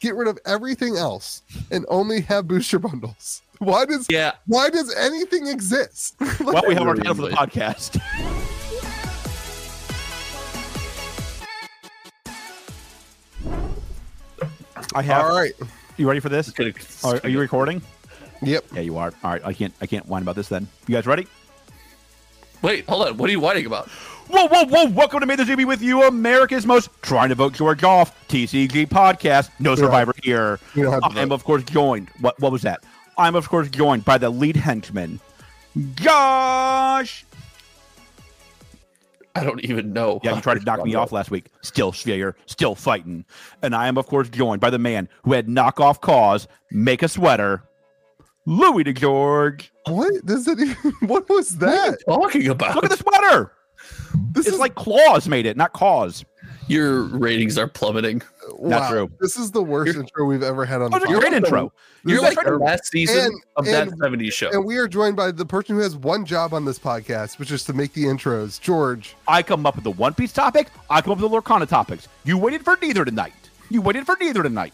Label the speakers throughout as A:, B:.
A: get rid of everything else and only have booster bundles? Why does
B: Yeah.
A: why does anything exist?
B: Well, we have our
C: Really
B: title for the
C: late.
B: podcast. I have.
A: All right.
B: You ready for this? Are, are you recording?
A: Yep.
B: Yeah, you are. All right. I can't. I can't whine about this. Then you guys ready?
C: Wait, hold on. What are you whining about?
B: Whoa, whoa, whoa! Welcome to May the GB with you, America's most trying to vote George Golf TCG podcast. No survivor here.
A: We don't have to
B: I am
A: vote.
B: of course joined. What? What was that? I'm of course joined by the lead henchman, Gosh.
C: I don't even know.
B: Yeah, you tried to knock me off last week. Still Schwier, still fighting. And I am, of course, joined by the man who had knockoff cause, make a sweater, Louis de George.
A: What does it even, what was that?
C: talking about.
B: Look at the sweater.
A: This
B: It's
A: is
B: like claws made it, not cause.
C: Your ratings are plummeting.
A: wow,
B: true.
A: This is the worst
C: You're-
A: intro we've ever had on
B: That
A: the
B: was a great
A: podcast.
B: intro.
A: This
C: You're
A: is
C: like the
A: terrible.
C: last season
A: And-
C: of that
A: and-
C: 70s show.
A: And we are joined by the person who has one job on this podcast, which is to make the intros. George.
B: I come up with the One Piece topic, I come up with the Lorcana topics. You waited for neither tonight. You waited for neither tonight.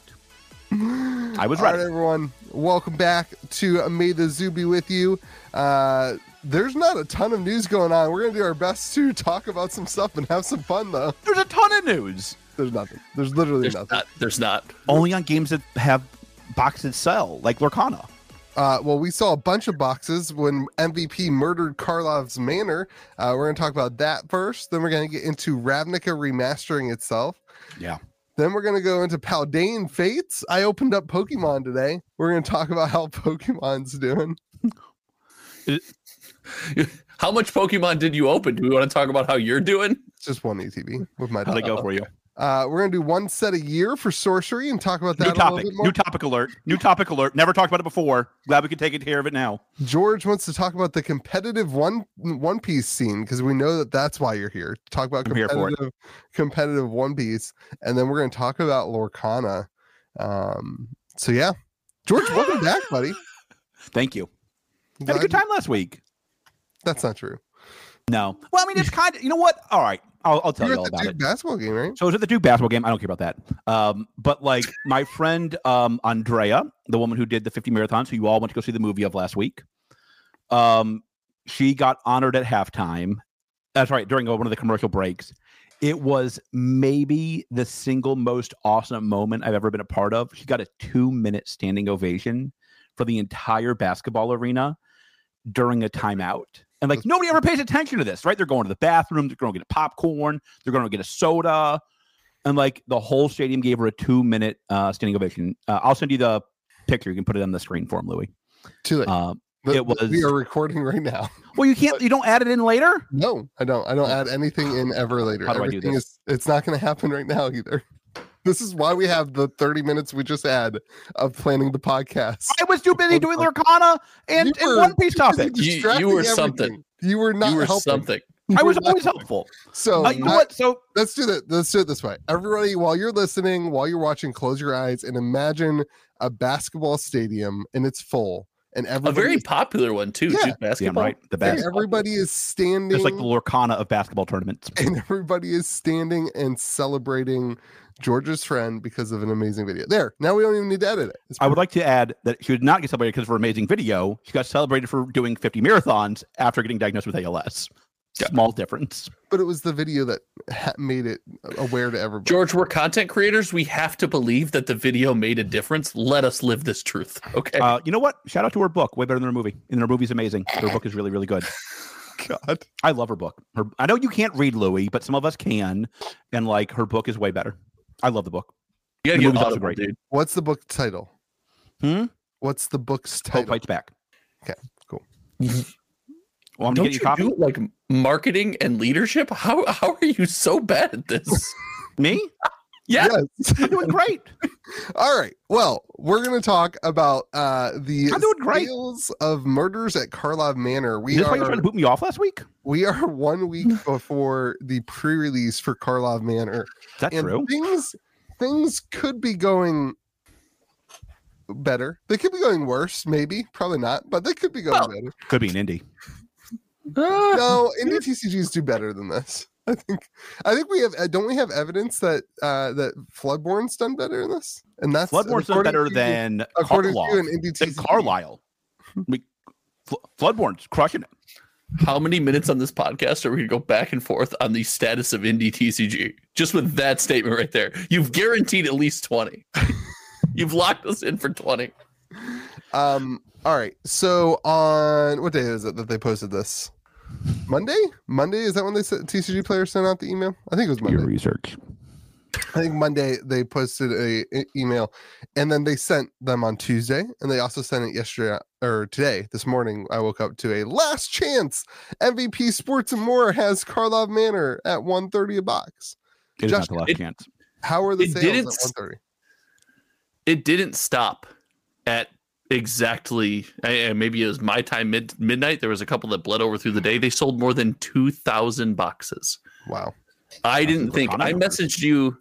B: I was
A: All right,
B: right.
A: everyone. Welcome back to May the Zoo be with you. Uh, there's not a ton of news going on. We're gonna do our best to talk about some stuff and have some fun, though.
B: There's a ton of news.
A: There's nothing. There's literally
C: there's
A: nothing.
C: not. There's not.
B: Only on games that have boxes sell, like Lorcana.
A: Uh, well, we saw a bunch of boxes when MVP murdered Karlov's Manor. Uh, we're going to talk about that first. Then we're going to get into Ravnica remastering itself.
B: Yeah.
A: Then we're going to go into Paldean Fates. I opened up Pokemon today. We're going to talk about how Pokemon's doing.
C: How much Pokemon did you open? Do we want to talk about how you're doing?
A: It's just one ATV with my
B: How'd
A: dog.
B: they go for you?
A: Uh, we're going to do one set a year for sorcery and talk about that
B: New
A: a
B: topic.
A: little bit more.
B: New topic alert. New topic alert. Never talked about it before. Glad we could take care of it now.
A: George wants to talk about the competitive one One Piece scene because we know that that's why you're here. Talk about
B: I'm here for it.
A: competitive competitive One Piece, and then we're going to talk about Lorcana. Um, so yeah, George, welcome back, buddy.
B: Thank you. Had a
A: Glad-
B: good time last week.
A: That's not true.
B: No. Well, I mean, it's kind of. You know what? All right. I'll, I'll tell
A: You
B: you
A: were
B: all
A: at the
B: about
A: Duke
B: it.
A: basketball game, right?
B: So I was at the Duke basketball game. I don't care about that. Um, but like my friend um, Andrea, the woman who did the 50 marathons, who you all went to go see the movie of last week, um, she got honored at halftime. That's right, during one of the commercial breaks. It was maybe the single most awesome moment I've ever been a part of. She got a two minute standing ovation for the entire basketball arena during a timeout. And like
A: That's-
B: nobody ever pays attention to this, right? They're going to the bathroom, they're going to get a popcorn, they're going to get a soda. And like the whole stadium gave her a two minute uh, standing ovation. Uh, I'll send you the picture. You can put it on the screen for him, Louis.
A: Too late.
B: Um,
A: But
B: it was-
A: We are recording right now.
B: well, you can't, you don't add it in later.
A: No, I don't. I don't add anything in ever later.
B: Oh. How do I do
A: Everything
B: this?
A: is. It's not going to happen right now either. This is why we have the 30 minutes we just had of planning the podcast.
B: I was too busy doing Lurkana and,
A: You
B: and
A: were
B: One Piece
A: too busy
B: topics.
C: You- you
A: distracting
C: were something.
A: everything. You were not
C: you were
A: helping.
C: something.
A: You
B: I
A: were
B: was
A: not
B: always
A: helping.
B: helpful.
A: So
B: Uh, you know
A: I-
B: what? So
A: Oh, let's do that. Let's do it this way. Everybody, while you're listening, while you're watching, close your eyes and imagine a basketball stadium and it's full, and
C: A
A: everybody,
C: very popular one too.
A: Yeah.
C: Duke
B: damn
C: basketball.
B: right, the
A: and
B: best.
A: everybody is standing,
B: It's like the Lurkana of basketball tournaments.
A: and everybody is standing and celebrating George's friend because of an amazing video. There. Now we don't even need to edit it. It's
B: I would like to add that she did not get celebrated because of her amazing video. She got celebrated for doing 50 marathons after getting diagnosed with ALS. Small difference.
A: but it was the video that ha- made it aware to everybody.
C: George, we're content creators. We have to believe that the video made a difference. Let us live this truth. Okay.
B: Uh, you know what? Shout out to her book. Way better than her movie. And her movie's amazing. Her book is really, really good.
A: God.
B: I love her book. Her, I know you can't read Louis, but some of us can. And like her book is way better. I love the book.
C: you gotta
B: the
C: get
B: movie's also
C: audible,
B: great.
C: dude.
A: What's the book title?
B: Hmm?
A: What's the book's
B: Hope
A: title?
B: Fights Back.
A: Okay, cool.
B: Well, I'm
C: Don't
B: going to
C: you,
B: get you a copy.
C: do like marketing and leadership? How how are you so bad at this?
B: Me?
C: yeah.
A: Yes.
B: I'm doing great.
A: All right. Well, we're going to talk about uh, the
B: I'm doing great.
A: sales of murders at Karlov Manor.
B: Is
A: We
B: this why you're
A: are
B: trying to boot me off last week? Is
A: we are one week before the pre-release for Karlov Manor,
B: that
A: and
B: true?
A: things things could be going better. They could be going worse, maybe, probably not, but they could be going
C: Well-
A: better.
B: Could be an indie.
A: No, indie TCGs do better than this. I think I think we have uh, don't we have evidence that uh that Floodborne's done better in this? And that's
B: Floodborne's done
A: according
B: better
A: to you-
B: than
A: according
B: Karloff,
A: to you and
B: than
A: NDT.
B: Carlisle. We, Fl- Floodborne's crushing it.
C: How many minutes on this podcast are we going to go back and forth on the status of indie TCG? Just with that statement right there, you've guaranteed at least 20. you've locked us in for 20.
A: Um all right. So on what day is it that they posted this? Monday? Monday is that when they said TCG player sent out the email? I think it was Monday.
B: research.
A: I think Monday they posted a, e- email, and then they sent them on Tuesday, and they also sent it yesterday or today this morning. I woke up to a last chance MVP Sports and More has Karlov Manor at one thirty a box.
B: It is
A: Just-
B: not the last
C: it-
B: chance.
A: How are the
C: It
A: sales at
C: didn't
A: one
C: s-
A: thirty?
C: It didn't stop at exactly, and maybe it was my time mid midnight. There was a couple that bled over through the day. They sold more than 2,000 boxes.
A: Wow,
C: I
B: That's
C: didn't
B: what
C: think.
B: Connor
C: I
B: orders.
C: messaged you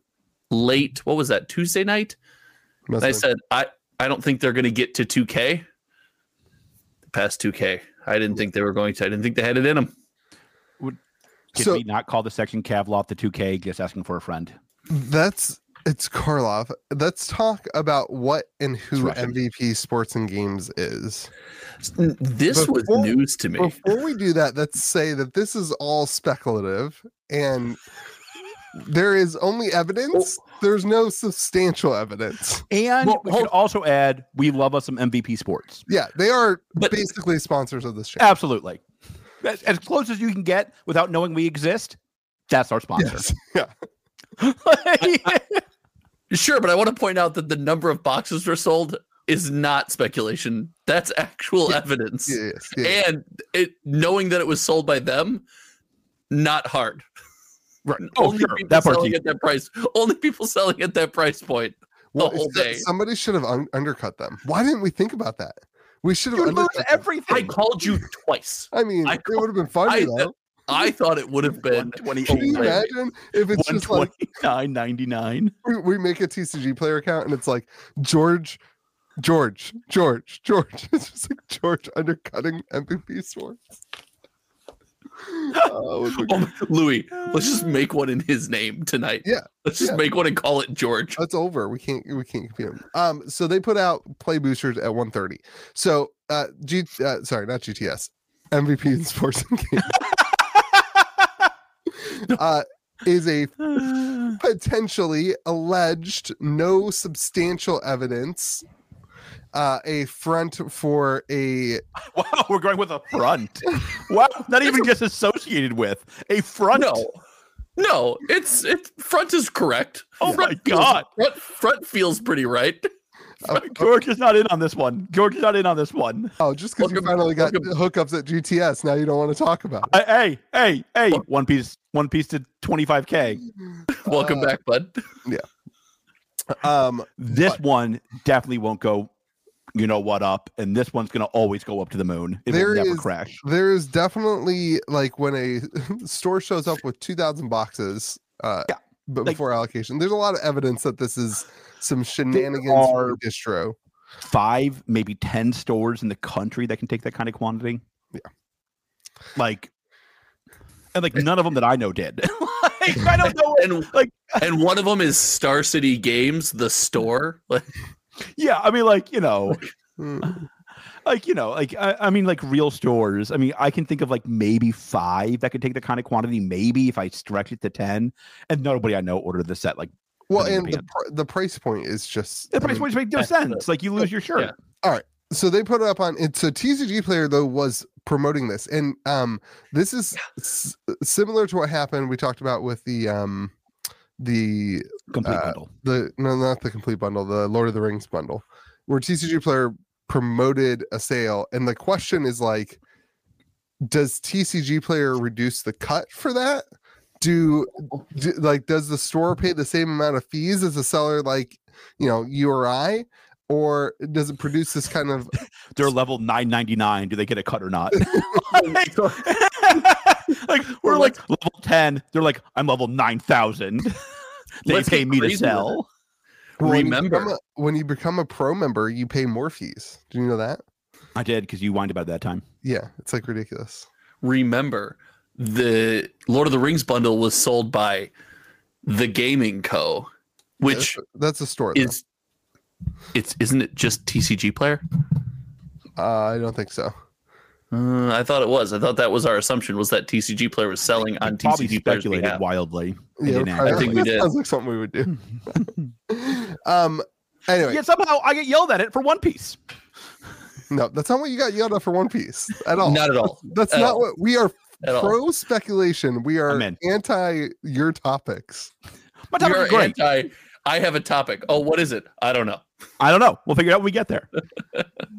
C: late. What was that? Tuesday night.
A: Must
C: And I
A: have
C: said I I don't think they're going to get to 2K. Past 2K. I didn't think they were going to. I didn't think they had it in them.
B: Can
A: So-
B: we not call the section Kavlov the 2K just asking for a friend?
A: been- that's it's Karlov. Let's talk about what and who
B: Russian.
A: MVP Sports and Games is.
C: This
A: Before-
C: was news to me.
A: Before we do that, let's say that this is all speculative and there is only evidence.
C: Oh.
A: There's no substantial evidence.
B: And
C: Well,
B: we
C: hold-
B: should also add we love us some MVP sports.
A: Yeah, they are
C: But-
A: basically sponsors of this channel.
B: Absolutely. As, as close as you can get without knowing we exist, that's our sponsor.
A: Yes. Yeah.
C: Sure, but I want to point out that the number of boxes were sold is not speculation. That's actual evidence.
A: Yes. yes.
C: And it knowing that it was sold by them, not hard.
B: Right. Oh,
C: only
B: sure.
C: people
B: That part's
C: selling at that price. Only people selling at that price point.
A: Well,
C: whole
A: it's-
C: day.
A: Somebody should have un- undercut them. Why didn't we think about that? We should have
B: you lose
A: undercut them.
B: everything.
C: I called you twice.
A: I mean,
C: I
A: it would have been funny
C: I-
A: though.
C: I thought it would have been
A: Can you
B: 128.
A: imagine if it's just like
B: 129.99.
A: we, we make a TCG player account and it's like George, George, George, George. It's just like George undercutting MVP scores. Oh, it would be-
C: oh, my- Louis. Let's just make one in his name tonight.
A: Yeah,
C: Let's just
A: yeah.
C: make one and call it George.
A: That's over. We can't we can't compete. with them. Um, so they put out play boosters at 1:30. So uh, G uh, sorry, not GTS, MVP in sports and games. uh, is a potentially alleged no substantial evidence uh a front for a
B: Wow, we're going with a front. Wow, not even just associated with a
A: Uh,
B: front.
C: No. No, it's it front is correct.
B: Oh
C: front
B: my
C: feels-
B: God.
C: Front, front feels pretty right.
B: George is not in on this one. George is not in on this one.
A: oh just because you
C: Welcome-
A: finally got
C: welcome-
A: hookups at GTS now you don't want to talk about it.
B: I- hey, hey, hey! One piece, one piece to 25k.
A: Uh,
C: Welcome back, bud.
A: Um
B: This
A: But-
B: one definitely won't go. You know what up, and this one's gonna always go up to the moon. It
A: There
B: will never
A: is-
B: crash.
A: there is definitely like when a store shows up with 2000 boxes uh
B: Yeah,
A: but
B: like-
A: before allocation there's a lot of evidence that this is some shenanigans
B: are-
A: from the distro
B: Five, maybe ten stores in the country that can take that kind of quantity.
A: Yeah.
B: like, and like none of them that I know did. like, I don't know.
C: And
B: Like-
C: and one of them is Star City Games, the store. Like
B: Yeah, I mean, like you know,
A: Mm,
B: like you know like I, I mean like real stores i mean i can think of like maybe five that could take the kind of quantity maybe if i stretch it to 10 and nobody i know ordered the set like
A: well
B: Putting
A: and the,
B: pants.
A: pr- the price point is just
B: the
A: I
B: price
A: mean,
C: Mm-hmm.
B: points make no sense like you lose your shirt
C: Yeah.
A: so they put it up on it so tcg player though was promoting this and um this is s- similar to what happened we talked about with the um the
B: complete
A: Uh,
B: bundle
A: the no not the complete bundle the lord of the rings bundle where tcg player promoted a sale and the question is like does tcg player reduce the cut for that do, do like does the store pay the same amount of fees as a seller like you know you or i or does it produce this kind of
B: they're level 999 do they get a cut or not like, like, we're like level 10 they're like i'm level 9000 they
C: Let's
B: pay
C: get
B: me to
C: crazy with
B: sell
A: Well, when you become
C: Remember.
A: a- when you become a pro member you pay more fees do you know that
B: i did because you whined about it that time
A: yeah it's like ridiculous
C: remember the Lord of the Rings bundle was sold by the Gaming Co, which
A: That's a store.
C: is it's isn't it just TCG Player?
A: though. Uh, I don't think so.
C: Uh, I thought it was. I thought that was our assumption was that TCG Player was selling on
B: probably
C: TCG Player's
B: speculated
C: behalf.
B: wildly. I
A: Yeah,
B: didn't
A: we're
B: ask
A: probably-
C: I think we
A: that
C: did.
A: Sounds like something we would do. um. Anyway,
B: Yet somehow I get yelled at it for One Piece.
A: no, that's not what you got yelled at for One Piece at all.
C: Not at all.
A: That's
C: at
A: not
C: all.
A: what we are.
C: At all.
A: Pro speculation. We are
B: I'm in.
A: anti your topics.
B: My topic
C: You're
B: is great.
C: anti. I have a topic. Oh, what is it? I don't know.
B: I don't know. We'll figure it out when we get there.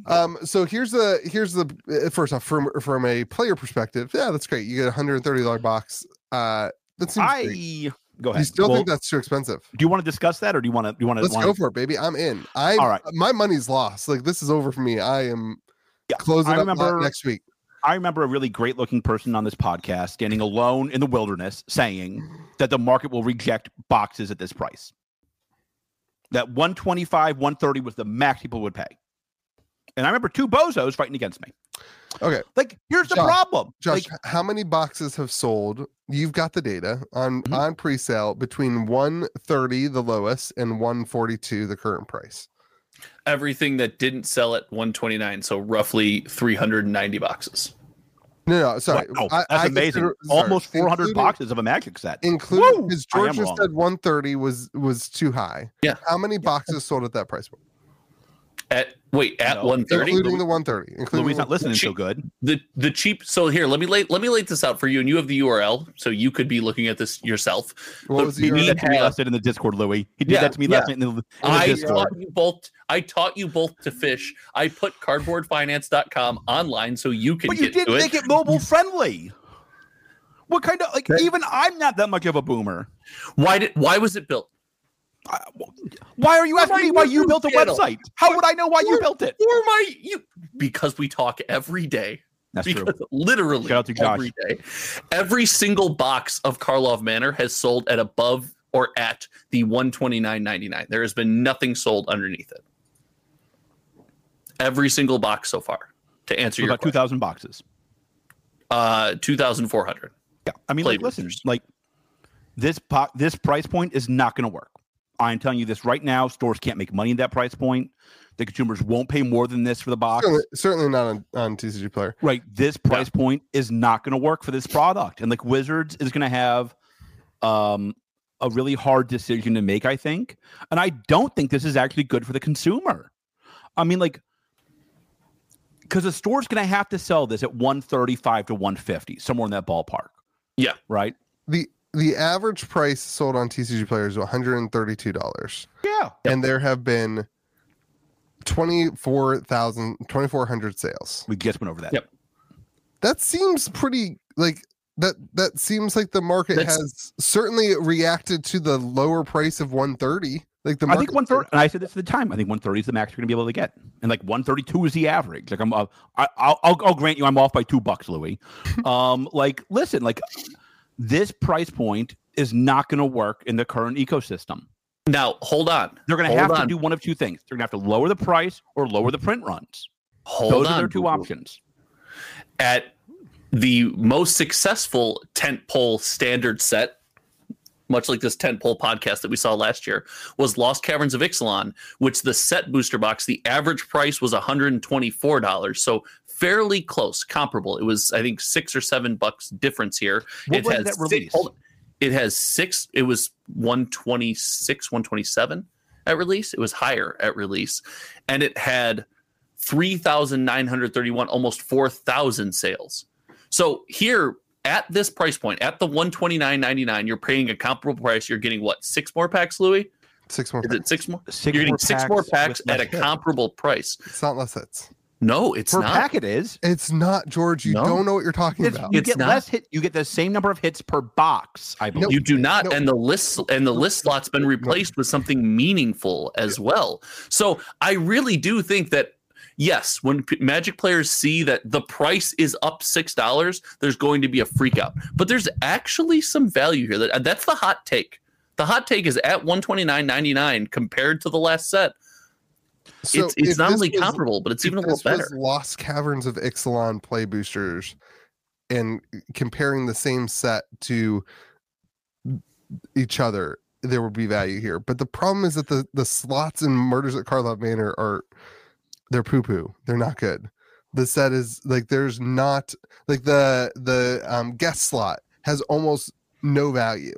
A: Um, so here's the here's the uh, first off from from a player perspective. Yeah, that's great. You get a hundred and thirty dollar box. Uh, that seems.
B: I
A: great.
B: go ahead.
A: You still
B: Well,
A: think that's too expensive?
B: do you want to discuss that, or do you want to? Do you want to?
A: Let's go for it, baby. I'm in. I
B: All right.
A: my money's lost. Like this is over for me. I am
B: Yeah,
A: closing
B: I
A: up lot
B: remember-
A: next week.
B: I remember a really great looking person on this podcast standing alone in the wilderness saying that the market will reject boxes at this price. That 125, 130 was the max people would pay. And I remember two bozos fighting against me.
A: Okay.
B: Like, here's the
A: Josh,
B: problem.
A: Josh,
B: Like,
A: h- how many boxes have sold? You've got the data on
B: Mhm.
A: on pre-sale between 130 the lowest and 142 the current price.
C: Everything that didn't sell at 129, so roughly 390 boxes.
A: No, no, sorry.
B: wow,
A: I-
B: that's
A: I
B: amazing.
A: consider- sorry,
B: Almost 400
A: including-
B: boxes of a magic set.
A: including
B: Woo!
A: because
B: I am
A: George just
B: wrong.
A: said 130 was was too high.
C: Yeah.
A: How many boxes sold at that price point?
C: At wait, at
B: No.
C: 130.
A: Including the 130. Including
B: Louis
A: the
B: not listening so
C: cheap.
B: good.
C: the the cheap so here let me lay, let me lay this out for you and you have the url so you could be looking at this yourself
A: What
C: But
A: was the
C: we
B: He
A: year?
B: did
C: need-
B: that to me
C: Yeah.
B: last night in the Discord, Louis. He did
C: Yeah,
B: that to me last night in the, in the
C: i
B: Discord.
C: taught you both i taught you both to fish i put cardboardfinance.com online so you can
B: But you
C: get to
B: didn't
C: it
B: make it mobile friendly. What kind of like?
A: That-
B: even I'm not that much of a boomer.
C: why did why was it built
B: I- why are you asking
C: my
B: me why you
C: YouTube
B: built a
C: channel.
B: website? How would I know why you built it?
C: who am i you because we talk every day
B: That's
C: because literally
B: Shout out to Josh.
C: every day every single box of karlov manor has sold at above or at the 129.99 there has been nothing sold underneath it every single box so far to answer
B: true.
C: your
B: About two
C: question
B: thousand boxes.
C: uh 2400
B: Yeah, I mean, like, listen,
C: Flavors.
B: like this po- this price point is not going to work. I'm telling you this right now. Stores can't make money at that price point. The consumers won't pay more than this for the box.
A: certainly, certainly not on, on TCG player.
B: Right. This price point is not going to work for this product. And like Wizards is going to have um a really hard decision to make, I think. And I don't think this is actually good for the consumer. I mean like cuz the store's going to have to sell this at 135 to 150, somewhere in that ballpark.
C: Yeah.
B: Right?
A: The the average price sold on TCG player is $132.
B: Yeah.
A: And there have been 24,000 2400 sales.
B: We just went over that.
C: Yep.
A: That seems pretty like that that seems like the market
C: That's-
A: has certainly reacted to the lower price of 130. Like the
B: I
A: market
B: think 130 and I said this at the time. I think 130 is the max you're going to be able to get. And like 132 is the average. Like I'm uh, I I'll, I'll I'll grant you I'm off by 2 bucks, Louis. Um like listen, like this price point is not going to work in the current ecosystem.
C: now hold on
B: They're going to
C: Hold on.
B: have to do one of two things. They're going to have to lower the price or lower the print runs.
C: hold
B: Those
C: on
B: are their two options.
C: at the most successful tentpole standard set, much like this tentpole podcast that we saw last year, was Lost Caverns of Ixalan, which the set booster box, the average price was $124. So fairly close, comparable. It was, I think, six or seven bucks difference here.
B: What
C: it
B: was
C: has
B: that
C: six-
B: release?
C: hold on. it has six, it was 126, 127 at release. It was higher at release. And it had 3,931, almost 4,000 sales. So here at this price point, at the 129.99, you're paying a comparable price. You're getting what, six more packs, Louis?
A: 6 more
C: Is it six more?
B: Six
C: you're getting six more packs
B: with
C: at
B: less
C: a
B: hits.
C: comparable price.
A: It's not less hits.
C: No, it's
B: per
C: not.
B: pack it is.
A: It's not George. You
C: No.
A: don't know what you're talking
B: It's,
A: about.
B: you
C: It's
B: get
C: not.
B: less hit. You get the same number of hits per box, I believe.
C: You do not,
A: No.
C: and the list and the list slot's been replaced with something meaningful as well. So I really do think that yes, when p- Magic players see that the price is up six dollars, there's going to be a freak out. But there's actually some value here. That uh, that's the hot take. The hot take is at one twenty nine ninety nine compared to the last set.
A: So
C: it's it's
A: if
C: not
A: this
C: only
A: was-
C: comparable, but it's
A: if
C: even a little
A: this was
C: better.
A: Lost Caverns of Ixalan play boosters. and comparing the same set to each other, there would be value here. But the problem is that the the slots and murders at Karlov Manor are they're poo poo. They're not good. The set is like there's not like the the um, guest slot has almost no value.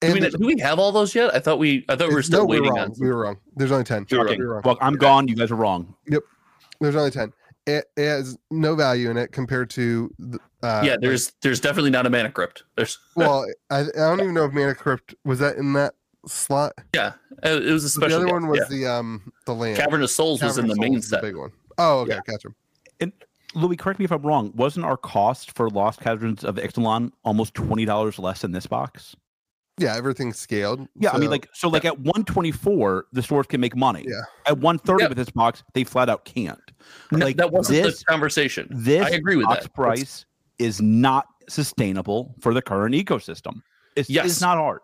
C: I mean,
A: there's-
C: do we have all those yet? I thought we I thought we were still
A: no,
C: waiting
A: wrong.
C: on.
A: We were wrong. There's only ten.
B: Shocking.
A: We were wrong.
B: Well, I'm gone. You guys are wrong.
A: There's only ten. It, it has no value in it compared to. The, uh,
C: yeah, there's there's definitely not a mana crypt. There's
A: Well, I, I don't even know if Mana Crypt was that in that slot.
C: yeah, it it was a
A: the
C: special.
A: other
C: guest,
A: one was
C: yeah.
A: the um the land.
C: Cavern of Souls was
A: Cavern
C: in
A: of
C: the
A: Souls
C: main
A: is the
C: set.
A: big one. Oh, okay,
B: Yeah.
A: gotcha.
B: Louis, correct me if I'm wrong. Wasn't our cost for Lost Caverns of Ixtalan almost twenty dollars less in this box?
A: Yeah, everything's scaled.
B: Yeah, I mean,
A: so-
B: like, so like at one twenty four, the stores can make money.
A: Yeah.
B: At one thirty
C: Yep.
B: with this box, they flat out can't.
C: No,
B: like,
C: that wasn't
B: this-
C: the conversation.
B: This
C: I agree with
B: box
C: that. It's-
B: price is not sustainable for the current ecosystem. It's,
C: Yes.
B: it's not art.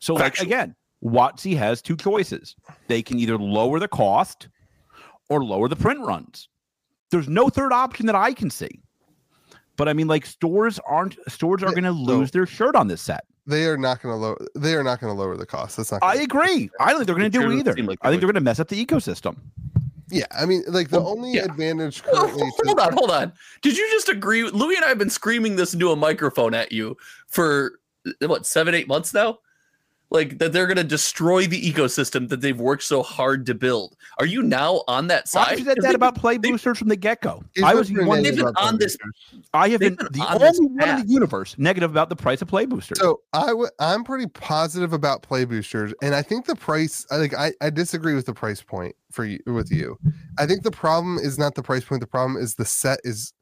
B: So like
C: Factual.
B: again, Watsy has two choices. They can either lower the cost or lower the print runs. There's no third option that I can see. But I mean, like stores aren't stores are
A: Yeah,
B: going to lose their shirt on this set.
A: they are not going to lower. They are not going to lower the cost. That's not.
B: I
A: gonna-
B: agree. I don't think they're going
C: It
B: to do
C: sure
B: it
C: doesn't
B: either.
C: seem like
B: I
C: they
B: think
C: would.
B: they're going to mess up the ecosystem.
A: yeah, I mean, like the
C: Well,
A: only
C: yeah.
A: advantage
C: Oh,
A: currently. to-
C: hold on, hold on. Did you just agree? Louis and I have been screaming this into a microphone at you for what seven, eight months now. Like that, they're going to destroy the ecosystem that they've worked so hard to build. Are you now on that
B: Why
C: side?
B: did you said
C: 'Cause
B: that
C: they've
B: about play boosters from the get go?
A: Here's
B: I
A: what's
B: was the
A: really
B: one.
C: They've
A: negative
C: been
A: about
C: on
A: Play
C: this-
A: Boosters.
B: I have
C: they've
B: been,
C: been
B: the
C: on this
B: only one in
C: path.
B: the universe negative about the price of play boosters.
A: So I w- I'm pretty positive about play boosters, and I think the price. I like I, I disagree with the price point for you with you. I think the problem is not the price point. The problem is the set is.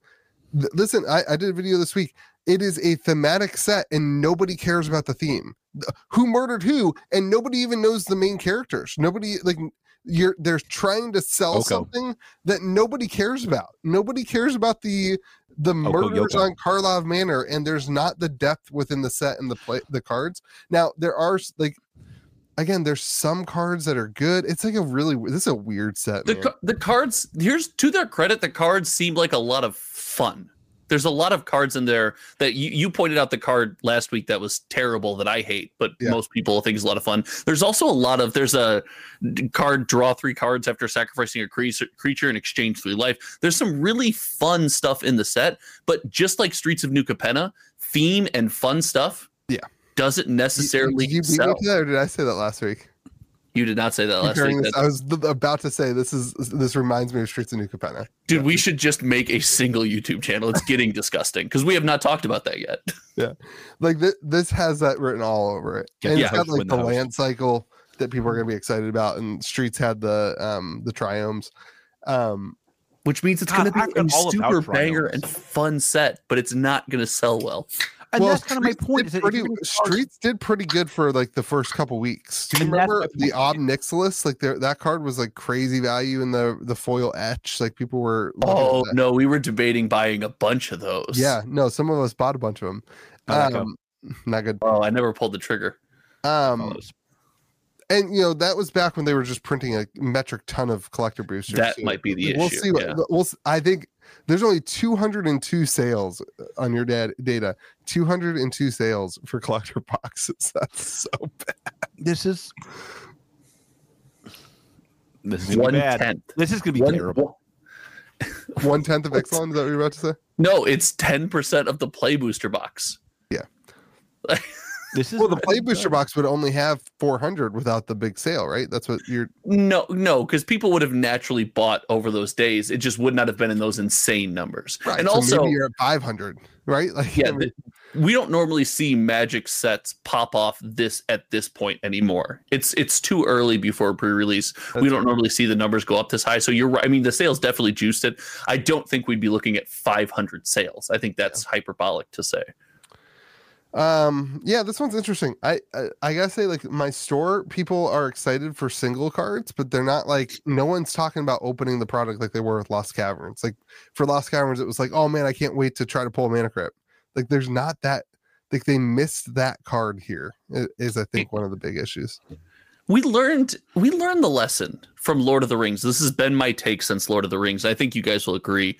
A: th- listen, I, I did a video this week. It is a thematic set, and nobody cares about the theme. Th- Who murdered who, and nobody even knows the main characters. Nobody like you're. They're trying to sell
B: Oko.
A: something that nobody cares about. Nobody cares about the the
C: Oh,
A: murders
B: Yoko.
A: on Karlov Manor, and there's not the depth within the set and the play the cards. Now there are s- like again, there's some cards that are good. It's like a really w- this is a weird set.
C: the,
A: man.
C: ca- the cards here's to their credit the cards seemed like a lot of fun there's a lot of cards in there that you, you pointed out the card last week that was terrible that i hate but
A: Yeah.
C: most people think is a lot of fun there's also a lot of there's a d- card draw three cards after sacrificing a creas- creature and exchange three life there's some really fun stuff in the set but just like streets of new capenna theme and fun stuff
A: Yeah.
C: doesn't
A: Did-
C: necessarily
A: did you beat me
C: sell.
A: to that, or did I say that last week?
C: you did not say that last
A: Comparing
C: week
A: this,
C: That's-
A: I was th- about to say this is this reminds me of Streets of New Capenna.
C: Dude, we should just make a single YouTube channel. It's getting disgusting because we have not talked about that yet.
A: Like th- this has that written all over it,
B: Get
A: and
B: the
A: it's
B: house,
A: got like
B: win the
A: the
B: house.
A: land cycle that people are gonna be excited about, and Streets had the um the triomes. Um,
C: Which means it's
B: God,
C: going to
B: I've
C: be
B: got
C: a
B: all about
C: super banger
B: trials.
C: and fun set, but it's not going to sell well.
B: And
A: well,
B: that's kind of my
A: Streets
B: point.
A: did
B: Is that
A: pretty-
B: everybody's charged-
A: Streets did pretty good for like the first couple weeks. Do you
B: And that's
A: remember
B: my
A: the Obnixilis? Like there, that card was like crazy value in the the foil etch. Like people were. looking at
C: Oh
A: that.
C: no, we were debating buying a bunch of those.
A: yeah, no. Some of us bought a bunch of them.
B: How'd that go?
A: Um, not good.
C: Oh, I never pulled the trigger.
A: Um,
B: Follows.
A: and you know that was back when they were just printing a metric ton of collector boosters.
C: That
A: so
C: might be the
A: we'll
C: issue,
A: see what
C: yeah.
A: we'll. s- I think there's only 202 sales uh, on your dad data. 202 sales for collector boxes. That's so
B: this is this is gonna
C: One
B: be bad.
C: tenth.
B: This is gonna be terrible.
A: one tenth of Exelon. Is that what you're about to say?
C: No, it's ten percent of the play booster box.
B: This is
A: Well, the
B: not
A: play
B: good.
A: booster box would only have 400 without the big sale, right? That's what you're.
C: No, no, because people would have naturally bought over those days. It just would not have been in those insane numbers.
A: Right.
C: And
A: so
C: also,
A: maybe you're at 500, right? Like, I
C: yeah,
A: mean,
C: th- we don't normally see magic sets pop off this at this point anymore. It's it's too early before pre-release.
A: That's
C: we don't normally see the numbers go up this high. So you're right. I mean, the sales definitely juiced it. I don't think we'd be looking at 500 sales. I think that's hyperbolic to say.
A: um, yeah, this one's interesting. I, I I gotta say, like, my store people are excited for single cards, but they're not like no one's talking about opening the product like they were with Lost Caverns. Like for Lost Caverns, it was like, oh man, I can't wait to try to pull a mana crypt. Like, there's not that. Like they missed that card here i- is I think one of the big issues.
C: we learned we learned the lesson from Lord of the Rings. This has been my take since Lord of the Rings. I think you guys will agree.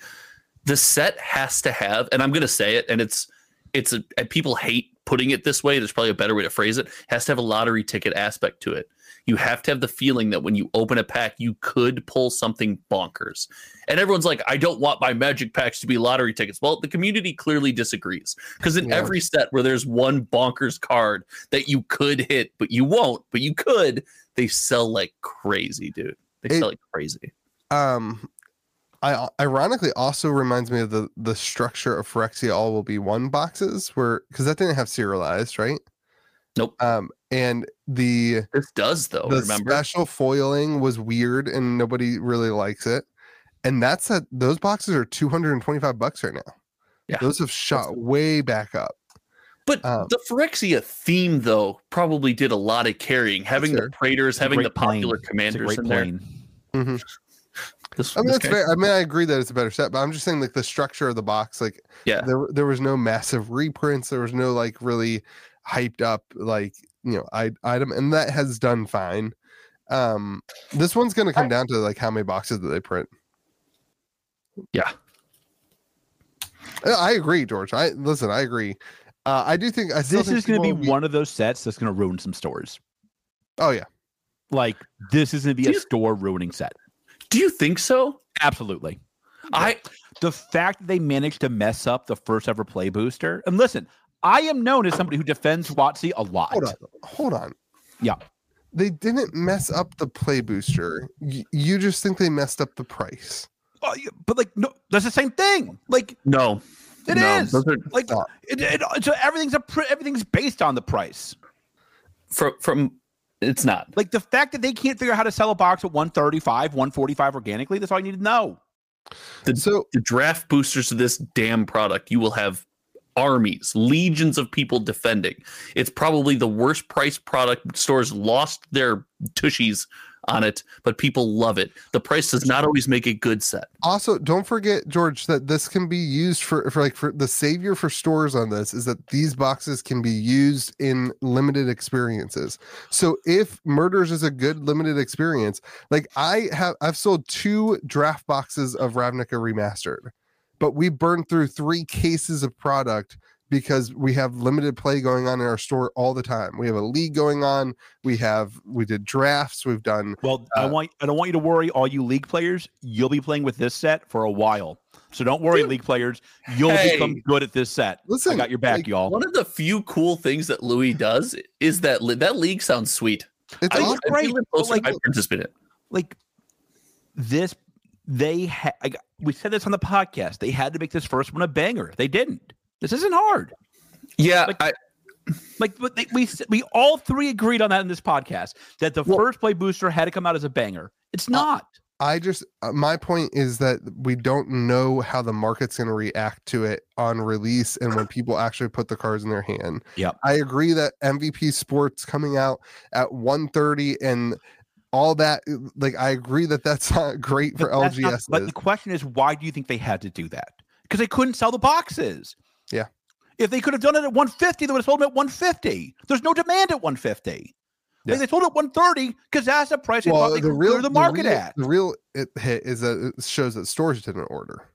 C: the set has to have, and I'm going to say it, and it's it's a, and people hate putting it this way. There's probably a better way to phrase it. Has to have a lottery ticket aspect to it. You have to have the feeling that when you open a pack, you could pull something bonkers. And everyone's like, I don't want my magic packs to be lottery tickets. Well, the community clearly disagrees because in
A: Yeah.
C: every set where there's one bonkers card that you could hit, but you won't, but you could, they sell like crazy, dude. They
A: It-
C: sell like crazy.
A: um I ironically also reminds me of the the structure of Phyrexia all will be one boxes where because that didn't have serialized, right?
C: Nope.
A: Um and the
C: This does though.
A: the
C: remember,
A: special foiling was weird and nobody really likes it. And that's a those boxes are 225 bucks right now.
C: Yeah.
A: Those have shot way back up.
C: But
A: Um,
C: the Phyrexia theme, though, probably did a lot of carrying. Having the
A: fair.
C: Praetors, having the
B: Great plane.
C: popular
B: It's a
C: commanders
B: great
C: in there.
B: plane.
A: Mhm.
C: This,
A: I mean
C: this
A: that's
C: guy-
A: fair. I mean I agree that it's a better set, but I'm just saying like the structure of the box, like
C: Yeah.
A: there there was no massive reprints, there was no like really hyped up like you know I, item, and that has done fine. Um, this one's gonna come down to like how many boxes that they print.
C: Yeah.
A: I- I agree, George. I listen. I agree. Uh, I do think I still
B: This
A: think
B: is going to be
A: people will
B: one of those sets that's going to ruin some stores.
A: Oh yeah,
B: Like this is going to be
C: Do
B: a
C: you-
B: store ruining set.
C: Do you think so?
B: Absolutely.
C: I
B: the fact that they managed to mess up the first ever play booster. And listen, I am known as somebody who defends WotC a lot.
A: hold on, hold on.
B: Yeah.
A: they didn't mess up the play booster. Y- you just think they messed up the price.
B: Uh, yeah, But like, no, that's the same thing. Like
C: no.
B: it is.
C: no, Those are,
B: like
A: not.
B: it, it, so everything's a pr- everything's based on the price.
C: from from. It's not.
B: Like the fact that they can't figure out how to sell a box at 135, 145 organically, that's all you need to know.
C: The-
A: So
C: The draft boosters to this damn product, you will have armies, legions of people defending. It's probably the worst priced product. Stores lost their tushies on it, but people love it. The price does not always make a good set.
A: also don't forget george that this can be used for, for like for the savior for stores on this is that these boxes can be used in limited experiences so if murders is a good limited experience like i have i've sold two draft boxes of ravnica remastered but we burned through three cases of product because we have limited play going on in our store all the time we have a league going on we have we did drafts we've done
B: Well, I
A: Uh,
B: want I don't want you to worry, all you league players. You'll be playing with this set for a while, so don't worry,
C: Dude.
B: league players. You'll
C: Hey.
B: become good at this set.
A: listen
B: I got your back,
A: like,
B: y'all.
C: One of the few cool things that Louis does is that li- that league sounds sweet.
A: it's
C: I,
A: awesome.
B: think-
C: I
B: great,
C: feel it
B: but
C: closer-
B: like-
C: I participate in it.
B: like this they had we said this on the podcast they had to make this first one a banger they didn't this isn't hard
C: Yeah,
B: Like-
C: I,
B: like but they, we s- we all three agreed on that in this podcast that the
C: Well-
B: first play booster had to come out as a banger it's
A: Uh,
B: not
A: I just uh, my point is that we don't know how the market's going to react to it on release and when people actually put the cards in their hand.
B: Yep.
A: I agree that MVP Sports coming out at 1:30 and all that uh, like I agree that that's not great for
B: but that's
A: LGS.
B: not- but the question is why do you think they had to do that because they couldn't sell the boxes
A: Yeah.
B: if they could have done it at 150 they would have sold them at 150 there's no demand at 150
A: Yeah.
B: like they sold it at 130 because that's the price they thought
A: well,
B: they
A: the
B: could
A: real
B: clear the market
A: real-
B: at
A: the real it hit is that it shows that stores didn't order.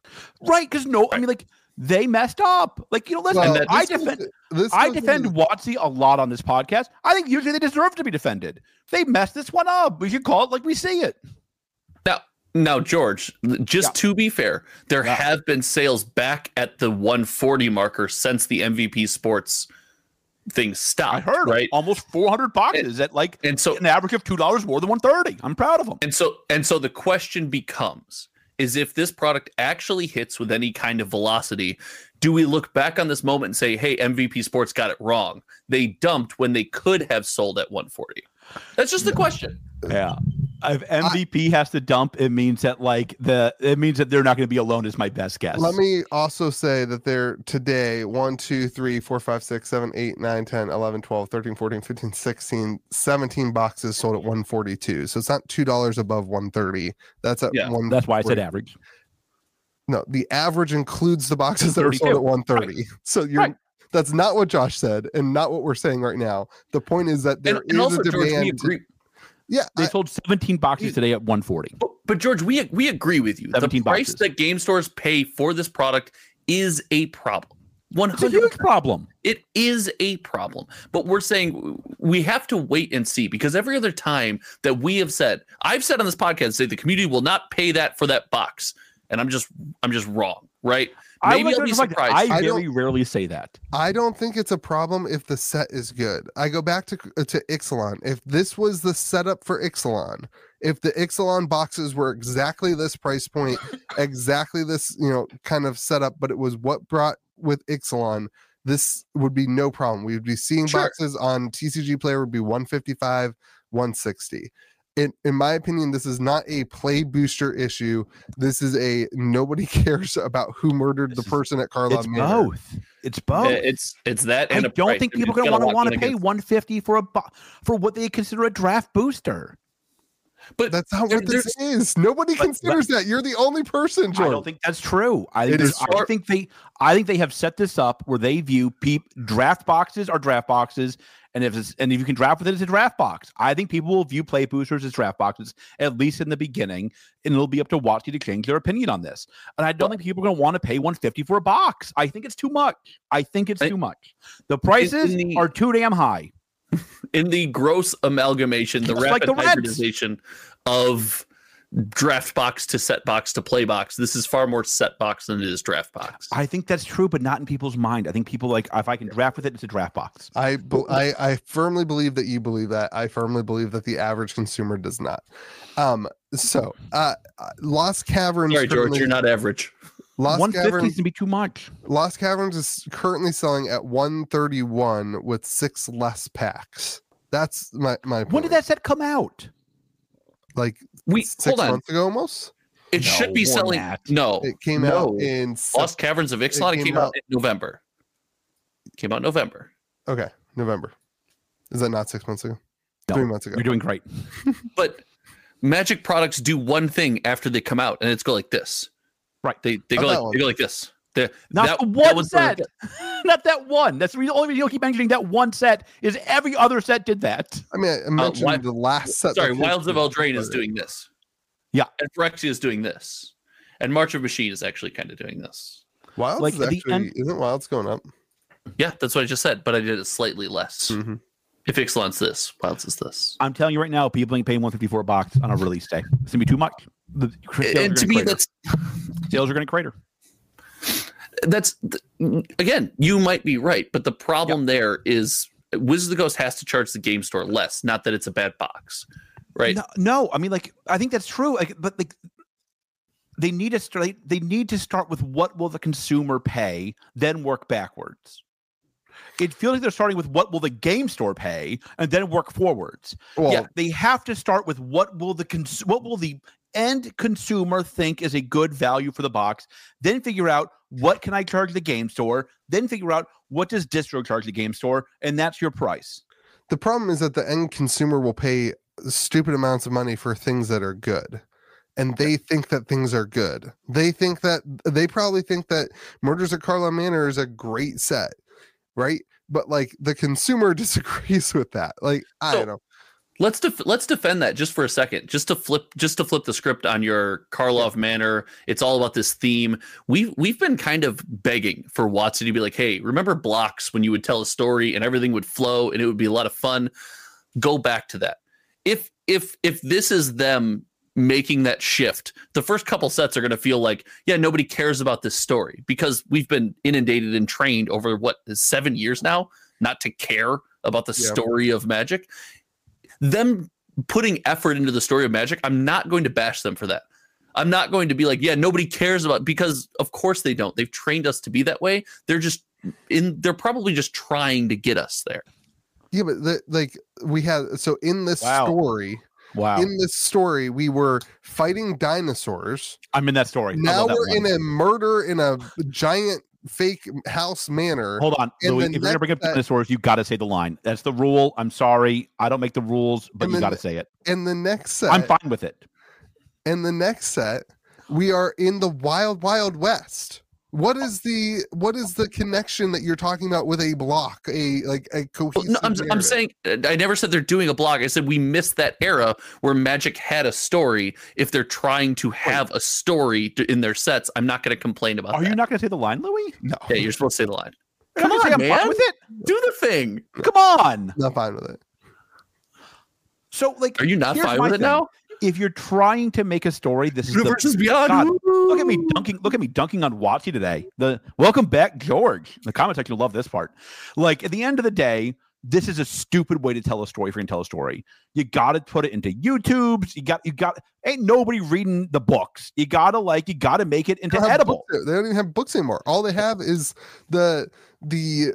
B: Right, because no, I
C: Right.
B: mean, like they messed up. Like you know, listen,
A: Well,
C: that-
B: I
A: this goes
B: defend,
A: to- this
B: I
A: goes into
B: defend
A: the-
B: Watsy a lot on this podcast. I think usually they deserve to be defended. They messed this one up. We should call it like we see it.
C: now now George, just
B: Yeah.
C: to be fair, there
B: Yeah.
C: have been sales back at the 140 marker since the MVP Sports thing stopped.
B: I heard
C: right,
B: right? almost 400 boxes at like
C: and so
B: an average of two dollars more than 130. I'm proud of them.
C: And so and so the question becomes is if this product actually hits with any kind of velocity, do we look back on this moment and say, "Hey, MVP Sports got it wrong. They dumped when they could have sold at 140." That's just the question.
B: Yeah. If MVP has to dump, it means that like the it means that they're not going to be alone. Is my best guess.
A: Let me also say that there today 1, 2, 3, 4, 5, 6, 7, 8, 9, 10, 11, 12, 13, 14, 15, 16, 17 boxes sold at 142. So it's not $2 above 130. That's at
C: Yeah,
A: one.
B: That's why I
A: wait,
B: said average.
A: No, the average includes the boxes that are sold
B: 32,
A: at 130. So you're.
B: Right.
A: That's not what Josh said, and not what we're saying right now. The point is that there
C: And,
A: is
C: and also
A: a demand.
C: George,
A: to-
C: we agree
A: Yeah,
B: They
A: I-
B: sold 17 boxes
C: Dude.
B: today at 140.
C: But, but George, we we agree with you. The
B: 17
C: price
B: boxes.
C: that game stores pay for this product is a problem. One
B: It's a
C: hundred.
B: huge problem.
C: It is a problem. But we're saying we have to wait and see because every other time that we have said, I've said on this podcast, say the community will not pay that for that box, and I'm just I'm just wrong, right? Maybe
B: like
C: I'll
B: to
C: be
B: reflect-
C: surprised.
B: I
A: I
B: very rarely say that.
A: I don't think it's a problem if the set is good. I go back to uh, to Ixalan. If this was the setup for Ixalan, if the Ixalan boxes were exactly this price point, exactly this, you know, kind of setup, but it was what brought with Ixalan, this would be no problem. We would be seeing
C: Sure.
A: boxes on TCG player would be 155, 160. In, in my opinion, this is not a play booster issue. This is a nobody cares about who murdered
B: This
A: the
B: is-
A: person at Carlisle.
B: It's
A: Manor.
B: both. It's both.
C: Eh, It's it's that.
B: I
C: And a
B: don't
C: price.
B: think
C: I mean,
B: people
C: it's
B: are going
C: got a
B: to
C: lot
B: want to
C: going
B: pay
C: against-
B: 150 for a bo- for what they consider a draft booster.
C: But
A: That's not
C: There-
A: what this is. Nobody
B: But-
A: considers that. You're the only person,
B: I
A: Jordan.
B: don't think that's true. I think,
A: It is
B: there's- I
C: short-
B: think they I think they have set this up where they view peep draft boxes are draft boxes, and if it's, and if you can draft with it, it's a draft box. I think people will view play boosters as draft boxes at least in the beginning, and it'll be up to Watsy to change their opinion on this. And I don't think people are going to want to pay 150 for a box. I think it's too much. I think it's
C: I-
B: too much. The prices
C: the-
B: are too damn high.
C: in the gross amalgamation, the
B: Just like
C: rapid
B: the Reds.
C: hybridization of draft box to set box to play box. This is far more set box than it is draft box.
B: I think that's true, but not in people's mind. I think people like if I can draft with it, it's a draft box.
A: I, bel- I I firmly believe that you believe that. I firmly believe that the average consumer does not. Um. So, uh, Lost Caverns.
C: Sorry, George,
A: currently-
C: you're not average.
A: Lost
B: 150
A: Caverns.
B: is gonna be too much.
A: Lost Caverns is currently selling at 131 with six less packs. That's my my.
B: When did
A: point.
B: that set come out?
A: Like
C: We
A: six
C: hold on.
A: months ago, almost.
C: It should be
B: No,
C: selling.
B: Matt.
C: No,
A: It came
C: No.
A: out in
C: Lost Caverns of Ixalan
A: came
C: came, out
A: out-
C: in November. Came out in November.
A: okay November. Is that not six months ago?
B: No.
A: Three months ago.
B: You're doing great.
C: But Magic products do one thing after they come out, and it's go like this.
B: Right.
C: They they
A: Oh,
C: go
A: that
C: like,
A: one.
C: they go like this. They're-
B: Not
C: that-
B: the
C: that
B: one
C: was the-
B: set. Not that one. That's the only reason you'll keep mentioning that one set is every other set did that.
A: I mean, I- I mentioned
C: Uh, Wi-
A: the last set. that
C: Sorry,
A: came
C: Wilds of
A: out.
C: Eldraine is doing this.
B: Yeah.
C: And Phyrexia is doing this. And March of Machine is actually kind of doing this.
A: Wilds
B: Like,
A: is
B: at the
A: actually
B: end-
A: isn't Wilds going up?
C: Yeah, that's what I just said, but I did it slightly less.
A: Hmm. Mm-hmm.
C: If Ixalan's this, Wilds is this.
B: I'm telling you right now, people ain't paying 154 a box on a release day. It's gonna be too much. The sales are
C: And
B: gonna
C: to me,
B: crater.
C: that's
B: sales are gonna crater.
C: that's th- again, you might be right, but the problem there is Wizard of the Ghost has to charge the game store less, not that it's a bad box. Right.
B: No, no, I mean, like, I think that's true. Like, but like, they need to start. They need to start with what will the consumer pay, then work backwards. It feels like they're starting with what will the game store pay, and then work forwards.
A: Well,
B: yeah, they have to start with what will the cons- what will the end consumer think is a good value for the box, then figure out what can I charge the game store, then figure out what does distro charge the game store, and that's your price.
A: the problem is that the end consumer will pay stupid amounts of money for things that are good. And they think that things are good. They think that they probably think that Murders at Carlisle Manor is a great set, right? But like the consumer disagrees with that. Like I
C: So-
A: don't know.
C: Let's def- let's defend that just for a second, just to flip just to flip the script on your Karlov manner. It's all about this theme. We've we've been kind of begging for Watson to be like, hey, remember blocks when you would tell a story and everything would flow and it would be a lot of fun. Go back to that. If if if this is them making that shift, the first couple sets are gonna feel like, yeah, nobody cares about this story because we've been inundated and trained over what seven years now not to care about the
A: Yeah.
C: story of magic them putting effort into the story of magic i'm not going to bash them for that i'm not going to be like yeah nobody cares about because of course they don't they've trained us to be that way they're just in they're probably just trying to get us there
A: Yeah, but the, like we had so in this
B: Wow.
A: story,
B: Wow,
A: in this story, we were fighting dinosaurs.
B: I'm in that story. I
A: now
B: love that
A: we're
B: one.
A: in a murder in a giant fake house manor.
B: Hold on,
A: And
B: Louis.
A: the
B: If you're gonna bring up
A: next set-
B: dinosaurs, you gotta say the line. That's the rule. I'm sorry, I don't make the rules, but
A: And
B: you
A: then
B: gotta
A: the
B: say it.
A: And the next set,
B: I'm fine with it.
A: and the next set, we are in the wild, wild west. What is the what is the connection that you're talking about with a block? A like a
C: Well,
A: cohesive.
C: no, I'm, I'm
A: narrative?
C: saying I never said they're doing a blog. I said we missed that era where Magic had a story. If they're trying to have a story to, in their sets, I'm not going to complain about
B: Are
C: that.
B: you not going to say the line, Louis?
A: no,
C: yeah, you're supposed to say the line.
B: You're not
C: Come
B: gonna
C: on,
B: say I'm fine
C: man.
B: with it.
C: Do the thing.
B: Come on.
A: not fine with it.
B: So, like,
C: Are you not
B: Here's
C: fine
B: my
C: with it
B: thing.
C: now?
B: if you're trying to make a story, this is the
C: Universe is beyond.
B: God,
C: Woo!
B: Look at me dunking. Look at me dunking on Watsy today. The welcome back, George. The comment section will love this part. Like at the end of the day, this is a stupid way to tell a story. If you're gonna tell a story, you gotta put it into YouTube's. You got you got. Ain't nobody reading the books. You gotta like. You gotta make it
A: They
B: into
A: don't have
B: edible.
A: books- They don't even have books anymore. All they have is the the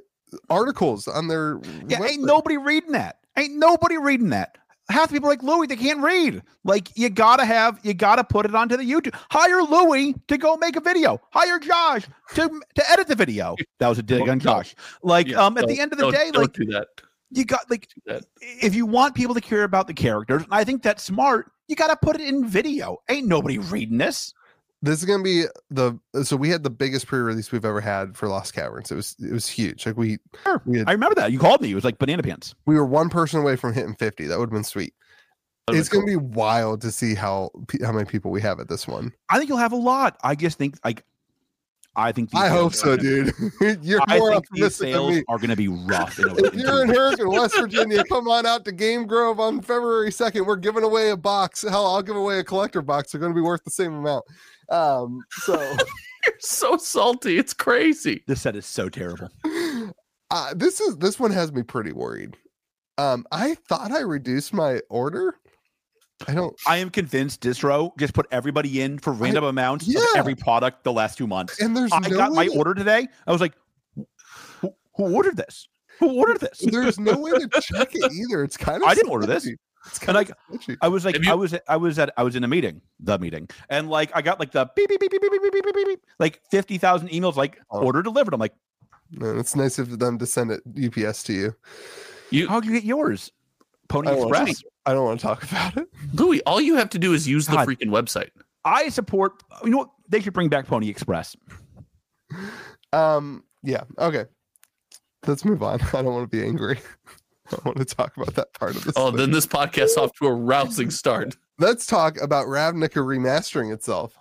A: articles on their.
B: Yeah,
A: website.
B: ain't nobody reading that. Ain't nobody reading that. Half the people are like Louis, they can't read. Like you gotta have, you gotta put it onto the YouTube. Hire Louis to go make a video. Hire Josh to to edit the video. That was a dig
C: Well,
B: on
C: no.
B: Josh. Like
C: Yeah,
B: um, at the
C: don't-
B: end of the
C: don't-
B: day,
C: don't
B: like
C: do that.
B: you got like
C: do that.
B: if you want people to care about the characters, and I think that's smart. You gotta put it in video. Ain't nobody reading this.
A: this is gonna be the so we had the biggest pre-release we've ever had for Lost Caverns. It was it was huge. Like we
B: Sure.
A: we, had,
B: I remember that you called me. It was like banana pants.
A: we were one person away from hitting fifty. That would have been sweet.
C: That'd
A: it's gonna be wild to see how pe- how many people we have at this one.
B: I think you'll have a lot. I just think like I think these
A: I hope
B: videos are
A: so,
B: gonna-
A: dude. you're
B: I
A: more
B: think these
A: optimistic than
B: sales
A: me.
B: are going to be rough. In a,
A: If
B: in
A: you're in
B: two-
A: Harrison, West Virginia, come on out to Game Grove on February 2nd. We're giving away a box. Hell, I'll give away a collector box. They're going to be worth the same amount. Um, so
C: You're so salty. It's crazy.
B: this set is so terrible.
A: uh, this is this one has me pretty worried. Um, I thought I reduced my order. I don't.
B: I am convinced Distro just put everybody in for random amounts
A: yeah.
B: of every product the last two months.
A: And there's
B: I
A: no
B: got my
A: way-
B: order today. I was like, who, who ordered this? Who ordered this?
A: There's no way to check it either. It's kind of.
B: I didn't order this.
A: sketchy. It's
B: And
A: kind
B: I,
A: of sketchy.
B: I was like,
C: Have you-
B: I was, I was at, I was in a meeting, the meeting, and like, I got like the beep beep beep beep beep beep beep beep, beep, beep like fifty thousand emails, like
A: Oh.
B: order delivered. I'm like,
A: No, it's nice of them to send it UPS to you.
C: You,
B: how'd you get yours? Pony
A: I want
B: Express.
A: to. I don't want to talk about it.
C: Louis, all you have to do is use the
B: God.
C: freaking website.
B: I support. You know what? They should bring back Pony Express.
A: Um. Yeah. Okay. Let's move on. I don't want to be angry. I want to talk about that part of this.
C: Oh,
A: thing.
C: then this podcast's off to a rousing start.
A: Let's talk about Ravnica remastering itself.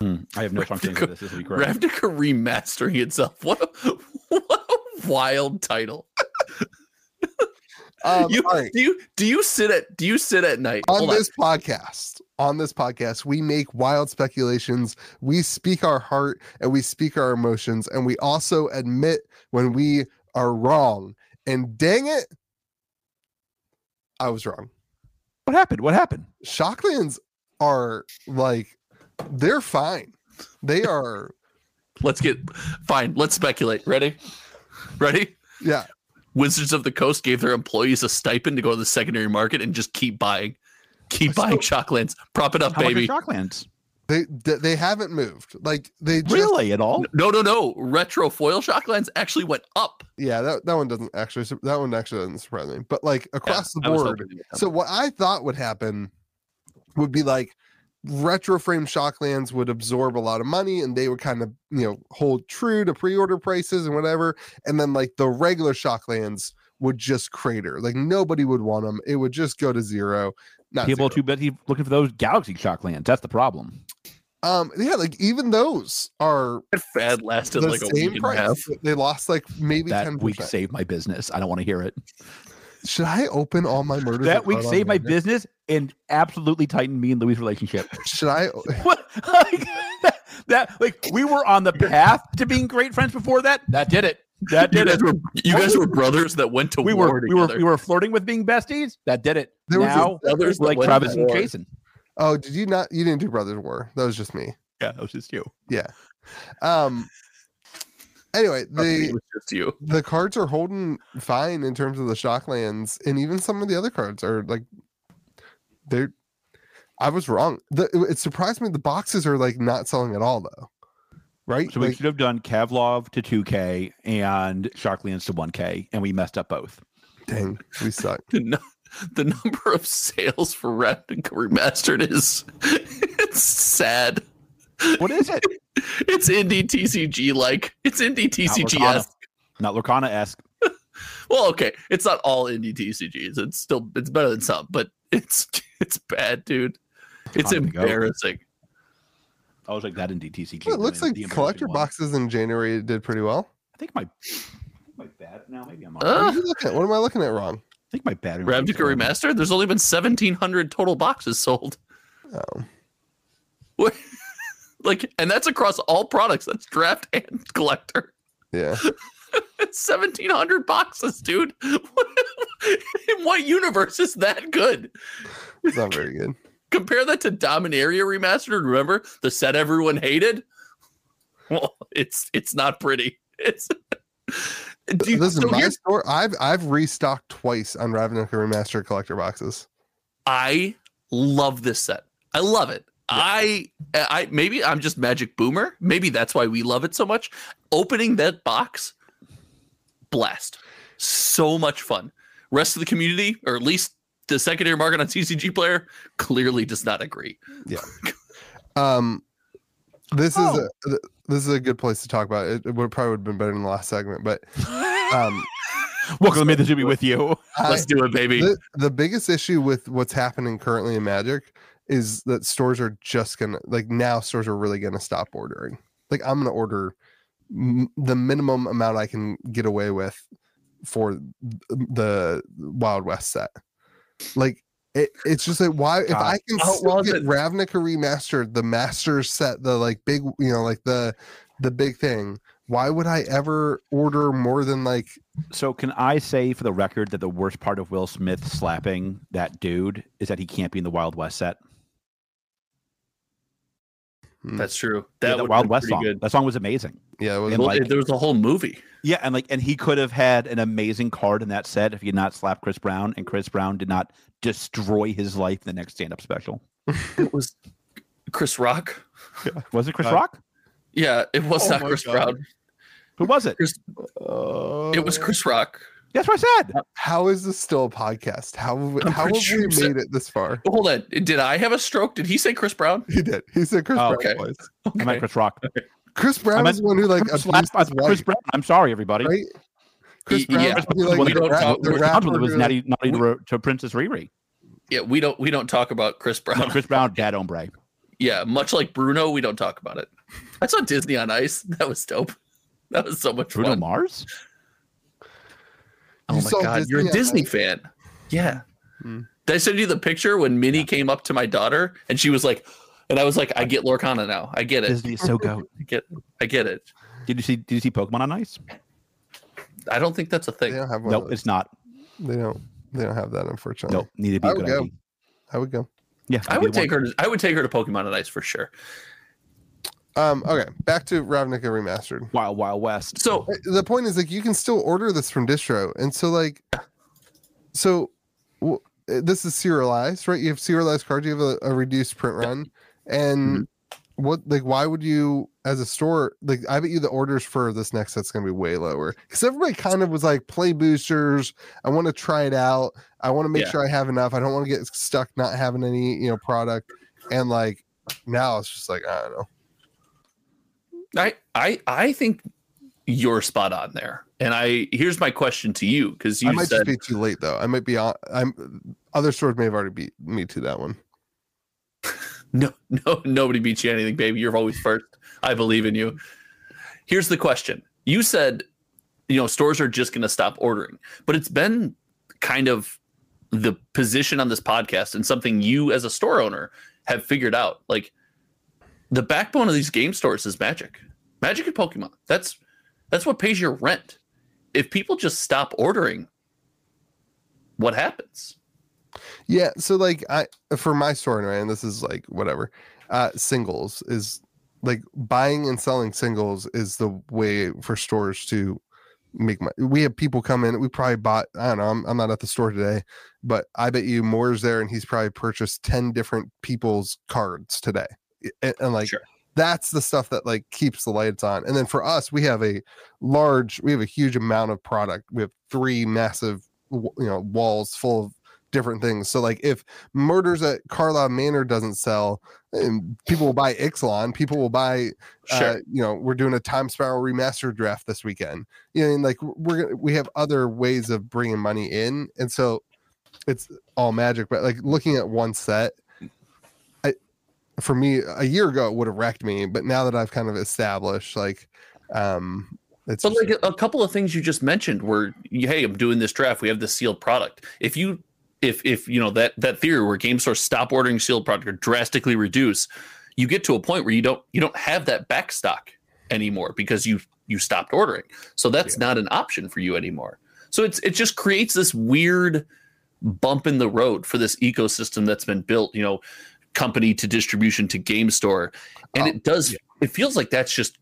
B: Hmm, I have no functioning for this. This would be great.
C: Ravnica remastering itself. What a, what a wild title.
A: Um,
C: you,
A: all right.
C: do you do you sit at do you sit at night?
A: on
C: Hold
A: this podcast on this podcast we make wild speculations we speak our heart and we speak our emotions and we also admit when we are wrong and dang it i was wrong
B: What happened? What happened?
A: shocklands are like they're fine they are
C: Let's get fine. Let's speculate. Ready? Ready?
A: yeah
C: Wizards of the Coast gave their employees a stipend to go to the secondary market and just keep buying. Keep buying chocolates. Prop it up,
B: How
C: baby.
B: much are Shocklands?
A: they they they haven't moved like they just
B: Really at all?
C: No, no, no. Retro foil shocklands actually went up.
A: yeah that, that one doesn't actually sur- that one actually doesn't surprise me but like across
C: I
A: the
C: was
A: board
C: hoping it would
A: So what I thought would happen would be like retroframe shocklands would absorb a lot of money and they would kind of you know hold true to pre-order prices and whatever and then like the regular shocklands would just crater like nobody would want them it would just go to zero not
B: People
A: zero.
B: are too busy looking for those Galaxy Shocklands. That's the problem.
A: um yeah like even those are
C: That fad lasted
A: the
C: like a
A: same
C: week and a half.
A: price they lost like maybe
B: That
A: 10
B: week saved my business. I don't want to hear it.
A: should i open all my murders
B: That
A: at
B: week
A: Blood on
B: saved my
A: Magnet?
B: business and absolutely tightened me and Louis' relationship.
A: should i
B: what? Like, that, like, we were on the path to being great friends before that. That did it. That
C: You
B: did
C: guys
B: it.
C: were you guys were brothers that went to
B: We
C: war
B: were, we were,
C: together.
B: we were flirting with being besties. That did it.
A: There was a-
B: now,
C: brothers that
B: like
C: went
B: Travis
C: to
B: and
C: war.
B: Jason.
A: oh did you not you didn't do brothers war that was just me
B: Yeah, that was just you.
A: Um. Anyway,
C: it
A: the
C: was just you.
A: the cards are holding fine in terms of the shocklands, and even some of the other cards are like they're. I was wrong. The, it, it surprised me. The boxes are like not selling at all, though. Right?
B: So we
A: Like,
B: should have done Kavlov to 2K and Sharklands to 1K, and we messed up both.
A: dang, we suck.
C: The, nu- the number of sales for Ravnica Remastered is it's sad.
B: What is it?
C: It's indie TCG like. It's indie TCGs.
B: Not Lurkana esque.
C: Well, okay, it's not all indie TCGs. It's still it's better than some, but it's it's bad, dude. It's
B: On the go.
C: embarrassing.
B: I was like that in DTCG.
A: Well, it looks like collector boxes in January did pretty well.
B: I think my, I think my bat. Now maybe I'm. off.
C: Uh,
A: What, are
B: I
A: you looking at? what am I looking at wrong?
B: think my battery. might be
C: Ravnica
B: going.
C: Remastered. There's only been 1,700 total boxes sold.
A: Oh.
C: What? like, and that's across all products. That's draft and collector.
A: Yeah.
C: It's 1,700 boxes, dude. In what universe is that good?
A: It's not very good.
C: Compare that to Dominaria Remastered. Remember the set everyone hated? Well, it's it's not pretty. It's. Do you-
A: Listen,
C: so
A: my
C: here's-
A: store, I've I've restocked twice on Ravnica Remastered collector boxes.
C: I love this set. I love it. I I maybe I'm just magic boomer. Maybe that's why we love it so much. Opening that box, blast. So much fun. Rest of the community, or at least the secondary market on CCG player, clearly does not agree.
A: Um, this is a th- this is a good place to talk about. It, it would probably would have been better in the last segment, but um,
B: Welcome to May the Be with you.
A: I-
C: Let's do it, baby.
A: the, the biggest issue with what's happening currently in Magic is that stores are just gonna like now stores are really gonna stop ordering. Like I'm gonna order m- the minimum amount I can get away with for the Wild West set. Like it, it's just like why if I can
C: How
A: still
C: was
A: get
C: it?
A: Ravnica remastered, the Master set, the like big you know like the the big thing. Why would I ever order more than like
B: So can I say for the record that the worst part of Will Smith slapping that dude is that he can't be in the Wild West set.
C: That's true.
B: Yeah,
C: That
B: the
C: would
B: Wild
C: Wild
B: West
C: pretty
B: song.
C: good.
B: That song was amazing.
A: yeah? It was,
B: And
C: Well,
B: like-
C: there was a whole movie.
B: Yeah, and like, and he could have had an amazing card in that set if he had not slapped Chris Brown, and Chris Brown did not destroy his life in the next stand-up special.
C: It was Chris Rock.
B: Was it Chris
A: Uh,
B: Rock?
C: Yeah, it was
A: Oh
C: not
A: my
C: Chris
A: God.
C: Brown.
B: Who was it?
C: It
B: Oh.
A: Oh.
C: was Chris Rock.
B: That's what I said.
A: How is this still a podcast? How have we-
C: I'm
A: how have
C: pretty
A: we
C: sure he
A: made
C: said-
A: it this far?
C: Hold on. Did I have a stroke? Did he say Chris Brown?
A: He did. He said Chris Brown
B: Oh,
C: okay.
A: was.
B: I meant Chris Rock.
A: Chris Brown
B: meant-
A: is the one who like
B: Chris,
A: abused
B: Rock-
A: his
B: Chris
A: wife,
B: Brown. I'm sorry, everybody.
A: right? Chris
C: Y-
A: Brown
C: yeah.
A: is the, like,
B: We
A: the
C: don't
A: rap-
C: talk-
A: the
C: we're
A: rapper
B: Responsible was e,
A: who,
B: naughty, naughty to, to Princess Riri.
C: Yeah, we don't we don't talk about Chris Brown.
B: No, Chris Brown, dad ombre.
C: Yeah, much like Bruno, we don't talk about it. I saw Disney on Ice. That was dope. That was so much
B: Bruno
C: fun.
B: Mars.
C: Oh
A: You
C: my
A: saw
C: god, you're
A: Disney
C: a
A: on
C: Disney
A: Ice?
C: fan. Yeah.
A: Hmm.
C: Did I send you the picture when Minnie came up to my daughter and she was like, and I was like, I get Lorcana now. I get it.
B: Disney is so goat.
C: I get I get it.
B: Did you see? Did you see Pokemon on Ice?
C: I don't think that's a
A: they
C: thing.
A: don't have one.
B: Nope,
A: of
B: it's not.
A: those. They don't. They don't have that. Unfortunately,
B: Nope, need to be
A: I
B: a
A: would
B: good
A: go.
B: idea.
A: I would go.
B: Yeah,
C: I
B: be
C: would
B: the
C: take
B: one.
C: her to, I would take her to Pokemon on Ice for sure.
A: Um. Okay. Back to Ravnica remastered.
B: Wild Wild West.
C: So
A: Uh, The point is like you can still order this from distro, and so like, so w- uh, this is serialized, right? You have serialized cards. You have a, a reduced print run, and what like why would you as a store like I bet you the orders for this next set's gonna be way lower because everybody kind of was like play boosters. I want to try it out. I want to make
C: Yeah.
A: sure I have enough. I don't want to get stuck not having any you know product, and like now it's just like I don't know.
C: I I I think you're spot on there. And I here's my question to you because you
A: I might
C: said
A: just be too late though. I might be on. I'm other stores may have already beat me to that one.
C: No, no, nobody beats you in anything, baby. You're always first. I believe in you. Here's the question. You said, you know, stores are just going to stop ordering, but it's been kind of the position on this podcast and something you as a store owner have figured out. Like the backbone of these game stores is magic. Magic and Pokemon. That's that's what pays your rent. If people just stop ordering, what happens?
A: Yeah. So like I for my store anyway, and this is like whatever. Uh, singles is like buying and selling singles is the way for stores to make money. We have people come in. We probably bought. I don't know. I'm, I'm not at the store today, but I bet you Moore's there, and he's probably purchased ten different people's cards today, and, and like.
C: Sure.
A: That's the stuff that like keeps the lights on. And then for us, we have a large, we have a huge amount of product. We have three massive, w- you know, walls full of different things. So like if Murders at Carlisle Manor doesn't sell, and people will buy Ixalan, people will buy uh,
C: Sure.
A: you know, we're doing a time spiral remaster draft this weekend. You know, and like we're gonna- we have other ways of bringing money in, and so it's all magic. But like looking at one set, I for me a year ago it would have wrecked me, but now that I've kind of established, like, um, it's
C: But
A: just-
C: like a, a couple of things you just mentioned were, hey, I'm doing this draft. We have this sealed product. If you, if if you know that that theory where game stores stop ordering sealed product or drastically reduce, you get to a point where you don't you don't have that back stock anymore because you you stopped ordering. So that's not an option for you anymore. So it's it just creates this weird bump in the road for this ecosystem that's been built. You know, company to distribution to game store, and
A: Oh,
C: it does. It feels like that's just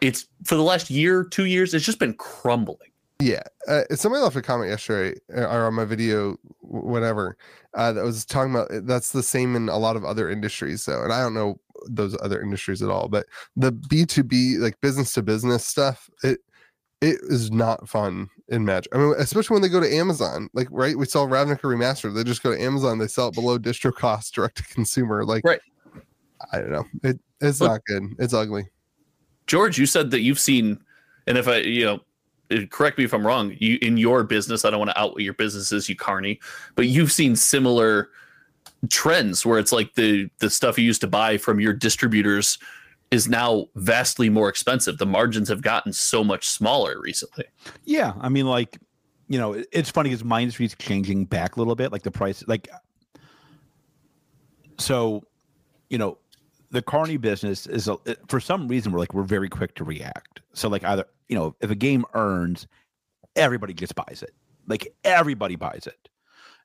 C: it's for the last year, two years, it's just been crumbling.
A: Yeah, uh, somebody left a comment yesterday uh, or on my video, wh- whatever, uh, that was talking about that's the same in a lot of other industries though, and I don't know those other industries at all, but the B two B like business to business stuff, it it is not fun in Magic. I mean, especially when they go to Amazon, like right, we saw Ravnica remastered. They just go to Amazon, they sell it below distro cost, direct to consumer. Like,
C: Right.
A: I don't know, it it's
C: Look-
A: not good. It's ugly.
C: George, you said that you've seen, and if I, you know, eh, correct me if I'm wrong, you in your business, I don't want to out what your business is, you carny, but you've seen similar trends where it's like the the stuff you used to buy from your distributors is now vastly more expensive. The margins have gotten so much smaller recently.
B: Yeah, I mean, like, you know, it- it's funny because my industry is changing back a little bit. Like the price, like, so, you know, the carny business is a, it- for some reason we're like we're very quick to react. So like either you know if a game earns, everybody just buys it. Like everybody buys it,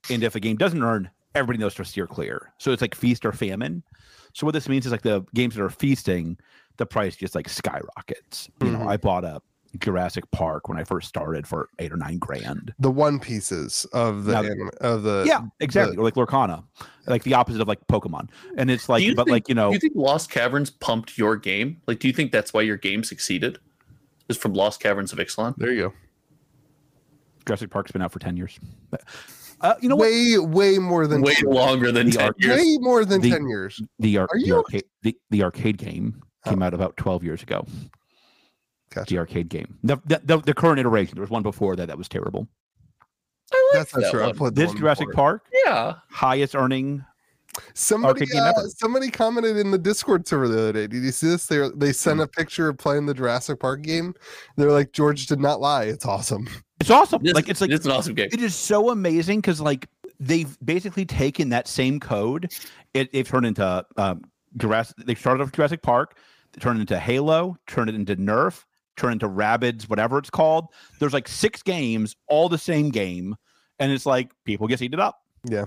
B: and if a game doesn't earn, everybody knows to steer clear. So it's like feast or famine. So what this means is like the games that are feasting, the price just like skyrockets. You
A: Mhm.
C: Mm-hmm.
B: know, I bought a Jurassic Park when I first started for eight or nine grand.
A: The one pieces of the
B: Now-
A: anime, of the
B: yeah, exactly. or like Lorcana, like the opposite of like Pokemon. And it's like,
C: you
B: but
C: think-
B: like you know,
C: Do you think Lost Caverns pumped your game? Like, do you think that's why your game succeeded? Is from Lost Caverns of Ixalan?
A: There you go.
B: Jurassic Park's been out for ten years. But, Uh, you know what?
A: way way more than
C: Way
A: 10
C: longer than
B: The
C: 10
B: arc-
C: years.
A: way more than
B: The-
A: 10 years
B: The, ar-
A: Are
B: the
A: you- Oh.
B: arcade the, the arcade game came out about twelve years ago.
A: Gotcha.
B: The arcade game, the, the, the, the current iteration. There was one before that that was terrible.
C: I like
A: that's not
C: that
A: true I
C: one.
A: played the
B: This
A: one
B: Jurassic
A: before.
B: Park,
C: Yeah.
B: highest earning.
A: somebody
B: arcade game
A: uh,
B: ever.
A: somebody commented in the discord server the other day did you see this they were- they sent a picture of playing the Jurassic Park game they're like George did not lie it's awesome
B: It's awesome.
C: This-
B: like it's like
C: it's an awesome game.
B: It is so amazing because like they've basically taken that same code, it, they've turned into um, Jurassic. They started off Jurassic Park, they turned it into Halo, turned it into Nerf, turned it into Rabbids, whatever it's called. There's like six games, all the same game, and it's like people get eaten up.
A: Yeah.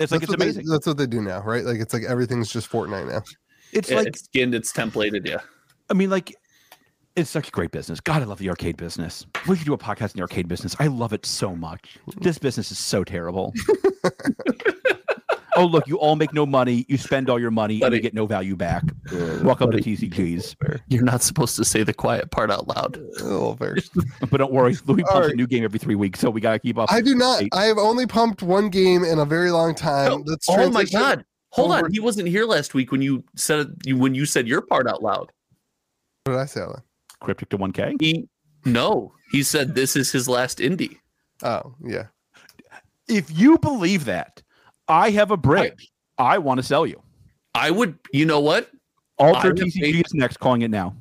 B: it's
A: that's
B: like
A: what
B: it's
A: they-
B: amazing.
A: that's what they do now right like it's like everything's just Fortnite now
B: it's
C: Yeah,
B: like
C: it's skinned, it's templated. Yeah.
B: I mean, like, it's such a great business. God, I love the arcade business. We should do a podcast in the arcade business. I love it so much. This business is so terrible. oh, look, you all make no money. You spend all your money and
C: Buddy.
B: you get no value back. Welcome to TCGs.
C: You're not supposed to say the quiet part out loud.
A: oh fair
B: But don't worry, Louis pumps
A: right.
B: a new game every three weeks, so we got to keep up.
A: I do not
B: Eight.
A: I have only pumped one game in a very long time
C: No.
A: that's
C: Oh my god. Hold
A: over-
C: on. He wasn't here last week when you said you when you said your part out loud.
A: what did I say Alan?
B: Cryptic to 1K.
C: He no. He said this is his last indie.
A: oh yeah
B: If you believe that, I have a brick I want to sell you.
C: I would you know what?
B: Alter
C: I have
B: TCG is next, calling it now.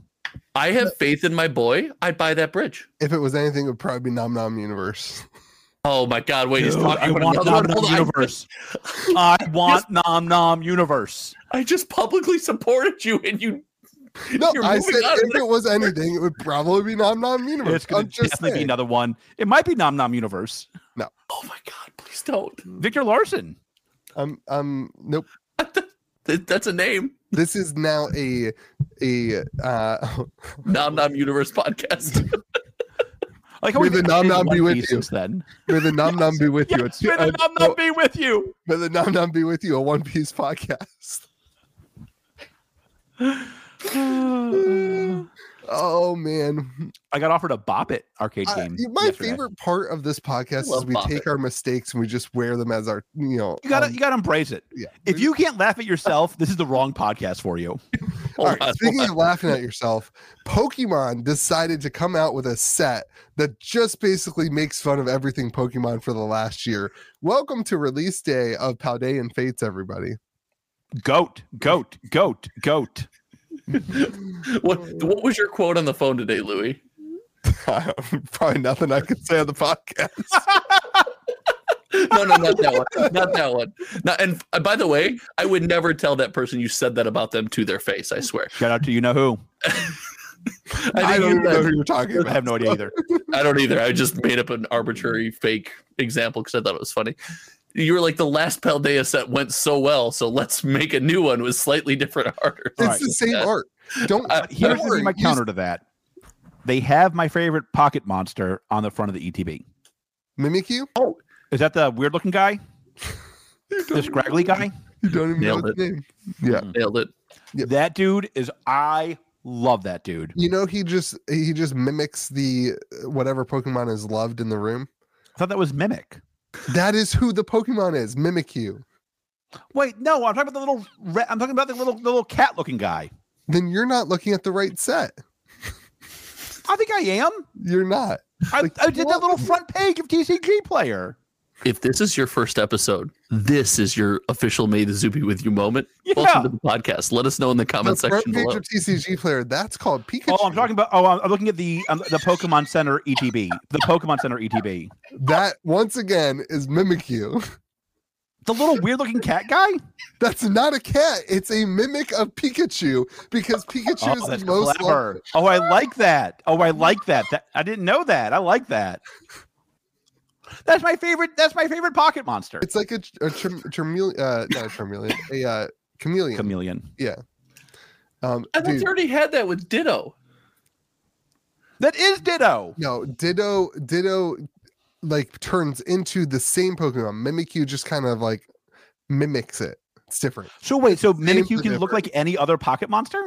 C: I have faith in my boy. I'd buy that bridge.
A: if it was anything it would probably be Nom Nom Universe
C: Oh my god, wait, he's
B: Dude,
C: talking
B: I
C: about
B: want
C: another
B: Nom
C: one. Hold
B: Nom
C: on. I,
B: Universe. I want Nom Nom Universe.
C: I just publicly supported you and you
A: No,
C: You're
A: I
C: moving
A: said
C: on.
A: if it was anything, it would probably be Nom Nom Universe.
B: It's going
A: I'm
B: to
A: just
B: definitely be
A: saying.
B: another one. It might be Nom Nom Universe.
C: Oh my god, please don't.
B: Victor Larson.
A: I'm, I'm, nope.
C: Th- That's a name.
A: This is now a, a, uh,
C: Nom Nom Universe podcast.
B: Like how
A: May
B: we've
A: the
B: been
A: Nom
B: in
A: Nom
B: One
A: be with
B: Piece
A: you.
B: Since then,
A: may the Nom Nom be with you.
B: yes, may
A: a- oh,
B: the Nom Nom be with you.
A: may the Nom Nom be with you, a One Piece podcast.
B: I
A: Oh, man.
B: I got offered a Bop It arcade
A: I-
B: game.
A: my
B: yesterday.
A: favorite part of this podcast is
C: love
A: we
C: Bop
A: take
C: It.
A: our mistakes and we just wear them as our, you know.
B: You gotta
A: um,
B: you gotta embrace it.
A: yeah.
B: If you can't laugh at yourself, this is the wrong podcast for you.
A: All
C: Hold
A: right,
C: on,
A: speaking
C: hold
A: of laughing at yourself, Pokemon decided to come out with a set that just basically makes fun of everything Pokemon for the last year. Welcome to release day of Paldean Fates, everybody.
B: Goat, goat, goat, goat.
A: Um,
C: on. What, what was your quote on the phone today, Louis?
A: Probably nothing I could say on the podcast.
C: No, no, not that one. Not that one. Not, and uh, by the way, I would never tell that person you said that about them to their face. I swear.
B: Shout out to you know who.
C: I, think
A: I, don't
C: you
A: even know
C: said-
A: who you're talking
B: I
A: about.
B: have no idea either.
C: I don't either. I just made up an arbitrary fake example because I thought it was funny. You were like the last Paldea set went so well, so let's make a new one with slightly different art.
A: It's
B: Right.
A: the same
C: Yeah.
A: art. Don't
C: Uh,
B: Here's
A: don't worry.
B: my
A: Use-
B: counter to that. They have my favorite pocket monster on the front of the ETB.
A: Mimikyu.
B: Is that the weird looking guy? The scraggly guy?
A: You don't even
C: Nailed
A: know his name. Yeah.
C: Nailed it.
A: Yep.
B: That dude is I love that dude.
A: You know he just he just mimics the whatever Pokemon is loved in the room.
B: I thought that was Mimic.
A: That is who the Pokemon is. Mimikyu.
B: Wait, no, I'm talking about the little re- I'm talking about the little the little cat looking guy.
A: Then you're not looking at the right set.
B: I think I am.
A: You're not.
B: I,
A: Like,
B: I did
A: what?
B: that little front page of TCG player.
C: If this is your first episode, this is your official May the Zuby with you moment.
B: Yeah.
C: Welcome to the podcast. Let us know in the comment
A: the
C: section
A: front page
C: below.
A: of TCG player. That's called Pikachu.
B: Oh, I'm talking about. Oh, I'm I'm looking at the um, the Pokemon Center ETB. The Pokemon Center E ETB.
A: That once again is Mimikyu.
B: The little weird looking cat guy.
A: That's not a cat. It's a mimic of Pikachu because Pikachu
B: Oh,
A: is
B: that's
A: the most loved.
B: clever. Oh, I like that. Oh, I like that. that. I didn't know that. I like that. That's my favorite. That's my favorite pocket monster.
A: It's like a, a cham- chameleon, uh, not a chameleon, a uh, chameleon.
B: Chameleon.
A: um,
C: I thought
A: dude,
C: you already had that with Ditto.
B: That is Ditto.
A: no, Ditto, Ditto, like turns into the same Pokemon. Mimikyu just kind of like mimics it. It's different.
B: So wait, so Mimikyu
A: Names are
B: can look
A: different.
B: like any other pocket monster?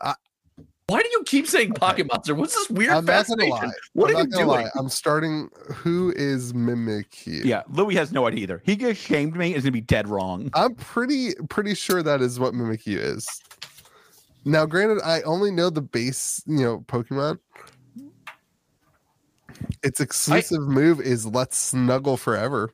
C: Why do you keep saying Pocket Monster? What's this weird
A: I'm not gonna
C: fascination?
A: lie.
C: What
A: I'm
C: are you
A: not gonna
C: doing?
A: lie. I'm starting. Who is Mimikyu?
B: Yeah, Louis has no idea either. He just shamed me. Is gonna be dead wrong.
A: I'm pretty pretty sure that is what Mimikyu is. Now, granted, I only know the base, you know, Pokemon. Its exclusive move is "Let's Snuggle Forever."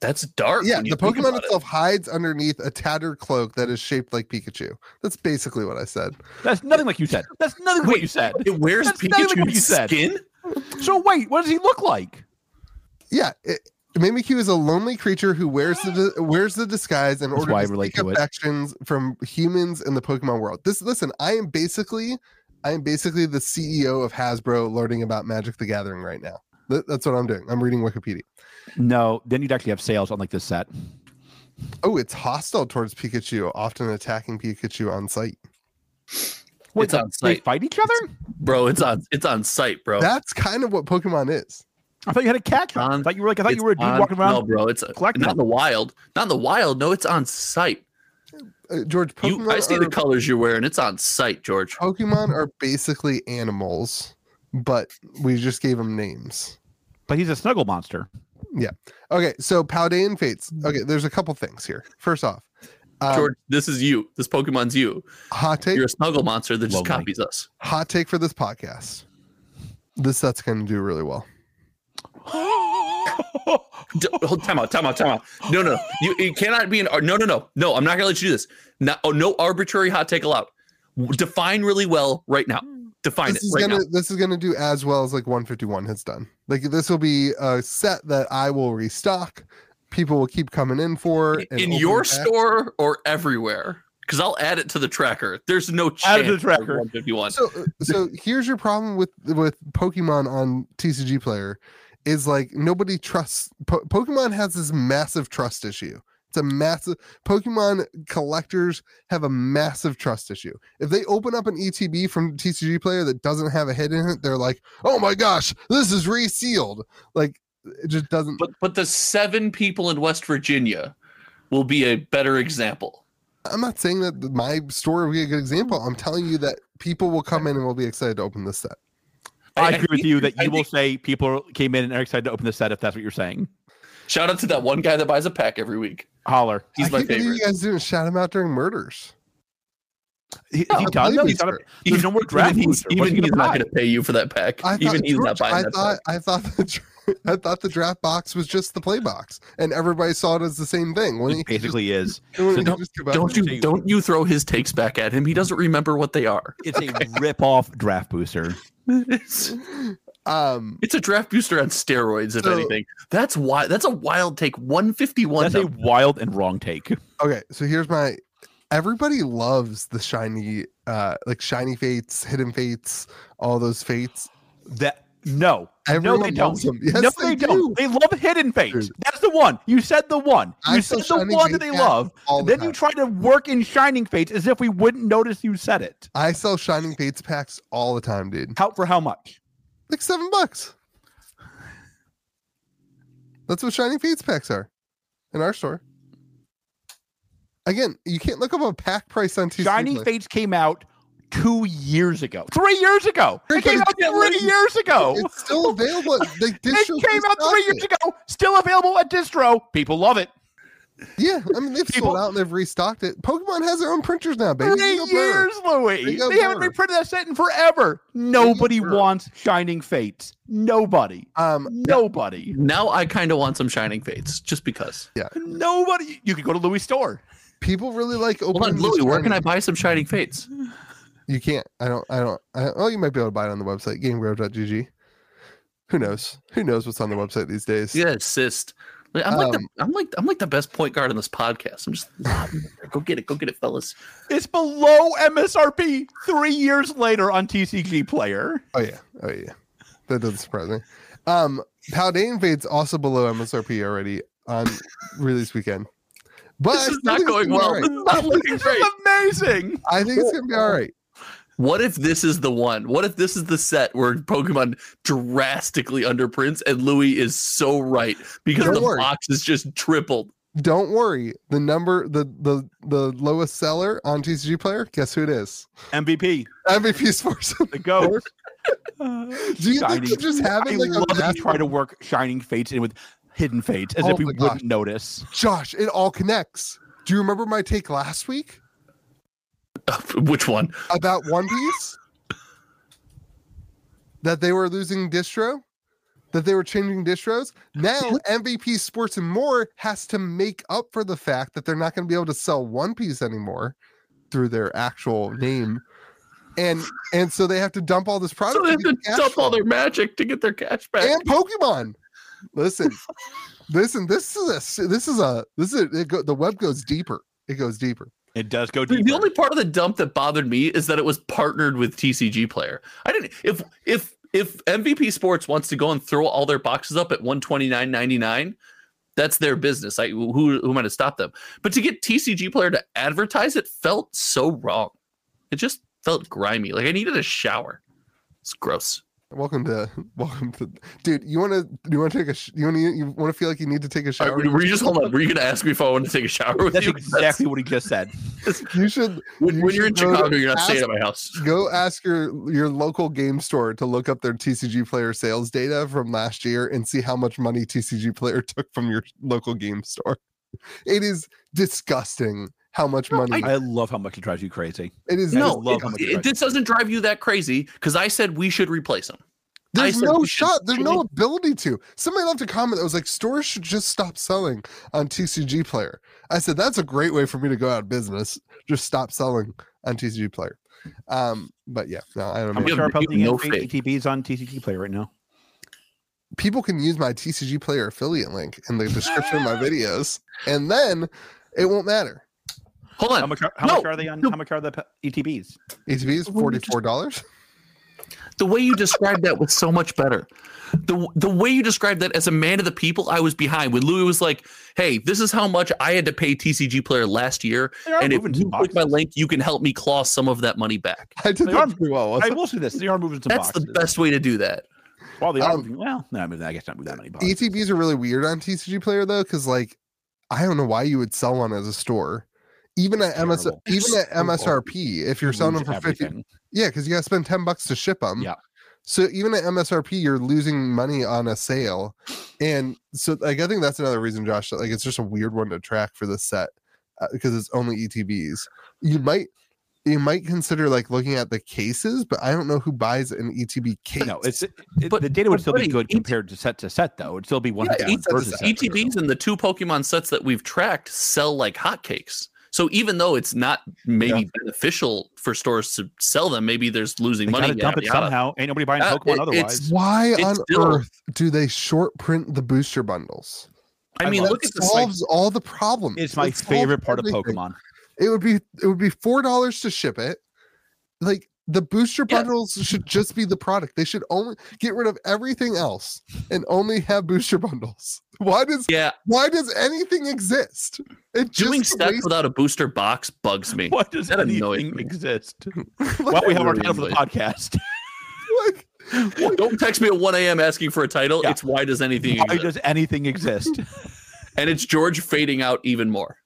C: That's dark.
A: Yeah,
C: when you
A: the
C: think
A: Pokemon
C: about it.
A: itself hides underneath a tattered cloak that is shaped like Pikachu. That's basically what I said.
B: That's nothing like you said. That's nothing like what you said.
C: It wears
B: That's not even what you
C: Pikachu's
B: said.
C: skin.
B: So wait, what does he look like?
A: Yeah, it, Mimikyu is a lonely creature who wears the wears the disguise in
B: That's
A: order
B: why I
A: to
B: relate
A: seek
B: to it.
A: affections from humans in the Pokemon world. This listen, I am basically, I am basically the CEO of Hasbro learning about Magic the Gathering right now. Th- that's what I'm doing. I'm reading Wikipedia.
B: No, then you'd actually have sales on like this set.
A: Oh, it's hostile towards Pikachu, often attacking Pikachu on sight.
B: Wait,
C: It's on
B: They
C: site,
B: fight each other?
C: bro. It's on. It's on site, bro.
A: That's kind of what Pokemon is.
B: I thought you had a cat.
C: on-
B: I thought you were like I thought
C: It's
B: you were a dude
C: on-
B: walking around.
C: No, bro. It's not
B: collecting
C: in the wild. Not in the wild. No, it's on site.
A: Uh, George, Pokemon,
C: You, I see the
A: are-
C: colors you're wearing. It's on site, George.
B: Oh,
A: Pokemon are basically animals, but we just gave them names.
B: But he's a snuggle monster.
A: Okay, so Paldean Fates. Okay, there's a couple things here. First off, um,
C: George, this is you. This Pokemon's you.
A: hot take,
C: You're a snuggle monster that just
B: Lovely.
C: copies us.
A: hot take for this podcast. This set's going to do really well.
C: D- Hold time out, time out, time out. No, no, no. you it cannot be an ar- no, no, no, no. I'm not gonna let you do this. No, oh, no arbitrary hot take allowed. W- Define really well right now. Define
A: This
C: it
A: is
C: right
A: gonna
C: now.
A: this is gonna do as well as like 151 has done. Like this will be a set that I will restock. People will keep coming in for and
C: In
A: open
C: your
A: back.
C: store or everywhere, because I'll add it to the tracker. There's no
B: Add it
C: chance.
B: to the tracker.
C: for 151.
A: So uh, so here's your problem with with Pokemon on TCG Player, is like nobody trusts po- Pokemon has this massive trust issue. It's a massive Pokemon collectors have a massive trust issue. If they open up an ETB from TCG Player that doesn't have a hit in it, they're like, "Oh my gosh, this is resealed!" Like it just doesn't.
C: But but the seven people in West Virginia will be a better example.
A: I'm not saying that my store will be a good example. I'm telling you that people will come in and will be excited to open this set.
B: I, agree with
C: think-
B: you that
C: I
B: you will
C: think-
B: say people came in and are excited to open the set if that's what you're saying.
C: Shout out to that one guy that buys a pack every week.
B: Holler.
C: He's
A: I
C: my
A: can't believe
C: favorite.
A: you guys didn't shout him out during murders.
B: He,
C: No,
B: he
A: I
B: does.
A: believe
B: though. He's
A: he's
B: got a-
A: hurt.
B: there's no more draft
C: Even
B: booster.
C: he's,
B: What's
C: even
B: he
C: he's not
B: buy?
C: going to pay you for that pack.
A: I
C: even
A: thought
C: he's not
A: George-
C: buying
A: I
C: that
A: thought
C: pack.
A: I thought the dra- I thought the draft box was just the play box, and everybody saw it as the same thing. When he,
B: It basically is.
A: when
B: so
A: he
C: don't-
A: just came out-
C: Don't you
B: Take-
C: don't you throw his takes back at him? He doesn't remember what they are.
B: It's a rip-off draft booster.
C: It's,
A: Um,
C: it's a draft booster on steroids, if
A: So-
C: anything. That's why that's a wild take. One fifty one.
B: That's a wild and wrong take.
A: okay, so here's my. Everybody loves the shiny, uh, like shiny fates, hidden fates, all those fates.
B: That no,
A: Everyone
B: no, they don't.
A: loves them. Yes,
B: no,
A: they,
B: they,
A: do.
B: don't. They love hidden fates.
A: Dude.
B: That's the one. You said the one.
A: I
B: You
A: said
B: said the
A: Shining
B: one that
A: Fates
B: they
A: ads
B: love.
A: all the
B: Then
A: time.
B: you try to work in shining fates as if we wouldn't notice you said it.
A: I sell shining fates packs all the time, dude.
B: How for how much?
A: Like seven bucks. That's what Shining Fates packs are in our store. Again, you can't look up a pack price on TCG.
B: Shining
A: Play.
B: Fates came out two years ago, three years ago. It
A: Everybody
B: came out
A: can't
B: three
A: leave.
B: years ago.
A: It's still available. They distro
B: It came out three years ago. Still available at distro. People love it.
A: Yeah, I mean they've
B: People-
A: sold out and they've restocked it. Pokemon has their own printers now, baby.
B: Three
A: They go burr.
B: years, Louis.
A: They
B: They,
A: go
B: haven't
A: burr.
B: reprinted that set in forever. Nobody
A: burr.
B: wants Shining Fates. Nobody.
A: Um,
B: Nobody.
C: Now I kind of want some shining fates, just because.
B: Nobody. You could go to Louis' store.
A: people really like opening.
C: Hold on,
A: the
C: Louis, where can I
A: shiny-
C: buy some shining fates?
A: You can't. I don't. I don't. I, oh, you might be able to buy it on the website gamegrove.gg. Who knows? Who knows what's on the website these days?
C: Yeah, assist. Like, I'm like the
A: Um,
C: I'm like I'm like the best point guard on this podcast. I'm just go get it, go get it, fellas.
B: It's below MSRP three years later on TCG Player.
A: Oh yeah. Oh yeah. That doesn't surprise me. Um Paladin Fade's also below MSRP already on release weekend. But
C: This
A: I
C: is
A: still
C: not
A: think it's
C: going
A: gonna be
C: well.
A: all right.
C: This is not looking
B: This
C: great.
B: is amazing.
A: I think it's gonna be all right.
C: What if this is the one? What if this is the set where Pokemon drastically underprints and Louis is so right because
A: Don't
C: the
A: worry.
C: box is just tripled?
A: Don't worry. The number the the the lowest seller on TCG player, guess who it is?
B: MVP,
A: MVP Sports.
B: the GOAT.
A: Do you think
B: Shining.
A: they're just
B: I
A: having like a
B: love that
A: mass-
B: you try to work Shining Fates in with Hidden Fates as
A: Oh
B: if we
A: my
B: wouldn't
A: gosh.
B: notice.
A: Josh, it all connects. Do you remember my take last week
C: Which one?
A: about One Piece? that they were losing distro? That they were changing distros? Now MVP Sports and More has to make up for the fact that they're not going to be able to sell One Piece anymore through their actual name. And and so they have to dump all this product
C: So they have
A: get
C: to
A: cash
C: dump all
A: flow.
C: their magic to get their cash back.
A: and Pokemon. Listen, listen. This is a s- this is a this is a, it go, the web goes deeper. It goes deeper.
B: It does go
C: The-
B: deep.
C: The only part of the dump that bothered me is that it was partnered with TCG Player. I didn't. If if if MVP Sports wants to go and throw all their boxes up at one twenty nine ninety nine, that's their business. I who who am I to stop them? But to get TCG Player to advertise it felt so wrong. It just felt grimy. Like I needed a shower. It's gross.
A: Welcome to welcome to, dude. You want to you want to take a sh- you want to you want to feel like you need to take a
C: All
A: shower.
C: right, Uh, were, were you just hold on? Were you going to ask me if I wanted to take a shower with
B: That's
C: you?
B: exactly what he just said.
A: You should
C: when,
A: you
C: when you're in
A: should go to
C: Chicago, you're not staying
A: ask-
C: at my house.
A: go ask your your local game store to look up their TCG player sales data from last year and see how much money TCG player took from your local game store. It is disgusting how much money
B: I love how much it drives you crazy.
A: it is.
B: I
C: No,
B: just love how much
C: it-
B: it drives
C: this doesn't drive you that crazy because I said we should replace them. I
A: There's
C: said
A: no
C: we should
A: shot. There's no ability to. Somebody left a comment that was like, stores should just stop selling on TCG Player. I said, that's a great way for me to go out of business. Just stop selling on TCG Player. Um, but yeah, no, I don't
B: I'm
A: know.
C: You have-
B: sure
C: you
B: posting
C: have no
B: no
C: faith.
B: ATPs E on TCG Player right now.
A: People can use my TCG Player affiliate link in the description of my videos, and then it won't matter.
C: Hold on.
B: How much? Are, how
C: No,
B: much are they on?
C: no.
B: How much are the p- E ETBs?
A: ATB is $44.
C: The way you described that was so much better. The the way you described that as a man of the people, I was behind when Louis was like, "Hey, this is how much I had to pay TCG Player last year,
B: They are
C: and if
B: moving
C: you
B: some
C: click my
B: boxes.
C: link, you can help me claw some of that money back."
A: I did
B: They
A: that
B: are-
A: pretty well.
B: I
A: wasn't
B: will say this: they are moving some
C: That's
B: boxes.
C: the best way to do that.
B: Well, they are
A: Um,
B: moving. Well, no, I mean, I guess not move that many
A: E
B: boxes.
A: ETBs are really weird on TCG Player though, because like I don't know why you would sell one as a store, even at MS,
B: Terrible.
A: even at
B: Terrible.
A: MSRP, if you're
B: You
A: selling
B: lose
A: them for fifty,
B: everything.
A: yeah, because you got to spend ten bucks to ship them.
B: Yeah.
A: So even at MSRP, you're losing money on a sale, and so like I think that's another reason, Josh. That, like it's just a weird one to track for this set uh, because it's only ETBs. You might you might consider like looking at the cases, but I don't know who buys an E ETB case.
B: No, it's it, it-
C: But-
B: the data would
C: but
B: still be
C: buddy,
B: good
C: ET
B: compared to set to set though. It'd still be one
C: Yeah, E
B: hundred
C: each of
B: versus
C: the ETBs and the two Pokemon sets that we've tracked sell like hotcakes. So even though it's not maybe beneficial for stores to sell them, maybe there's losing
B: They
C: money.
B: gotta dump
C: yada,
B: it
C: yada.
B: somehow. Ain't nobody buying
C: Uh,
B: Pokemon
C: it-
B: otherwise.
C: it's-
A: Why
C: it's
A: on
C: still-
A: earth do they short print the booster bundles?
C: I mean,
B: love
C: look
A: That
C: at this. like,
A: solves all the problems.
B: It's my
A: It solves
B: favorite part of
A: everything.
B: Pokemon.
A: It would be it would be four dollars to ship it. Like the booster
C: Yeah.
A: bundles should just be the product. They should only get rid of everything else and only have booster bundles. Why does
C: yeah,
A: why does anything exist? It just
C: doing
A: a
C: sets
A: waste-
C: without a booster box bugs me.
B: Why does
C: That annoys
B: anything
C: me.
B: exist? Well, we have our
C: Really
B: title for the
C: annoys
B: podcast.
A: like
C: Don't text me at 1 a.m. asking for a title.
B: Yeah.
C: It's why does anything
B: Why
C: exist?
B: does anything exist?
C: and it's George fading out even more.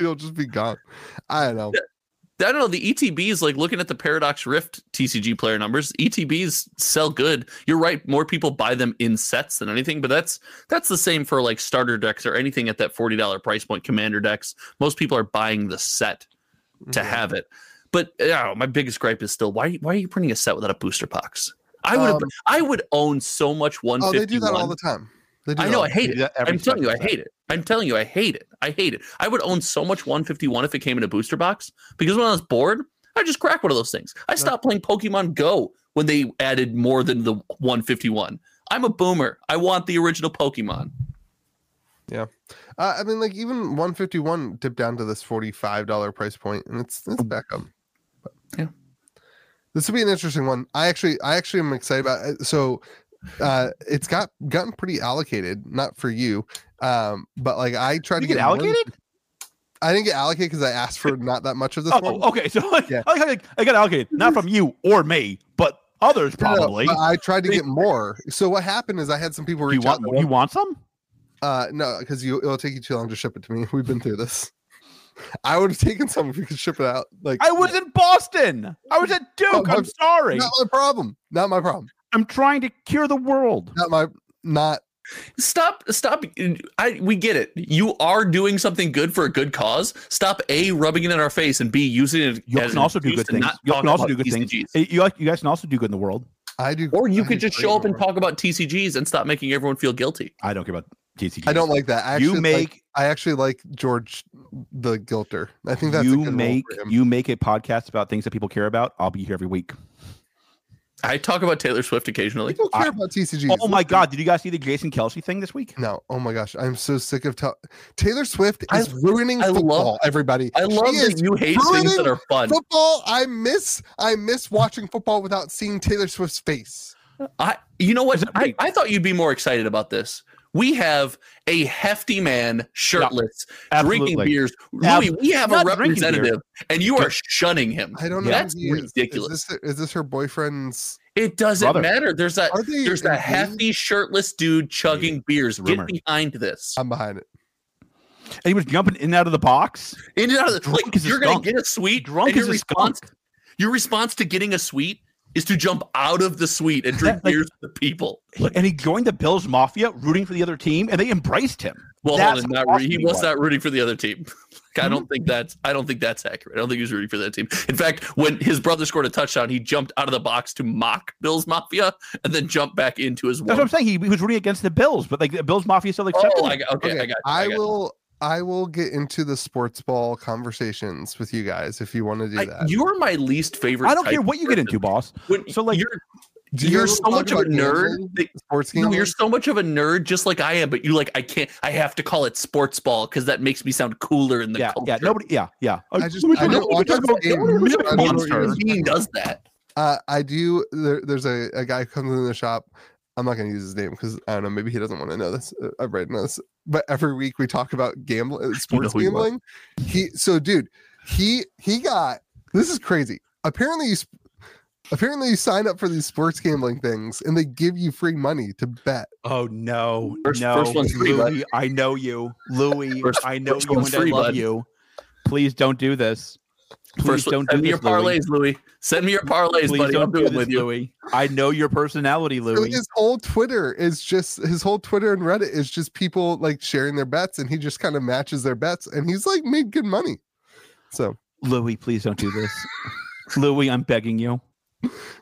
A: it'll just be gone. I don't know.
C: I don't know. The E ETBs, like looking at the Paradox Rift TCG player numbers, ETBs sell good. You're right. More people buy them in sets than anything, but that's that's the same for like starter decks or anything at that forty dollar price point. Commander decks, most people are buying the set to
A: Yeah.
C: have it. But yeah, my biggest gripe is still why why are you printing a set without a booster box? I would
A: Um,
C: I would own so much one
A: Oh,
C: fifty one.
A: they do that all the time. They do
C: I
A: that
C: know.
A: all
C: I
A: the
C: hate it.
B: Every
C: I'm telling you, I
B: special set.
C: hate it. I'm telling you, I hate it. I hate it. I would own so much 151 if it came in a booster box because when I was bored, I just crack one of those things. I stopped playing Pokemon Go when they added more than the 151. I'm a boomer. I want the original Pokemon.
A: Uh, I mean, like even 151 dipped down to this $45 price point, and it's it's
B: Mm.
A: back up.
C: Yeah.
A: this will be an interesting one. I actually, I actually am excited about. It. So, uh, it's got gotten pretty allocated. Not for you, um, but like I tried
B: You
A: to
B: get
A: get more-
B: allocated?
A: I didn't get allocated because I asked for not that much of this one.
B: Oh, okay. So like,
A: Yeah.
B: I, like how I got allocated, not from you or me, but others
A: No, no,
B: probably.
A: but I tried to get more. So what happened is I had some people
B: you
A: reach out.
B: want
A: that
B: you want some?
A: Uh, no, because you it'll take you too long to ship it to me. We've been through this. I would have taken some if we could ship it out. Like
B: I was in Boston. I was at Duke.
A: Oh,
B: I'm
A: I'm-
B: sorry.
A: Not my problem. Not my problem.
B: I'm trying to cure the world.
A: Not my not
C: Stop, stop. I we get it. You are doing something good for a good cause. Stop a rubbing it in our face and b using it.
B: You
C: as
B: can
C: an
B: also do
C: excuse
B: good
C: to
B: things.
C: not
B: You
C: talk
B: can also
C: about
B: do good things.
C: TCGs.
B: Eh, You, you guys can also do good in the world.
A: I do
C: Or you
A: I
C: could
A: do
C: just
A: great
C: show up and
A: work.
C: talk about TCGs and stop making everyone feel guilty.
B: I don't care about TCG.
A: I don't like that. I actually
B: you
A: like-
B: make
A: I actually like George the Gilter. I think that's a
B: you
A: good role
B: make
A: for him.
B: you make a podcast about things that people care about. I'll be here every week.
C: I talk about Taylor Swift occasionally.
A: people care
B: I-
A: about TCGs.
B: Oh my god! Did you guys see the Jason Kelsey thing this
C: Mm,
B: week?
A: No, oh my gosh, I'm so sick of ta- Taylor Swift
C: I-
A: is ruining
C: I love-
A: football. everybody,
C: I love
A: she
C: that
A: is
C: you hate things that
A: ruining
C: are fun.
A: football. I miss, I miss watching football without seeing Taylor Swift's face.
C: I, you know what?
B: Is it
C: I,
B: right?
C: I thought you'd be more excited about this. We have a hefty man, shirtless, drinking
B: Absolutely.
C: beers.
B: Ab-
C: Louis, we have a
B: Not drinking beer.
C: representative, and you are shunning him.
A: I don't know.
C: That's
A: who he is. Is
C: ridiculous.
A: this- is this her boyfriend's?
C: It doesn't
B: Brother.
C: matter. There's that.
A: Are they
C: There's that
A: engaged?
C: hefty shirtless dude chugging beers.
B: rumor.
C: Get behind this.
A: I'm behind it.
B: And he was jumping in and out of the box.
C: In and out of the,
B: drunk
C: like,
B: as a
C: you're gonna
B: skunk.
C: get a suite.
B: Drunk
C: and your
B: as a
C: response,
B: skunk.
C: Your response to getting a suite is to jump out of the suite and drink
B: That, like-
C: beers with the people.
B: And he joined the Bills Mafia, rooting for the other team, and they embraced him.
C: Well,
B: That's
C: hold on, not
B: how
C: re- he
B: awesome Hmm? he
C: was
B: was.
C: not rooting for the other team. Like, I don't think that's I don't think that's accurate. I don't think he was rooting for the other team. In fact, when his brother scored a touchdown, he jumped out of the box to mock Bill's Mafia and then jumped back into his
B: That's
C: one.
B: what I'm saying. He, he was rooting against the Bills, but like the Bills Mafia still accepted.
C: oh, I
B: him.
C: got, okay, I got.
A: I,
C: got-
A: will. I will get into the sports ball conversations with you guys if you want to do
C: I-
A: that.
C: you're my least favorite.
B: I don't care
C: type
B: what you get into, boss.
C: of person. When
B: So, like,
C: you're,
A: Do you
C: you're
A: guys
C: so
A: wanna
C: much of
A: talk
C: a
A: about
C: nerd.
A: gambling?
C: That,
A: sports
C: no,
A: gambling.
C: you're so much of a nerd, just like I am. But you like, I can't. I have to call it sports ball because that makes me sound cooler in the
B: Yeah,
C: culture.
B: yeah. Nobody. Yeah, yeah.
A: I just- I don't watch that game. I don't know what you're
C: monster
A: talking about.
C: does that.
A: Uh, I do. There, there's a, a guy who comes in the shop. I'm not going to use his name because I don't know. Maybe he doesn't want to know this. uh, I've written this, but every week we talk about gambling, sports
B: who you are.
A: gambling. He so, dude, he he got this is crazy. Apparently, you, sp- Apparently, you sign up for these sports gambling things, and they give you free money to bet.
B: Oh no,
C: First-
B: no,
C: first one's free,
B: Louis, I know you, Louis.
C: First-
B: I know
C: first
B: you,
C: one's
B: and
C: free,
B: I love
C: bud.
B: you. Please don't do this. Please
C: First,
B: don't do
C: send me your
B: this, Louis.
C: parlays, Louis. Send me your parlays,
B: Please
C: buddy. I'm
B: don't do
C: doing
B: this,
C: with you.
B: Louis. I know your personality,
A: So
B: Louis.
A: his whole Twitter is just his whole Twitter and Reddit is just people like sharing their bets, and he just kind of matches their bets, and he's like made good money. So
B: Louis, please don't do this. Louis, I'm begging you.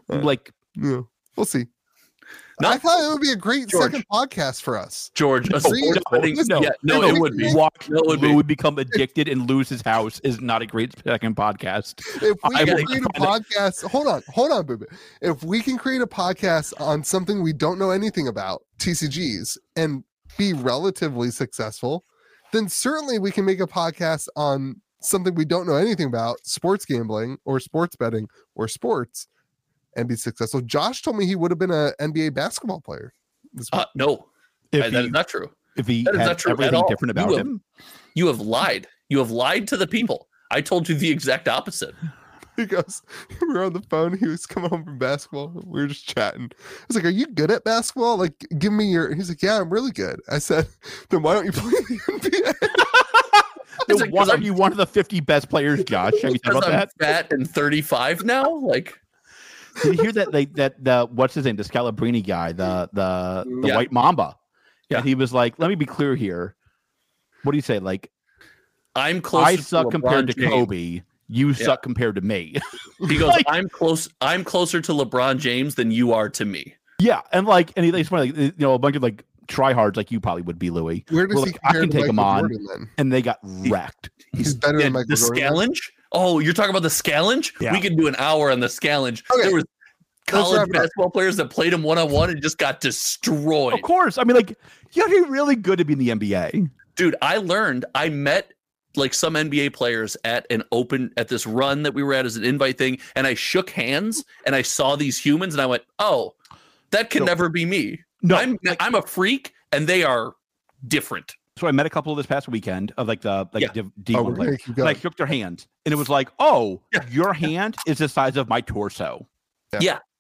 A: Uh,
B: Like,
A: yeah, we'll see.
C: Not-
A: I thought it would be a great
C: George.
A: second podcast for us.
C: George, a
A: Free-
C: sports betting.
A: no,
C: yeah, no,
A: no,
C: it would be.
A: free-
B: watch
C: No, it would be.
B: Louis become addicted and lose his house is not a great second podcast.
A: If we
B: I
A: can
B: will
A: create a
B: find
A: podcast, hold on, hold on, Booba. If we can create a podcast on something we don't know anything about, TCGs, and be relatively successful, then certainly we can make a podcast on something we don't know anything about, sports gambling or sports betting or sports, and be successful. Josh told me he would have been an NBA basketball player.
C: Uh, no, that
B: If he-
C: is not true.
B: if he
C: That is
B: had
C: not true at
B: everything
C: all.
B: different
C: You
B: about
C: will-
B: him.
C: You have lied. You have lied to the people. I told you the exact opposite.
A: He goes, we were on the phone. He was coming home from basketball. We were just chatting. I was like, "Are you good at basketball? Like, give me your." He's like, "Yeah, I'm really good." I said, "Then why don't you play in the NBA?"
C: It's
B: Then
C: like,
B: why
C: 'cause
B: are
C: I'm-
B: you one of the 50 best players, Josh? Have you thought
C: Because
B: about
C: I'm
B: that?
C: fat and 35 now. Like,
B: Did you hear that they that the what's his name, the Scalabrini guy, the the the
C: Yeah.
B: white mamba?
C: Yeah.
B: And he was like, let me be clear here. What do you say? Like,
C: I'm close.
B: I suck compared to Kobe. You
C: Yeah.
B: suck compared to me.
C: He goes,
B: Like-
C: I'm close. I'm closer to LeBron James than you are to me.
B: yeah. And like, and he, they just went, like, you know, a bunch of like tryhards like you probably would be, Louis.
A: Where does
B: Well,
A: he
B: like, I
A: compare
B: can
A: to
B: take him
A: Michael
B: on.
A: Jordan, then?
B: And they got wrecked.
A: He's better
C: Yeah,
A: than Michael
C: the
A: Jordan.
C: scallenge? Oh, you're talking about the scallenge?
B: Yeah.
C: We could do an hour on the scallenge.
A: Okay.
C: There was
A: wrap
C: college
A: it up.
C: basketball players that played him one on one and just got destroyed.
B: Of course. I mean, like, you have to be really good to be in the NBA.
C: Dude, I learned I met like some NBA players at an open at this run that we were at as an invite thing, and I shook hands and I saw these humans and I went, Oh, that can
B: No.
C: never be me.
B: No.
C: I'm I'm a freak and they are different.
B: so I met a couple this past weekend of like the like
C: Yeah.
B: Div-
A: Oh,
B: D1
A: we're
B: players.
A: gonna keep
B: And I
A: going.
B: shook their hand and it was like, oh,
C: Yeah.
B: your hand is the size of my torso.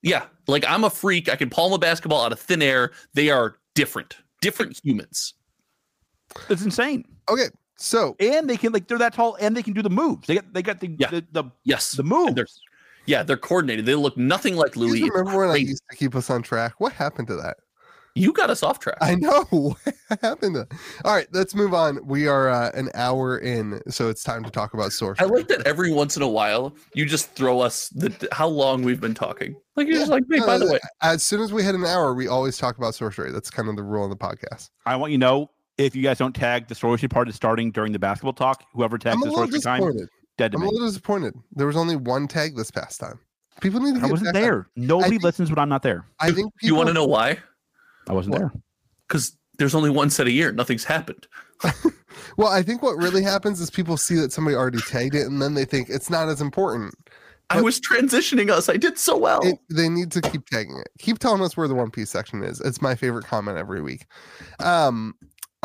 C: Yeah. Like I'm a freak. I can palm a basketball out of thin air. They are different. Different humans.
B: It's insane.
A: okay, so
B: And they can like they're that tall and they can do the moves. They got they got the
C: Yeah.
B: the, the,
C: Yes.
B: the moves.
C: they're- Yeah, they're coordinated. They look nothing like
A: you
C: Louis.
A: remember when I
C: crazy.
A: used to keep us on track? What happened to that?
C: You got us off track.
A: I know what happened. To All right, let's move on. We are uh, an hour in, so it's time to talk about source.
C: I like that every once in a while you just throw us the how long we've been talking. Like you're just like, hey, by the way,
A: As soon as we hit an hour, we always talk about sorcery. That's kind of the rule on the podcast.
B: I want you to know if you guys don't tag the sorcery part is starting during the basketball talk, whoever tags
A: I'm a
B: the
A: little
B: sorcery time,
A: disappointed.
B: dead to
A: I'm a
B: me.
A: little disappointed. There was only one tag this past time. People need to.
B: I
A: get
B: wasn't
A: back on-
B: there. Nobody
A: think-
B: listens when I'm not there.
A: I think
C: you
A: people,
C: want to know why?
B: I wasn't
A: Well,
B: there.
C: Because there's only one set a year. Nothing's happened.
A: Well, I think what really happens is people see that somebody already tagged it, and then they think it's not as important.
C: I
A: But-
C: was transitioning us. I did so well.
B: Oh.
A: It- they need to keep tagging it. Keep telling us where the One Piece section is. It's my favorite comment every week. Um,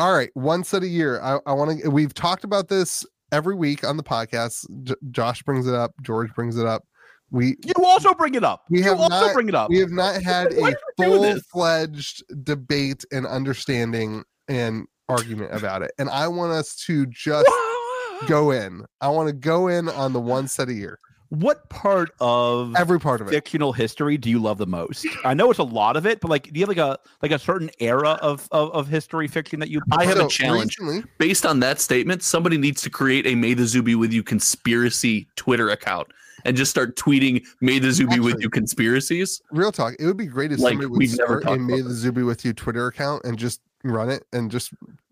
A: all right, one set a year. I, I want to. We've talked about this every week on the podcast. J- Josh brings it up. George brings it up. We
B: You also bring it up.
A: We
B: you
A: have
B: also
A: not-
B: bring it up.
A: we have not had
C: Why
A: a
C: do we do
A: full
C: this?
A: fledged debate and understanding and argument about it. And I want us to just go in. I want to go in on the one set a year,
B: what part of
A: every part of it.
B: fictional history do you love the most? I know it's a lot of it, but like do you have like a like a certain era of of, of history fiction that you
C: I have a
A: So,
C: challenge.
A: recently-
C: Based on that statement, somebody needs to create a May the Zuby with You conspiracy Twitter account and just start tweeting May the Zuby with
A: Actually-
C: You conspiracies.
A: real talk. It would be great if
C: Like,
A: somebody would
C: we've never
A: start
C: talked
A: and
C: about
A: made the Zuby with you Twitter account and just run it and just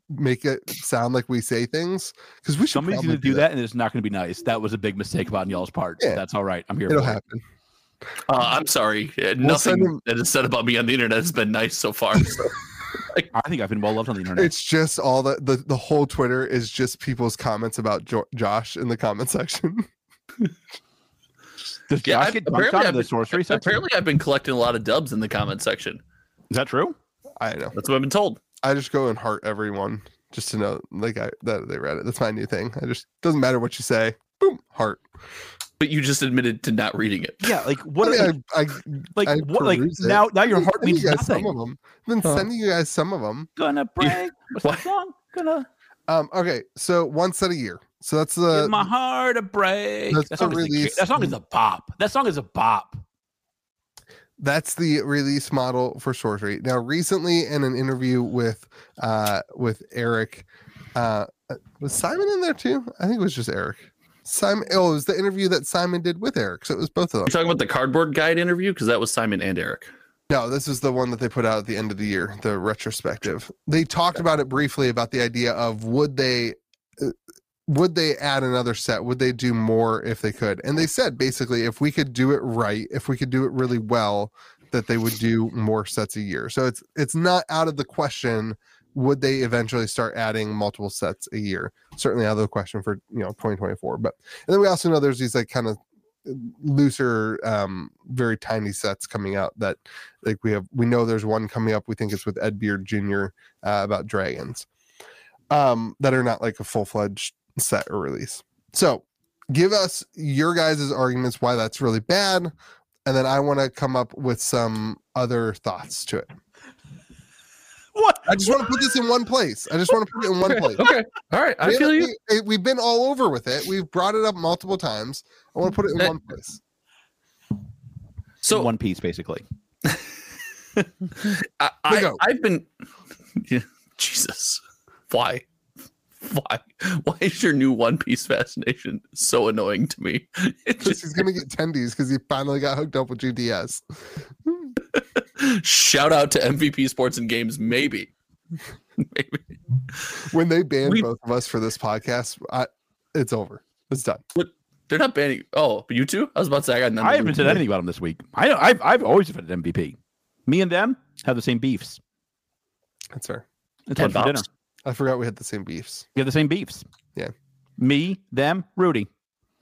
A: make it sound like we say things because we should
B: Somebody's
A: probably
B: going to do that, and it's not going to be nice. That was a big mistake on y'all's part.
A: Yeah.
B: That's all right. I'm here
A: It'll
B: for
A: happen.
C: Uh, I'm sorry. Uh,
A: send
C: Nothing
A: him-
C: that is said about me on the internet has been nice so far. So
B: it. I think I've been well loved on the internet.
A: It's just all the, the the whole Twitter is just people's comments about jo- Josh in the comment section.
B: Does
C: Yeah,
B: Josh
C: I've-
B: get dumped
C: apparently
B: on
C: I've
B: the
C: been-
B: sorcery section?
C: apparently, I've been collecting a lot of dubs in the comment section.
B: Is that true?
A: I know.
C: That's what I've been told.
A: I just go and heart everyone just to know like I that they read it. That's my new thing. I just doesn't matter what you say. Boom, heart.
C: but you just admitted to not reading it.
B: Yeah, like what?
A: I
B: are
A: mean, I, I,
B: like
A: I
B: what? Like
A: peruse it.
B: now, now your
A: I've
B: heart
A: been sending
B: means
A: you guys some
B: nothing.
A: of them. I've been
B: Huh.
A: sending you guys some of them.
B: Gonna break. What's
C: What?
B: the song? Gonna
A: Um, okay, so one set a year. So that's the
B: give my heart a break.
A: Uh, that's
B: That
A: the
B: song, is the,
A: release-
B: that song is a bop. That song is a bop.
A: that's the release model for short rate. Now, recently in an interview with uh with Eric, uh was Simon in there too? I think it was just Eric. Simon oh, it was the interview that Simon did with Eric. So it was both of them.
C: You're talking about the cardboard guide interview because that was Simon and Eric.
A: No, this is the one that they put out at the end of the year, the retrospective. They talked about it briefly about the idea of would they uh, would they add another set? Would they do more if they could? And they said basically if we could do it right, if we could do it really well, that they would do more sets a year. So it's it's not out of the question would they eventually start adding multiple sets a year? Certainly out of the question for, you know, 2024. But and then we also know there's these like kind of looser um very tiny sets coming out that like we have we know there's one coming up we think it's with ed beard jr uh, about dragons um that are not like a full-fledged set or release so give us your guys' arguments why that's really bad and then i want to come up with some other thoughts to it
B: What?
A: i just want to put this in one place i just want to put it in one place
C: Okay. All right. I
A: We
C: feel
A: haven't-
C: you.
A: we- we've been all over with it we've brought it up multiple times i want to put it in
C: That-
A: one place
B: So
C: So
B: one piece, basically.
C: I, I,
A: Bingo.
C: I've been. Yeah, Jesus. Why? Why? Why is your new One Piece fascination so annoying to me? It
A: because
C: just
A: he's gonna get tendies because he finally got hooked up with GDS.
C: shout out to MVP Sports and Games, maybe. maybe.
A: When they banned
C: We-
A: both of us for this podcast, I, it's over. It's done.
C: They're not banning. Oh, but you two? I was about to say I got none.
B: I
C: of
B: haven't
C: you
B: said
C: two.
B: anything about him this week. I know I've I've always defended MVP. Me and them have the same beefs.
A: That's fair.
B: It's
C: Ted
B: lunch for dinner.
C: Bob's.
A: I forgot we had the same beefs.
B: We have the same beefs.
A: Yeah.
B: Me, them, Rudy.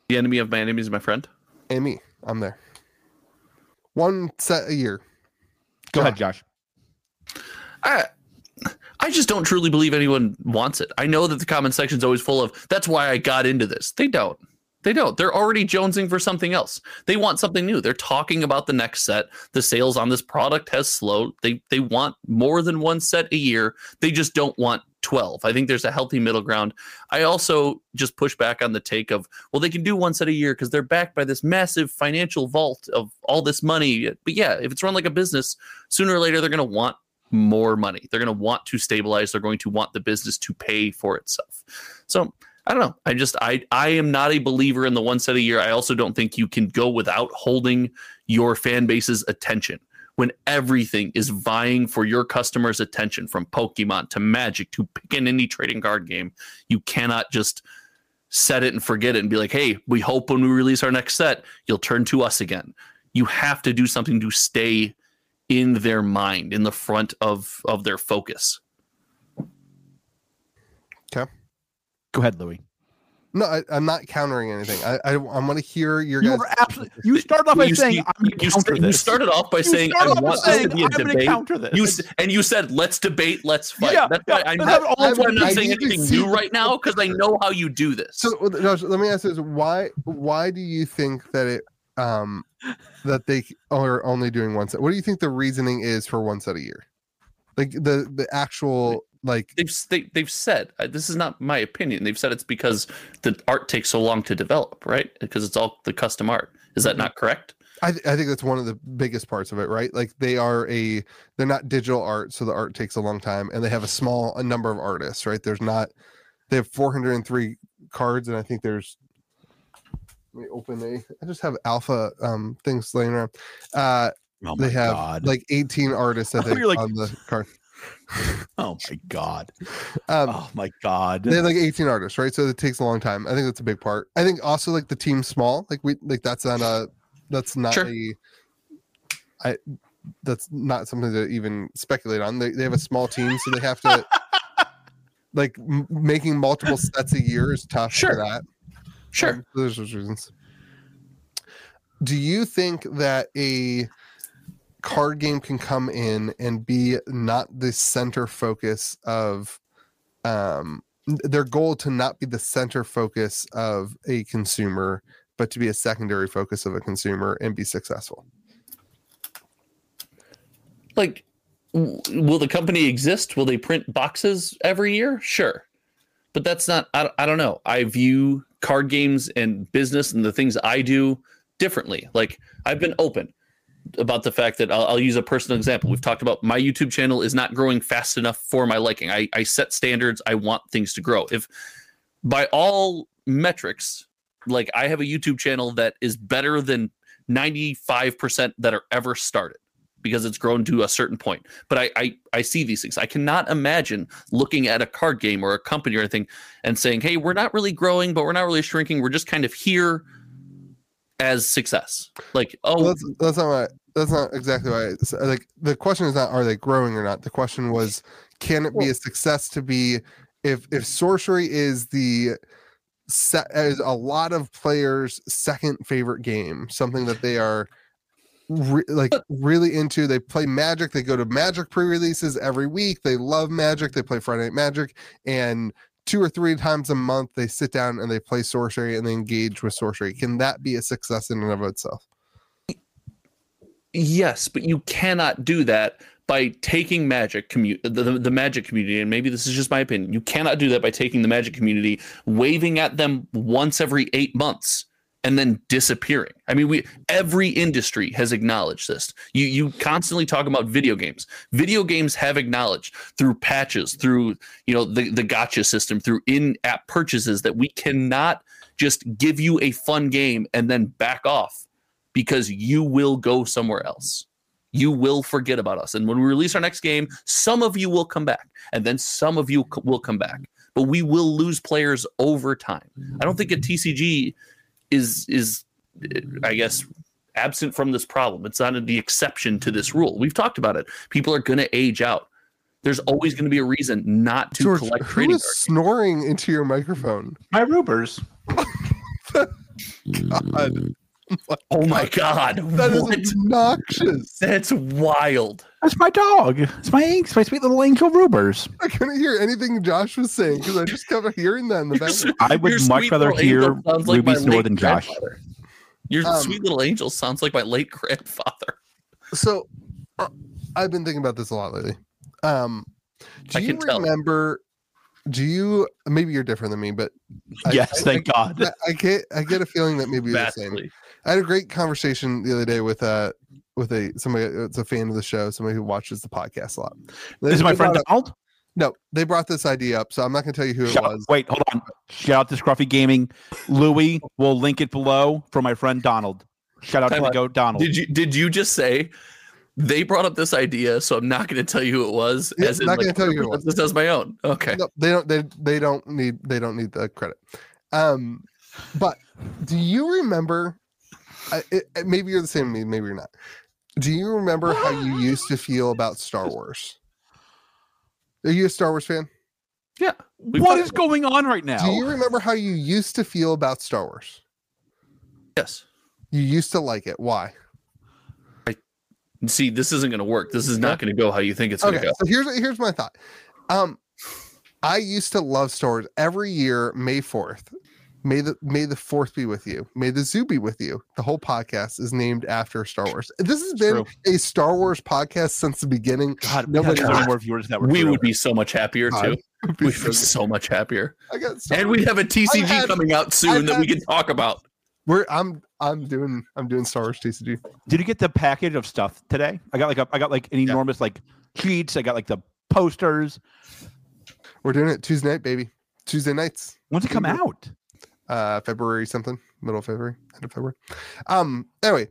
C: The enemy of my enemy is my friend.
A: Amy, I'm there. One set a year. Josh.
B: Go ahead, Josh.
C: I I just don't truly believe anyone wants it. I know that the comment section is always full of that's why I got into this. They don't. They don't. They're already jonesing for something else. They want something new. They're talking about the next set. The sales on this product has slowed. They they want more than one set a year. They just don't want 12. I think there's a healthy middle ground. I also just push back on the take of, well, they can do one set a year because they're backed by this massive financial vault of all this money. But yeah, if it's run like a business, sooner or later they're going to want more money. They're going to want to stabilize. They're going to want the business to pay for itself. So I don't know. I just I I am not a believer in the one set a year. I also don't think you can go without holding your fan base's attention when everything is vying for your customers' attention from Pokemon to Magic to pick an indie trading card game. You cannot just set it and forget it and be like, hey, we hope when we release our next set, you'll turn to us again. You have to do something to stay in their mind, in the front of of their focus.
B: Go ahead, Louie.
A: No, I, I'm not countering anything. I I, I want to hear your
B: You
A: guys.
B: were absolutely. You started off by
C: You-
B: saying
C: you-
B: I'm going to
C: you,
B: counter
C: sta- you
B: this.
C: started off by
B: You
C: saying
B: started off
C: I
B: by
C: want
B: saying,
C: this to be a
B: I'm gonna
C: debate.
B: counter this.
C: You s- and you said let's debate, let's fight.
B: Yeah,
C: that's
B: yeah,
C: why I'm
B: let's
C: not,
B: have it all
C: that's why I'm
A: together.
C: not saying
A: I need to
C: anything
A: see
C: new
A: the-
C: right now because I know how you do this.
A: So no, so let me ask this: Why why do you think that it um that they are only doing one set? What do you think the reasoning is for one set a year? Like the the actual like
C: they've s- they, they've said uh, this is not my opinion. They've said it's because the art takes so long to develop, right? Because it's all the custom art. Is
B: Mm-hmm.
C: that not correct?
A: I, th- I think that's one of the biggest parts of it, right? Like they are a they're not digital art, so the art takes a long time, and they have a small a number of artists, right? There's not they have 403 cards, and I think there's let me open a I just have alpha um things laying around. Uh
B: oh my
A: they have
B: god.
A: like 18 artists I
B: Oh,
A: think
B: you're like-
A: on the card.
B: oh my god.
A: Um
B: Oh my god.
A: they have like 18 artists, right? So it takes a long time. I think that's a big part. I think also like the team small, like we like that's on a that's not
C: Sure.
A: a I that's not something to even speculate on. They they have a small team, so they have to like m- making multiple sets a year is tough
C: Sure.
A: for that.
C: Sure.
A: Um, there's those reasons. Do you think that a card game can come in and be not the center focus of um their goal to not be the center focus of a consumer but to be a secondary focus of a consumer and be successful.
C: Like, w- will the company exist? Will they print boxes every year? Sure. But that's not, I, don't- I don't know. I view card games and business and the things I do differently. Like, I've been open about the fact that I'll, I'll use a personal example. We've talked about my YouTube channel is not growing fast enough for my liking. I, I set standards. I want things to grow. If by all metrics, like I have a YouTube channel that is better than 95% that are ever started because it's grown to a certain point. But I, I I see these things. I cannot imagine looking at a card game or a company or anything and saying, "Hey, we're not really growing, but we're not really shrinking. We're just kind of here as success." Like, oh,
A: Well, that's that's not what, that's not exactly why. It's, like the question is not are they growing or not. The question was can it be a success to be if if sorcery is the set is a lot of players' second favorite game, something that they are re- like really into. They play Magic. They go to Magic pre-releases every week. They love Magic. They play Friday Night Magic and. Two or three times a month, they sit down and they play sorcery and they engage with sorcery. Can that be a success in and of itself?
C: Yes, but you cannot do that by taking magic commu- the, the, the magic community and maybe this is just my opinion. You cannot do that by taking the magic community, waving at them once every 8 months and then disappearing. I mean, we every industry has acknowledged this. You you constantly talk about video games. Video games have acknowledged through patches, through, you know, the the gotcha system, through in-app purchases that we cannot just give you a fun game and then back off because you will go somewhere else. You will forget about us. And when we release our next game, some of you will come back, and then some of you c- will come back. But we will lose players over time. I don't think a TCG is is eh, I guess absent from this problem. It's not the exception to this rule. We've talked about it. People are going to age out. There's always going to be a reason not to
A: George,
C: collect
A: who
C: trading
A: is
C: cards.
A: snoring into your microphone?
B: My Rubers. Mm.
A: God,
C: Oh my god,
A: uh, that is
C: what?
A: obnoxious.
C: that's wild.
B: That's my dog. It's my ink. It's my sweet little angel Rubers.
A: I couldn't hear anything Josh was saying because I just kept hearing that in the background.
B: I would
C: Your
B: much
C: sweet
B: rather
C: little
B: hear
C: angel sounds like
B: Ruby
C: my
B: snore
C: late
B: than Josh.
C: grandfather. Your
A: Um,
C: sweet little angel sounds like my late grandfather.
A: So uh, I've been thinking about this a lot lately. Um, do
C: I
A: you
C: can tell.
A: remember? Do you maybe you're different than me, but I-
B: yes,
A: I-
B: thank God.
A: I, I get I get a feeling that maybe you're the same.
C: Vastly.
A: I had a great conversation the other day with uh with a somebody that's a fan of the show, somebody who watches the podcast a lot.
B: This is my
A: They
B: friend
A: brought up-
B: Donald.
A: no, they brought this idea up, so I'm not going to tell you who it
B: Shout,
A: was.
B: wait, hold on. Shout out to Scruffy Gaming. Louie will link it below for my friend Donald. Shout out to
C: Time
B: the
C: out.
B: go Donald.
C: Did you did you just say they brought up this idea? So I'm not going to tell you who it was.
A: Yeah,
C: as
A: I'm
C: in,
A: not
C: like,
A: gonna tell you who it was.
C: This as my own. Okay.
A: No, they don't. They they don't need they don't need the credit. Um, but do you remember? I, it, it- maybe you're the same. me, Maybe you're not. Do you remember how you used to feel about Star Wars? Are you a Star Wars fan?
C: We've
B: what
C: talked
B: is going on right
A: Do you
B: now?
A: remember how you used to feel about Star Wars?
C: Yes.
A: You used to like it. Why?
C: See, this isn't going to work. This is not going to go how you think it's going to
A: okay,
C: go.
A: so here's here's my thought. Um, I used to love Star Wars every year, May fourth. May the May the fourth be with you. May the zoo be with you. The whole podcast is named after Star Wars. This has been
B: True.
A: a Star Wars podcast since the beginning.
B: God,
A: Nobody-
B: nobody more viewers that were
C: We
B: true.
C: would be so much happier
A: God,
C: too.
A: it'd be
C: We'd
A: so
C: be
A: good.
C: so much happier.
A: I got Star
C: And we have a TCG
A: had-
C: coming out soon
A: I've
C: that we
A: had-
C: can talk about.
A: We're I'm I'm doing I'm doing Star Wars TCG.
B: Did you get the package of stuff today? I got like a, I got like an
C: Yeah.
B: enormous like sheets. I got like the posters.
A: We're doing it Tuesday night, baby. Tuesday nights.
B: When's it come
A: Mhm.
B: out?
A: uh February something, middle of February, end of February. Um, anyway,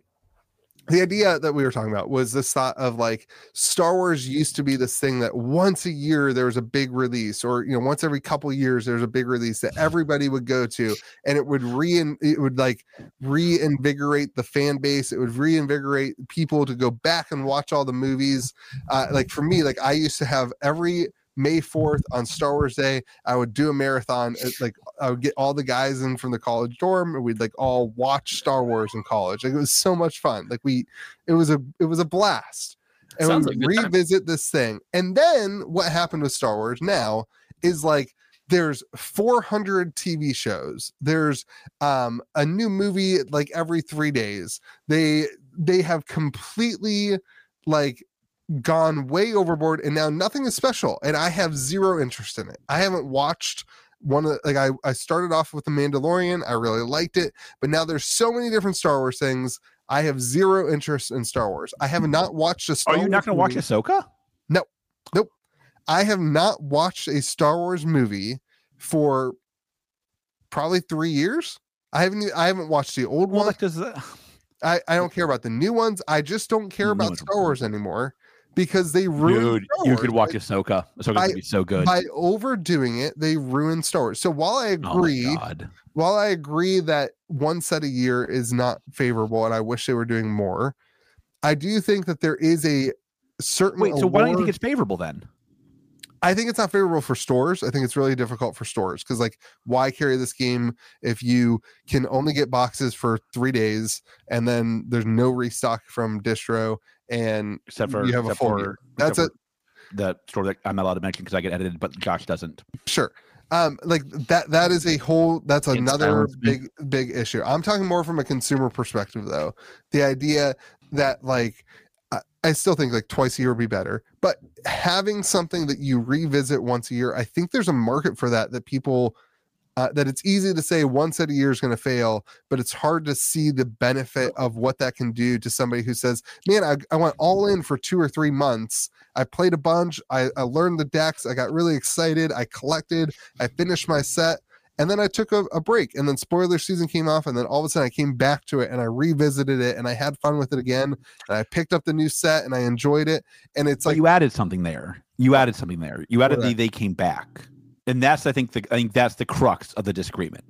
A: the idea that we were talking about was this thought of like Star Wars used to be this thing that once a year there was a big release, or you know, once every couple years there's a big release that everybody would go to, and it would rein it would like reinvigorate the fan base, it would reinvigorate people to go back and watch all the movies. Uh, like for me, like I used to have every May 4th on Star Wars Day, I would do a marathon at, like I would get all the guys in from the college dorm, and we'd like all watch Star Wars in college. Like it was so much fun. Like we, it was a it was a blast. And
C: Sounds
A: we
C: like a good time.
A: revisit this thing. And then what happened with Star Wars now is like there's 400 TV shows. There's um, a new movie like every three days. They they have completely like gone way overboard, and now nothing is special. And I have zero interest in it. I haven't watched one of the, like I, I started off with the mandalorian i really liked it but now there's so many different star wars things i have zero interest in star wars i have not watched a star
B: Are you not going to
A: Wars
B: watch
A: movie.
B: Ahsoka?
A: I have not watched a Star Wars movie for probably three years. I haven't e- I haven't watched the old
B: Well,
A: one.
B: because the,
A: I, I don't care about the new ones. I just don't care
B: New
A: about
B: ones are
A: Star Wars anymore because they ruined
B: dude,
A: Star
B: you
A: Wars.
B: could watch Ahsoka. Ahsoka's
A: By-
B: going to be so good.
A: by overdoing it, they ruined Star Wars. So while I
B: oh my
A: agree,
B: god!
A: while I agree that one set a year is not favorable and I wish they were doing more, I do think that there is a certain
B: Wait, so why don't you
A: allure-
B: think it's favorable then?
A: I think it's not favorable for stores. I think it's really difficult for stores because, like, why carry this game if you can only get boxes for three days and then there's no restock from distro and
B: Except for
A: you have a
B: except
A: full
B: for-
A: year. That's
B: except for the store that I'm not allowed to mention because I get edited, but Josh doesn't.
A: Sure. Um, like that that is a whole that's
C: It
A: another
C: sounds
A: big big issue. I'm talking more from a consumer perspective though. The idea that like I, I still think like twice a year would be better, but having something that you revisit once a year, I think there's a market for that that people uh, that it's easy to say one set a year is going to fail, but it's hard to see the benefit of what that can do to somebody who says, "Man, I, I went all in for two or three months, I played a bunch. I, I learned the decks. I got really excited. I collected. I finished my set. And then I took a, a break. And then spoiler season came off. And then all of a sudden I came back to it and I revisited it and I had fun with it again. And I picked up the new set and I enjoyed it. And it's
B: But
A: like,
B: you added something there. You added something there. You added the
A: Correct.
B: they came back, and that's I think the I think that's the crux of the disagreement.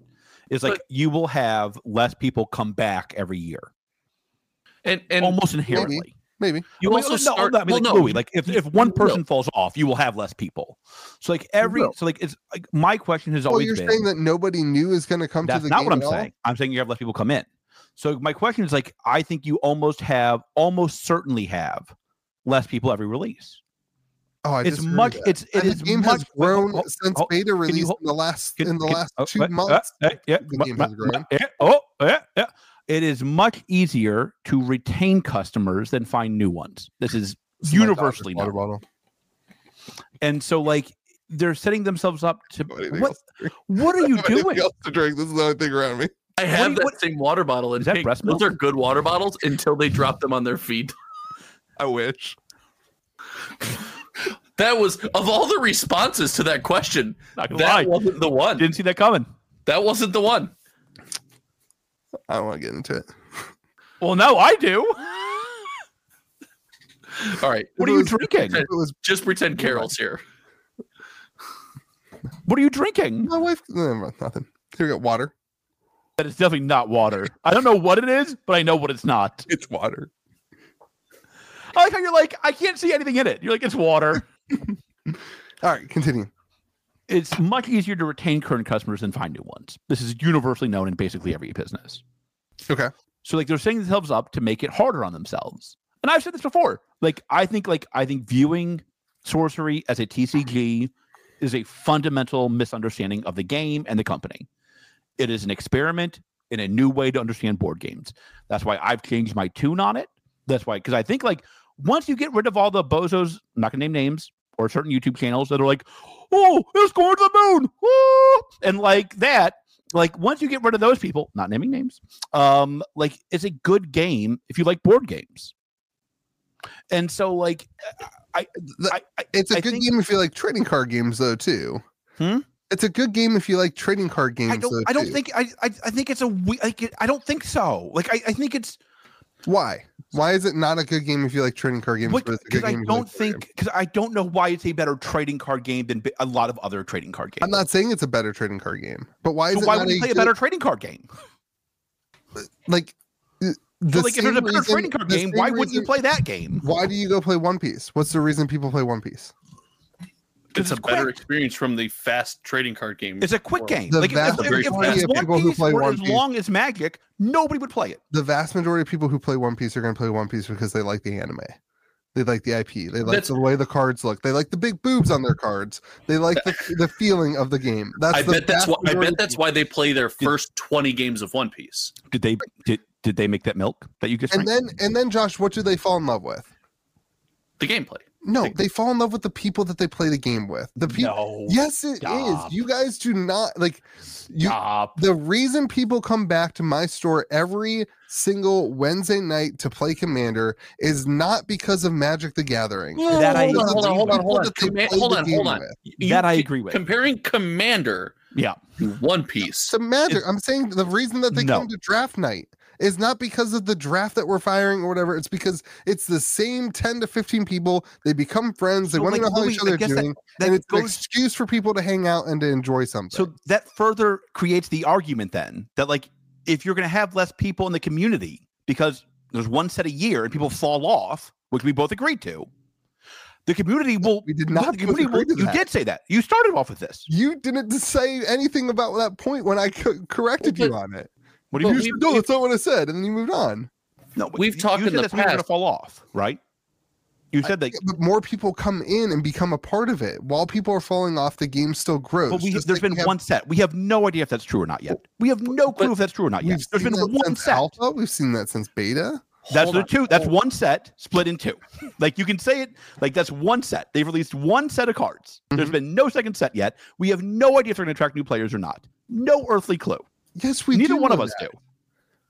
B: It's like
C: But-
B: you will have less people come back every year,
C: And and
A: Oh
B: almost inherently.
A: maybe.
C: you
B: I mean,
C: also
B: no,
C: start.
B: no, I mean,
C: well,
B: like,
C: no,
B: Louis, like if, if one person falls off, you will have less people. So like every
A: will.
B: so like it's like my question has
A: Well,
B: always
A: you're
B: been
A: saying that nobody new is going to come to
B: That's
A: the
B: not
A: game
B: what I'm
A: at all?
B: saying. I'm saying you have less people come in. So my question is like, I think you almost have, almost certainly have, less people every release.
A: Oh, I
B: it's
A: disagree with
B: much.
A: that.
B: It's it
A: And
B: is
A: the game
B: much
A: has grown
B: oh,
A: since
B: oh,
A: beta release
B: hold-
A: in the last
B: can-
A: in the
B: can-
A: last
B: oh,
A: two
B: wait, uh,
A: months.
B: uh, yeah,
A: the
B: mu-
A: game
B: mu-
A: has grown.
B: mu- yeah, oh, yeah, yeah. It is much easier to retain customers than find new ones. This is
A: It's Oh my daughter's
B: universally
A: water
B: known.
A: bottle.
B: And so like they're setting themselves up to
A: Nobody
B: what?
A: else-
B: What are you
A: nobody
B: doing?
A: else to drink. This is the only thing around me.
C: I have
B: you-
C: that
B: what-
C: same water bottle. And
B: Is that
C: hey,
B: breast
C: those
B: milk?
C: are good water bottles until they drop them on their feet.
A: I wish.
C: That was of all the responses to that question.
B: Not gonna
C: That
B: lie.
C: wasn't the one.
B: Didn't see that coming.
C: That wasn't the one.
A: I don't want to get into it.
B: Well, now I do.
C: All right,
B: What are
A: It
B: you
A: was-
B: drinking?
A: It was
C: just pretend Carol's here.
B: What are you drinking?
A: my wife. eh, Never mind, nothing. Here we got water.
B: that it's definitely not water. I don't know what it is, but I know what it's not.
A: It's water.
B: I like how you're like, I can't see anything in it. You're like, it's water.
A: All right, continue.
B: it's much easier to retain current customers than find new ones. This is universally known in basically every business.
A: Okay.
B: So like they're setting themselves up to make it harder on themselves. And I've said this before. Like I think like I think viewing sorcery as a TCG is a fundamental misunderstanding of the game and the company. It is an experiment in a new way to understand board games. That's why I've changed my tune on it. That's why because I think like once you get rid of all the bozos, I'm not gonna name names or certain YouTube channels that are like, oh, it's going to the moon, Woo!" and like that. Like once you get rid of those people, not naming names um like it's a good game if you like board games and so like
A: The-
B: i, I
A: it's a
B: I
A: good
B: think-
A: game if you like trading card games, though, too.
B: Hmm?
A: It's a good game if you like trading card games.
B: I
A: though,
B: don't i don't
A: too.
B: think i i, I think it's a we- like it- i don't think so like i, I think it's
A: Why? Why is it not a good game if you like trading card games? but it's a
B: because
A: good
B: i
A: game if you like
B: don't
A: board games?
B: think because i don't know why it's a better trading card game than bi- a lot of other trading card games
A: I'm not saying it's a better trading card game, but why is
B: so
A: it
B: why
A: not
B: would you play a
A: good-
B: better trading card game?
A: like? uh, The
B: So like, if there's a
A: same
B: better
A: reason-
B: trading card
A: the
B: game,
A: same
B: why wouldn't you
A: reason-
B: play that game?
A: Why do you go play One Piece? What's the reason people play One Piece?
C: It's
B: Because
C: a
B: it's
C: better
B: quick.
C: experience from the fast trading card game.
B: It's a quick game.
A: The
B: like, if,
A: vast
B: if, if,
C: majority
B: if
C: of
B: One
A: people who
B: Piece
A: play
B: were
A: One
B: as
A: Piece-
B: long as Magic, nobody would play it.
A: The vast majority of people who play One Piece are going to play One Piece because they like the anime. They like the IP. They like
C: That's-
A: the way the cards look. They like the big boobs on their cards. They like the, the feeling of the game. That's
C: I
A: the
C: bet that's
A: vast
C: why. I
A: majority
C: bet
A: of
C: that's why they play their first twenty games of One Piece.
B: Did they did did they make that milk that you just
A: people. And
B: drank?
A: then and then Josh, what do they fall in love with?
C: The gameplay.
A: No,
C: Like-
A: they fall in love with the people that they play the game with. The people.
B: no.
A: Yes, it is.
B: Stop.
A: You guys do not like you
B: Stop.
A: the reason people come back to my store every single Wednesday night to play Commander is not because of Magic the Gathering.
B: That I-
C: hold on, hold on, hold on, hold
A: People
C: on,
A: that they
C: Comma-
A: play
C: hold
A: the
C: on,
A: game
C: hold on.
A: with.
C: You
B: That I
C: keep
B: agree with.
C: Comparing Commander
B: Yeah.
C: to One Piece.
A: So magic. I'm saying the reason that they
B: No.
A: come to draft night is not because of the draft that we're firing or whatever. It's because it's the same 10 to 15 people. They become friends. They
B: So,
A: want to
B: like,
A: know how
B: Louis,
A: each
B: I
A: other are
B: guess that-
A: doing.
B: that
A: and it's an
B: goes-
A: excuse for people to hang out and to enjoy something.
B: So that further creates the argument then that like if you're going to have less people in the community because there's one set a year and people fall off, which we both agreed to, the community will.
A: we did
B: the
A: not
B: community
A: agree
B: will-
A: to
B: you
A: that.
B: did say that. You started off with this.
A: You didn't say anything about that point when I co- corrected
C: Well,
A: you on it.
B: What do
C: But
B: you
A: You
C: we-
A: said, no, that's not what I said. And then you moved on.
B: No,
C: We've
B: you-
C: talked
B: you
C: in
B: said
C: the
B: that's when you're gonna
C: past.
B: fall off, right? You said that.
A: But more people come in and become a part of it. While people are falling off, the game still grows.
B: But we,
A: just
B: there's
A: like
B: been
A: we have-
B: one set. We have no idea if that's true or not yet. We have no clue if that's true or not yet.
A: We've
B: There's
A: seen
B: been
A: that
B: one
A: since
B: set.
A: alpha. We've seen that since beta.
B: That's
C: Hold
B: the
C: on,
B: two. That's
C: hold
B: one set split in two. Like you can say it. Like that's one set. They've released one set of cards.
A: Mm-hmm.
B: There's been no second set yet. We have no idea if they're going to attract new players or not. No earthly clue.
A: Yes, we
B: Neither
A: do
B: one of
A: know
B: us
A: that.
B: do.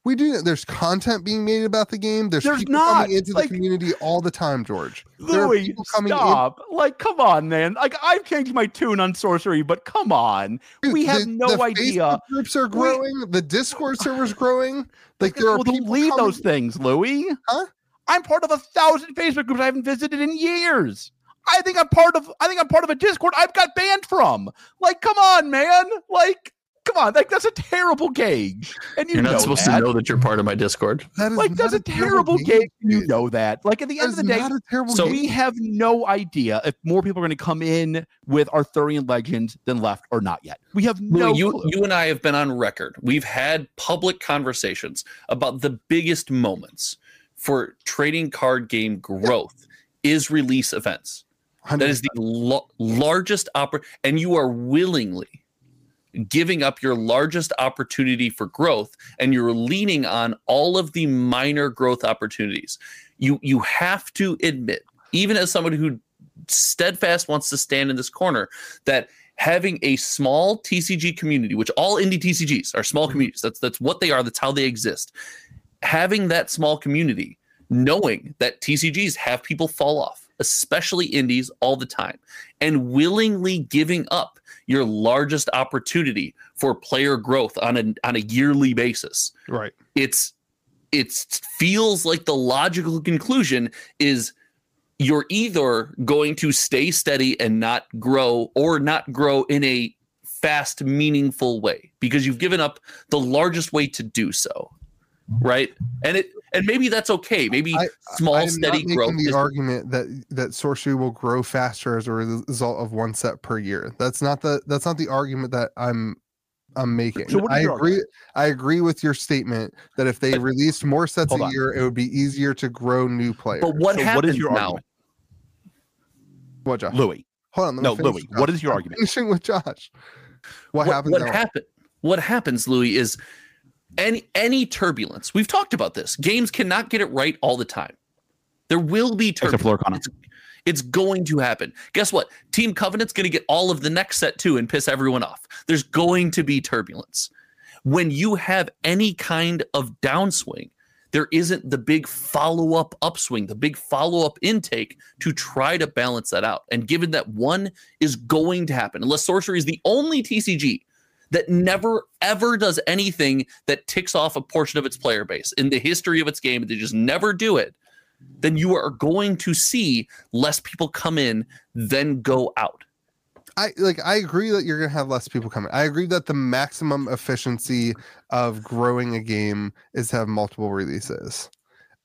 A: We do. know- There's content being made about the game. There's,
B: There's
A: people
B: not,
A: coming into
B: like-
A: the community all the time, George. There are
B: Louis,
A: people coming in-
B: stop. Like, come on, man. Like, I've changed my tune on sorcery, but come on. We have no idea.
A: Facebook groups are growing. The Discord server's growing. Like there are
B: well, don't
A: people
B: leave
A: coming-
B: those things, Louis.
A: Huh?
B: I'm part of a thousand Facebook groups I haven't visited in years. I think I'm part of. I think I'm part of a Discord I've got banned from. Like, come on, man. Like, come on. Like, that's a terrible gauge, and you
C: You're
B: know
C: not supposed
B: that.
C: to know that you're part of my Discord.
A: That is
B: Like,
A: not
B: that's a terrible gauge. and You
A: dude.
B: know that. Like, at the
A: That
B: end
A: is
B: of the day,
A: not a terrible
C: so
A: game.
B: we have no idea if more people are going to come in with Arthurian legends than left or not yet. We have no.
C: Louis, you
B: clue.
C: you and I have been on record. We've had public conversations about the biggest moments for trading card game growth is release events. That is the lo- largest oppor- and you are willingly giving up your largest opportunity for growth and you're leaning on all of the minor growth opportunities. You you have to admit, even as someone who steadfast wants to stand in this corner, that having a small TCG community, which all indie TCGs are small communities, that's that's what they are, that's how they exist. Having that small community knowing that TCGs have people fall off, especially indies, all the time, and willingly giving up your largest opportunity for player growth on a on a yearly basis.
A: right.
C: It's it feels like the logical conclusion is you're either going to stay steady and not grow or not grow in a fast meaningful way because you've given up the largest way to do so right and it and maybe that's okay maybe
A: I-
C: small
A: I'm not
C: steady
A: making
C: growth
A: the
C: is-
A: argument that that sorcery will grow faster as a res- result of one set per year. That's not the that's not the argument that I'm I'm making.
B: So what is
A: I
B: your
A: agree. I agree with your statement that if they
C: But-
A: released more sets
B: Hold
A: a
B: on.
A: year, it would be easier to grow new players.
C: but what
B: So
C: happens
B: what is your
C: now
B: argument,
A: what, Josh?
B: Louis?
A: Hold on. let me
B: No,
A: finish
B: Louis.
A: with Josh.
B: What is your
A: I'm
B: argument?
A: Finishing with Josh. What, happens?
C: What
A: now?
C: happen- What happens, Louis, is any any turbulence. We've talked about this. Games cannot get it right all the time. There will be
B: Except
C: turbulence.
B: for Lorcana.
C: It's, it's going to happen. Guess what? Team Covenant's going to get all of the next set too and piss everyone off. There's going to be turbulence. When you have any kind of downswing, there isn't the big follow up upswing, the big follow up intake to try to balance that out. And given that one is going to happen, unless Sorcery is the only TCG that never ever does anything that ticks off a portion of its player base in the history of its game, they just never do it then you are going to see less people come in than go out.
A: I like I agree that you're gonna have less people coming. I agree that the maximum efficiency of growing a game is to have multiple releases.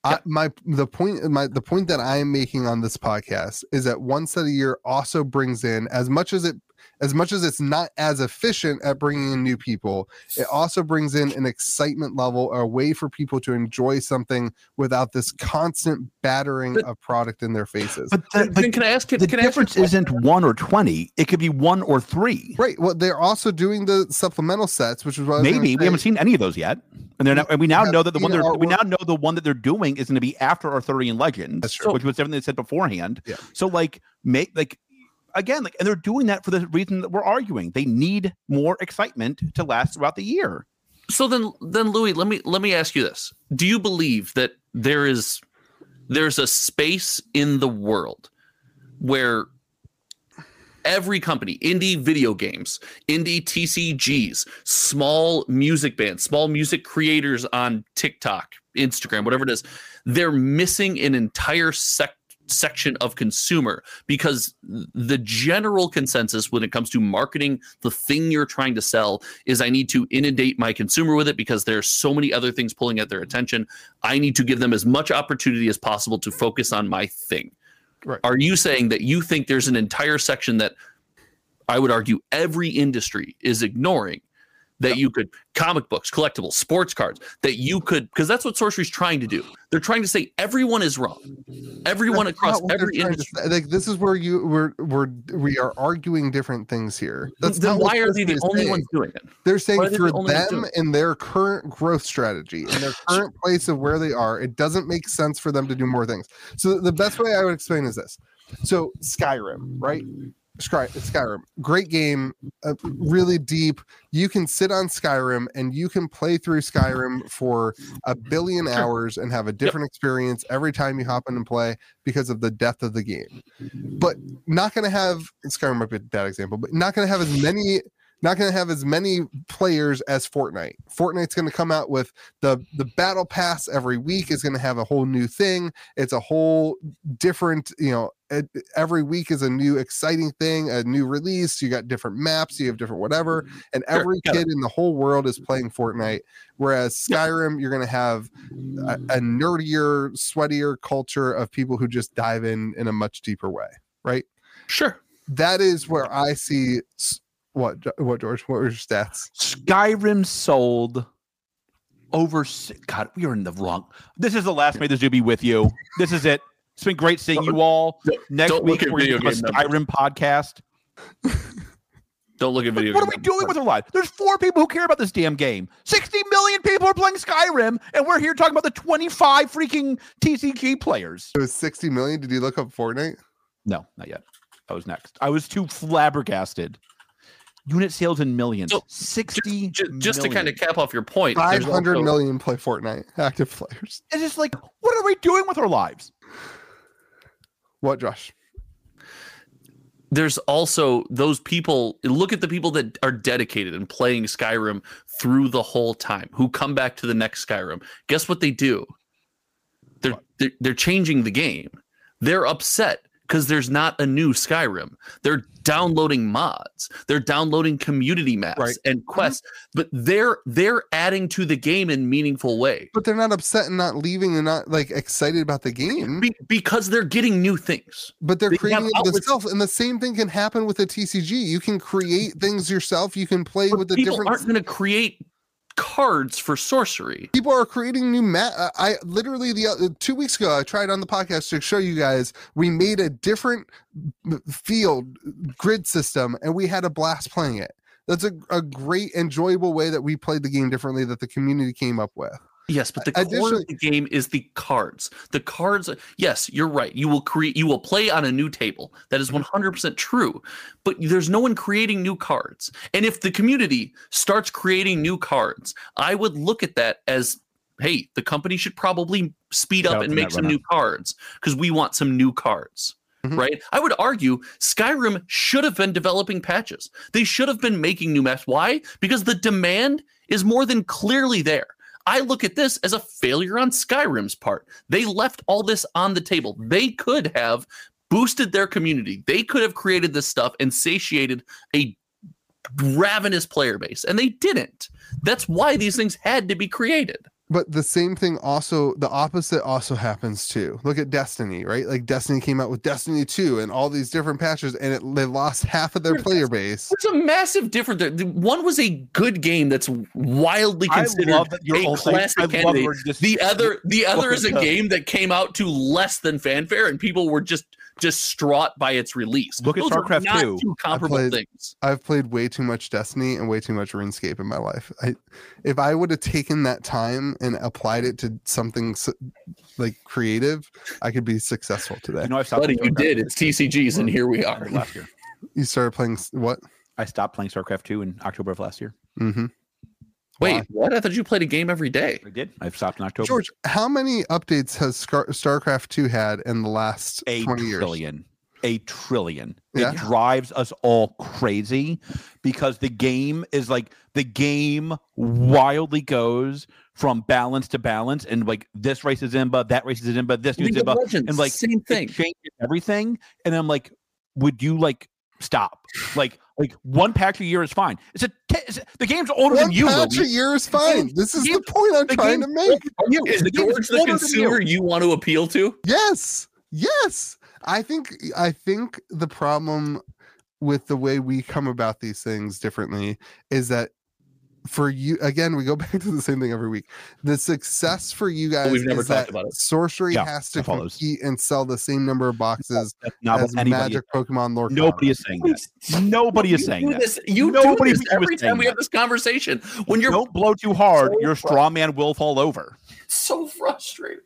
A: I,
C: Yeah.
A: my the point my the point that I am making on this podcast is that one set a year also brings in as much as it as much as it's not as efficient at bringing in new people, it also brings in an excitement level, a way for people to enjoy something without this constant battering
C: But-
A: of product in their faces.
B: But the,
C: then can I ask you?
B: the
C: Can I ask you a
B: difference isn't one or twenty; it could be one or three.
A: Right. Well, they're also doing the supplemental sets, which is what I was gonna
B: Maybe we
A: say.
B: haven't seen any of those yet, and they're not, and we now
A: have
B: know that the
A: seen
B: one they're we now
A: artwork.
B: know the one that they're doing is going to be after Arthurian Legends,
A: That's true.
B: which was everything they said beforehand.
A: Yeah.
B: So like make like again like and they're doing that for the reason that we're arguing. They need more excitement to last throughout the year.
C: so then then louis let me let me ask you this do you believe that there is there's a space in the world where every company indie video games indie tcgs small music bands small music creators on tiktok instagram whatever it is they're missing an entire sec- section of consumer because the general consensus when it comes to marketing the thing you're trying to sell is I need to inundate my consumer with it because there are so many other things pulling at their attention. I need to give them as much opportunity as possible to focus on my thing.
A: Right.
C: Are you saying that you think there's an entire section that I would argue every industry is ignoring that you could comic books, collectibles, sports cards, that you could because that's what sorcery's trying to do. They're trying to say everyone is wrong. Everyone
A: That's
C: across
A: not what they're
C: every
A: trying to
C: industry.
A: say. Like this is where you we're we're we are arguing different things here. That's
C: then
A: not what
C: why are they
A: Disney
C: the
A: is
C: only
A: saying.
C: ones doing it?
A: They're saying
C: Why are they the
A: for
C: only ones
A: them
C: doing
A: in their current growth strategy, in their current place of where they are, it doesn't make sense for them to do more things. So the best way I would explain is this: so Skyrim, right? Sky, Skyrim, great game, uh, really deep. You can sit on Skyrim and you can play through Skyrim for a billion hours and have a different experience every time you hop in and play because of the depth of the game. But not going to have Skyrim might be a bad example, but not going to have as many not going to have as many players as Fortnite. Fortnite's going to come out with the the battle pass every week is going to have a whole new thing. It's a whole different, you know, it, every week is a new exciting thing, a new release. You got different maps, you have different whatever, and
C: Sure,
A: every
C: got it.
A: kid in the whole world is playing Fortnite. Whereas Skyrim, you're going to have a, a nerdier, sweatier culture of people who just dive in in a much deeper way.
C: Sure.
A: That is where I see s- what what George. What were your stats?
B: Skyrim sold over. si- God, we are in the wrong. This is the last May the Zoo be with you. This is it. It's been great seeing you all.
C: Don't-
B: Next
C: don't
B: week
C: look at
B: we're
C: video
B: going to a
C: game
B: Skyrim podcast.
C: Don't look at
B: Like,
C: video.
B: what are we
C: game
B: doing
C: numbers.
B: with our lives? There's four people who care about this damn game. 60 million people are playing Skyrim, and we're here talking about the 25 freaking TCG players.
A: It was sixty million. Did you look up Fortnite?
B: No, not yet. I was next. I was too flabbergasted. Unit sales in millions.
C: So,
B: 60
C: Ju- just to kind
B: million.
C: of cap off your point,
A: Five
C: there's
A: hundred
C: also-
A: million play Fortnite active players.
B: It's just like, what are we doing with our lives?
A: What, Josh?
C: there's also those people look at the people that are dedicated and playing Skyrim through the whole time who come back to the next Skyrim. Guess what they do? They're they're, they're changing the game. They're upset because there's not a new Skyrim. They're downloading mods. They're downloading community maps
A: Right. Mm-hmm.
C: and quests, but they're they're adding to the game in meaningful way
A: But they're not upset and not leaving and not like excited about the game.
C: Be- because they're getting new things.
A: but they're
C: They have
A: creating it
C: outlets.
A: themselves, and the same thing can happen with a TCG. You can create things yourself. You can play
C: But
A: with the
C: people
A: different.
C: aren't going to create cards for sorcery.
A: people are creating new ma- uh, I I literally the uh, two weeks ago I tried on the podcast to show you guys we made a different m- field grid system and we had a blast playing it. That's a, a great enjoyable way that we played the game differently that the community came up with.
C: Yes, but the core
A: Additionally-
C: of the game is the cards. The cards. Yes, you're right. You will create. You will play on a new table. That is 100 percent true. But there's no one creating new cards. And if the community starts creating new cards, I would look at that as, hey, the company should probably speed
B: Shout
C: up
B: out
C: and
B: to
C: make some
B: Netrunner.
C: new cards because we want some new cards.
A: Mhm.
C: Right? I would argue Skyrim should have been developing patches. They should have been making new maps. Why? Because the demand is more than clearly there. I look at this as a failure on Skyrim's part. They left all this on the table. They could have boosted their community. They could have created this stuff and satiated a ravenous player base, and they didn't. That's why these things had to be created.
A: but the same thing also the opposite also happens too look at destiny right like destiny came out with destiny 2 and all these different patches and it, they lost half of their player base
C: There's a massive difference. there. The- One was a good game that's wildly considered a
B: old saying-
C: classic
B: I love
C: candidate.
B: we're just-
C: The other, the other is a
B: Look, uh,
C: game that came out to less than fanfare, and people were just distraught by its release.
B: Look at
C: Those are
B: StarCraft
C: not
B: II.
C: two comparable
A: played-
C: things.
A: i've played way too much destiny and way too much runescape in my life i if i would have taken that time and applied it to something s like creative i could be successful today
B: You know, I've stopped
C: Buddy, you
B: playing
C: did.
B: StarCraft
C: It's TCGs, and here we are.
B: last year.
A: you started playing s- what
B: I stopped playing StarCraft 2 in October of last year.
A: hmm
C: Wait, what? I thought you played a game every day.
B: I did. I've stopped in October.
A: george how many updates has Scar- starcraft 2 had in the last
B: a
A: 20 years
B: trillion. A trillion.
A: Yeah.
B: It drives us all crazy because the game is like the game wildly goes from balance to balance, and like this race is Imba, that race is Imba, this dude's
C: League of
B: Imba.
C: Legends,
B: and, like,
C: same thing.
B: It changes everything, and I'm like, would you like stop? Like, like one patch a year is fine. It's a t- it's a- the game's older
A: one
B: than you.
A: patch a
B: Louis.
A: year is fine.
B: game's-
A: This is
B: the
A: the point I'm
B: the
A: trying to make.
B: Are you-
C: Is
B: the game's
C: George the
B: older than you.
C: consumer you want to appeal to?
A: Yes. Yes. I think I think the problem with the way we come about these things differently is that for you again we go back to the same thing every week. The success for you guys
C: we've never
A: is
C: talked
A: that
C: about it.
A: sorcery
B: Yeah,
A: has to
B: that follows.
A: compete and sell the same number of boxes
B: That's not
A: as
B: what anybody.
A: Magic Pokemon lore.
B: Nobody is saying that. Nobody is
C: You
B: saying
C: do
B: that.
C: This, you
B: Nobody
C: do this
B: was
C: every
B: saying
C: time we
B: that.
C: have this conversation. When you're
B: don't blow too hard,
C: so
B: your
C: fru-
B: straw man will fall over.
C: so frustrated.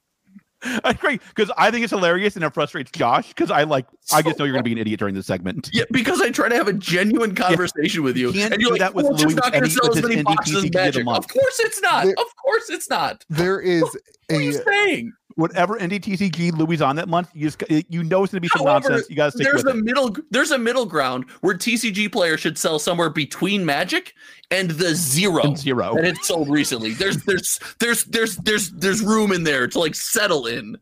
B: I agree because I think it's hilarious and it frustrates Josh because I like I just know you're gonna be an idiot during this segment.
C: Yeah, because I try to have a genuine conversation with you,
B: You can't
C: and you're
B: do
C: like, "Oh,
B: that with
C: "Well, you're
B: Louis
C: not going to
B: Eddie
C: sell
B: with
C: as
B: his
C: many
B: indie
C: boxes
B: PC
C: of
B: to get
C: magic."
B: him up.
C: Of course, it's not.
A: There-
C: Of course, it's not.
A: There is
C: What are you
A: a
C: saying?
B: Whatever NDTCG Louis on that month, you just you know it's gonna be some
C: However,
B: nonsense. You gotta stick
C: There's
B: with
C: a
B: it.
C: middle. There's a middle ground where TCG player should sell somewhere between magic and the zero
B: And zero.
C: that it sold recently. There's there's there's there's there's there's room in there to like settle in.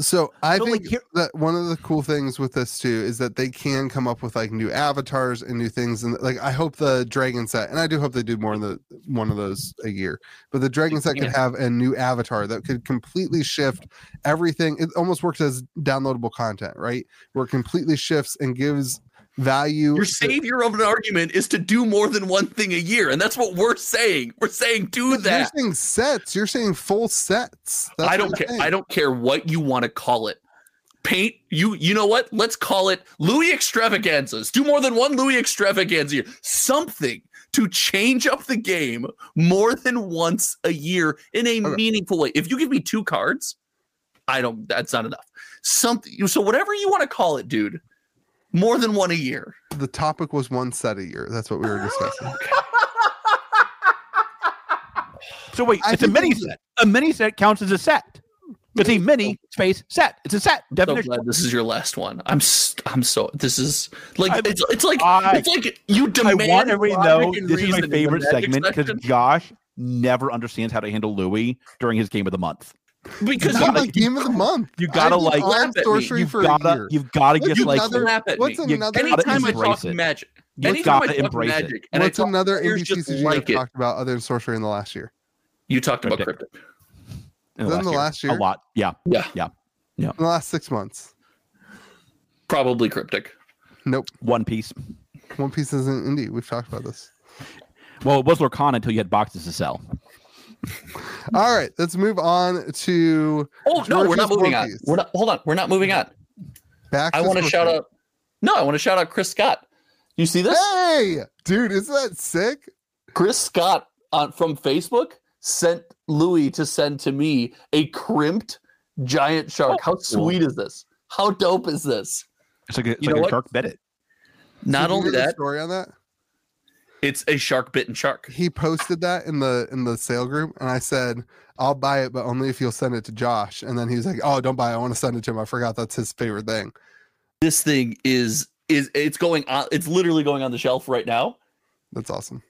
A: so I
B: So, like,
A: think
B: here-
A: that one of the cool things with this too is that they can come up with like new avatars and new things and like I hope the dragon set and I do hope they do more than the, one of those a year but the dragon set could
C: Yeah.
A: have a new avatar that could completely shift everything it almost works as downloadable content right where it completely shifts and gives value
C: Your
A: to-
C: savior of an argument is to do more than one thing a year, and that's what we're saying. We're saying do that.
A: you're saying sets you're saying full sets That's
C: I
A: what
C: don't
A: I'm
C: care.
A: saying.
C: I don't care what you want to call it. Paint you. You know what? Let's call it Louis extravaganzas. Do more than one Louis extravaganza. a year. Something to change up the game more than once a year in a
A: Okay.
C: meaningful way. If you give me two cards, I don't. That's not enough. Something. So whatever you want to call it, dude. More than one a year.
A: the topic was one set a year that's what we were discussing
B: So wait,
A: I
B: it's a
A: think
B: mini
A: that-
B: set. A mini set counts as a set. It's a mini space set. It's a set.
C: so
B: Definition.
C: glad this is your last one. I'm st- I'm so this is like
B: I-
C: it's it's like
B: I-
C: it's like you
B: I
C: demand.
B: want everybody to know
C: logic and
B: this is my
C: reason in the
B: favorite
C: Magic
B: segment because
C: section
B: Josh never understands how to handle Louis during his game of the month.
C: because
A: Not
C: you,
A: my game of the month
B: You gotta
A: I've been
B: like-
A: on
C: Laugh at me.
A: sorcery
B: You've
A: for a year
B: gotta, you've gotta
A: What's
B: just like
A: another-
C: slap at
A: What's
C: me.
B: You
A: another
B: gotta
C: Anytime I
B: embrace
C: talk
B: it.
C: magic,
B: you
C: anytime I
B: gotta
C: talk
B: embrace it.
C: magic, and I
A: What's
C: talk,
A: another
C: players
A: NBC
C: just
A: CG
C: like
A: have
C: it.
A: talked about other than sorcery in the last year?
C: you talked about
B: Okay.
C: crypto.
B: in
A: Then the last year.
B: Oh, a lot. Yeah,
C: Yeah,
A: In the last six months.
C: probably cryptic.
A: Nope.
B: One Piece.
A: One Piece isn't indie. We've talked about this.
B: Well, it was Lorcan until you had boxes to sell.
A: All right. Let's move on to
C: Oh no,
A: George's
C: we're not moving
A: One
C: on.
A: Piece.
C: We're not. Hold on, we're not moving on.
A: back.
C: I want to
A: Sorcery.
C: shout out. No, I want to shout out Chris Scott. You see this?
A: Hey, dude, isn't that sick?
C: Chris Scott on from Facebook sent Louis to send to me a crimped giant shark. How sweet is this? How dope is this?
B: It's like a, it's
C: You know
B: like a
C: what?
B: shark bit it.
A: Did
C: Not
A: you
C: only
A: hear the
C: that,
A: story on that.
C: it's a shark bitten shark.
A: He posted that in the in the sale group, and I said, "I'll buy it, but only if you'll send it to Josh." And then he was like, "Oh, don't buy. it. I want to send it to him. I forgot that's his favorite thing."
C: This thing is is it's going on. It's literally going on the shelf right now.
A: That's awesome.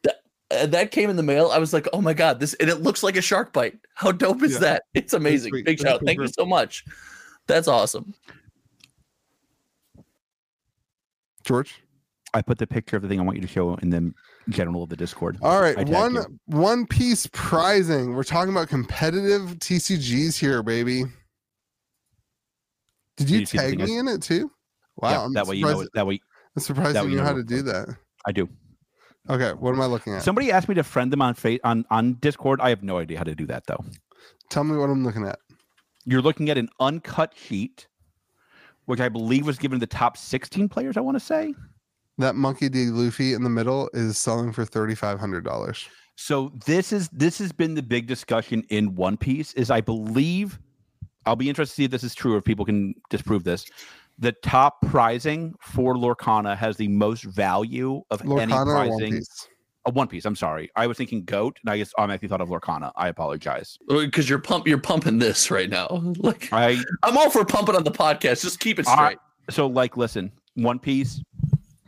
C: uh, that came in the mail. I was like, oh my god, this and it looks like a shark bite. How dope is
A: Yeah.
C: that? It's amazing.
A: sweet.
C: Big
A: That's
C: shout out.
A: cool
C: Thank you
A: group.
C: so much. That's awesome.
A: George,
B: I put the picture of the thing I want you to show in the general of the Discord.
A: All
B: I
A: right,
B: tag
A: one
B: you.
A: one piece prizing. We're talking about competitive TCGs here, baby. Did you,
B: you see the
A: tag
B: thing I-
A: me in it too? Wow,
B: Yeah,
A: I'm
B: that way you know
A: surprised-
B: it. That way
A: I'm surprised
B: that
A: you
B: way you
A: knew
B: know
A: how
B: it
A: to do
B: looks
A: that.
B: I do.
A: Okay, what am I looking at?
B: Somebody asked me to friend them on fa- on on Discord. I have no idea how to do that though.
A: Tell me what I'm looking at.
B: You're looking at an uncut sheet, which I believe was given to the top 16 players. I want to say.
A: That Monkey D. Luffy in the middle is selling for thirty five hundred dollars.
B: So this is this has been the big discussion in One Piece. Is I believe I'll be interested to see if this is true or if people can disprove this. The top prizing for Lorcana has the most value of any
A: Lorcana or One
B: prizing.
A: Piece?
B: A One Piece. I'm sorry, I was thinking goat, and I guess automatically thought of Lorcana. I apologize.
C: because you're pump you're pumping this right now. Like
B: I
C: I'm all for pumping on the podcast. Just keep it
B: All right.
C: straight.
B: so like listen, One Piece,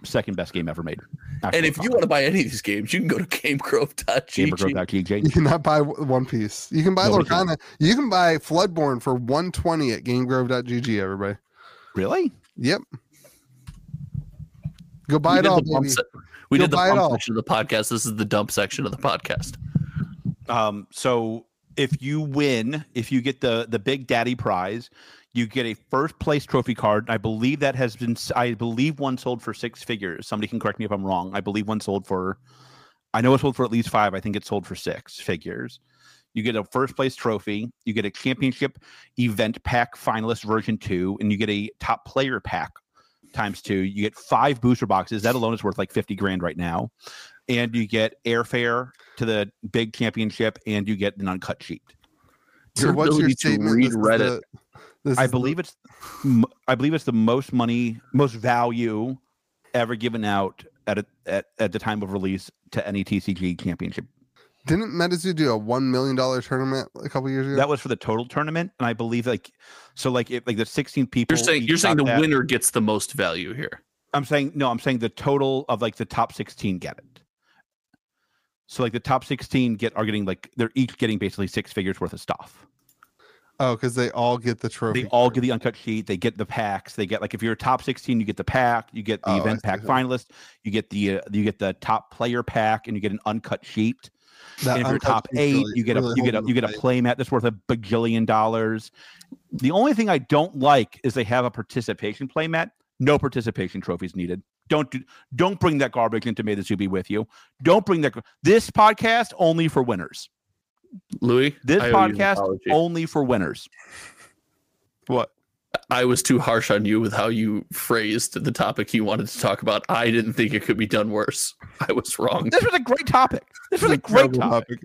B: second best game ever made. uh,
C: and if you want to buy any of these games, you can go to GameGrove.gg.
A: You
B: GG.
A: cannot buy One Piece. You can buy
B: Nobody can.
A: Lorcana. You can buy Floodborne for one twenty at GameGrove.gg. Everybody,
B: Really?
A: yep. Go
C: we
A: buy it
C: did
A: all,
C: the pump
A: baby.
C: se- we
A: You'll
C: did the
A: buy it
C: pump
A: all.
C: section of the podcast. This is the dump section of the podcast.
B: Um, so if you win, if you get the the Big Daddy prize, you get a first place trophy card. I believe that has been s- I believe one sold for six figures. Somebody can correct me if I'm wrong. I believe one sold for I know it sold for at least five. I think it sold for six figures. You get a first place trophy, you get a championship event pack finalist version two, and you get a top player pack times two. You get five booster boxes. That alone is worth like 50 grand right now. And you get airfare to the big championship and you get an uncut sheet.
A: So
C: Your
A: what's your
C: ability to
A: statement?
C: read
A: This is
C: Reddit.
A: the- this
B: I
A: is the-
B: believe it's m- I believe it's the most money, most value ever given out at a, at, at the time of release to any TCG championship.
A: Didn't Metazoo do a one million dollar tournament a couple years ago?
B: That was for the total tournament, and I believe like so like if like the 16 people
C: You're saying
B: each
C: you're saying
B: got
C: the
B: that.
C: winner gets the most value here.
B: I'm saying no, I'm saying the total of like the top 16 get it. So like the top 16 get are getting like they're each getting basically six figures worth of stuff.
A: oh, because they all get the trophy.
B: They all get the uncut sheet. They get the packs. They get like if you're a top 16, you get the pack. You get the
A: Oh, I
B: event
A: see.
B: pack finalist. You get the uh, you get the top player pack, and you get an uncut sheet.
A: That
B: and if you're
A: uncut
B: top
A: sheet's
B: eight,
A: really-
B: you get a
A: really
B: you get a
A: holding
B: you
A: the
B: get a
A: value.
B: play mat that's worth a bajillion dollars. The only thing I don't like is they have a participation play mat. No participation trophies needed. Don't do, don't bring that garbage into May the Zoo be with you. Don't bring that. gar- This podcast only for winners.
C: Louis,
B: This
C: I owe you an
B: podcast
C: apology.
B: only for winners.
A: What?
C: I was too harsh on you with how you phrased the topic you wanted to talk about. I didn't think it could be done worse. I was wrong.
B: This was a great topic. This was a great
A: Terrible
B: topic.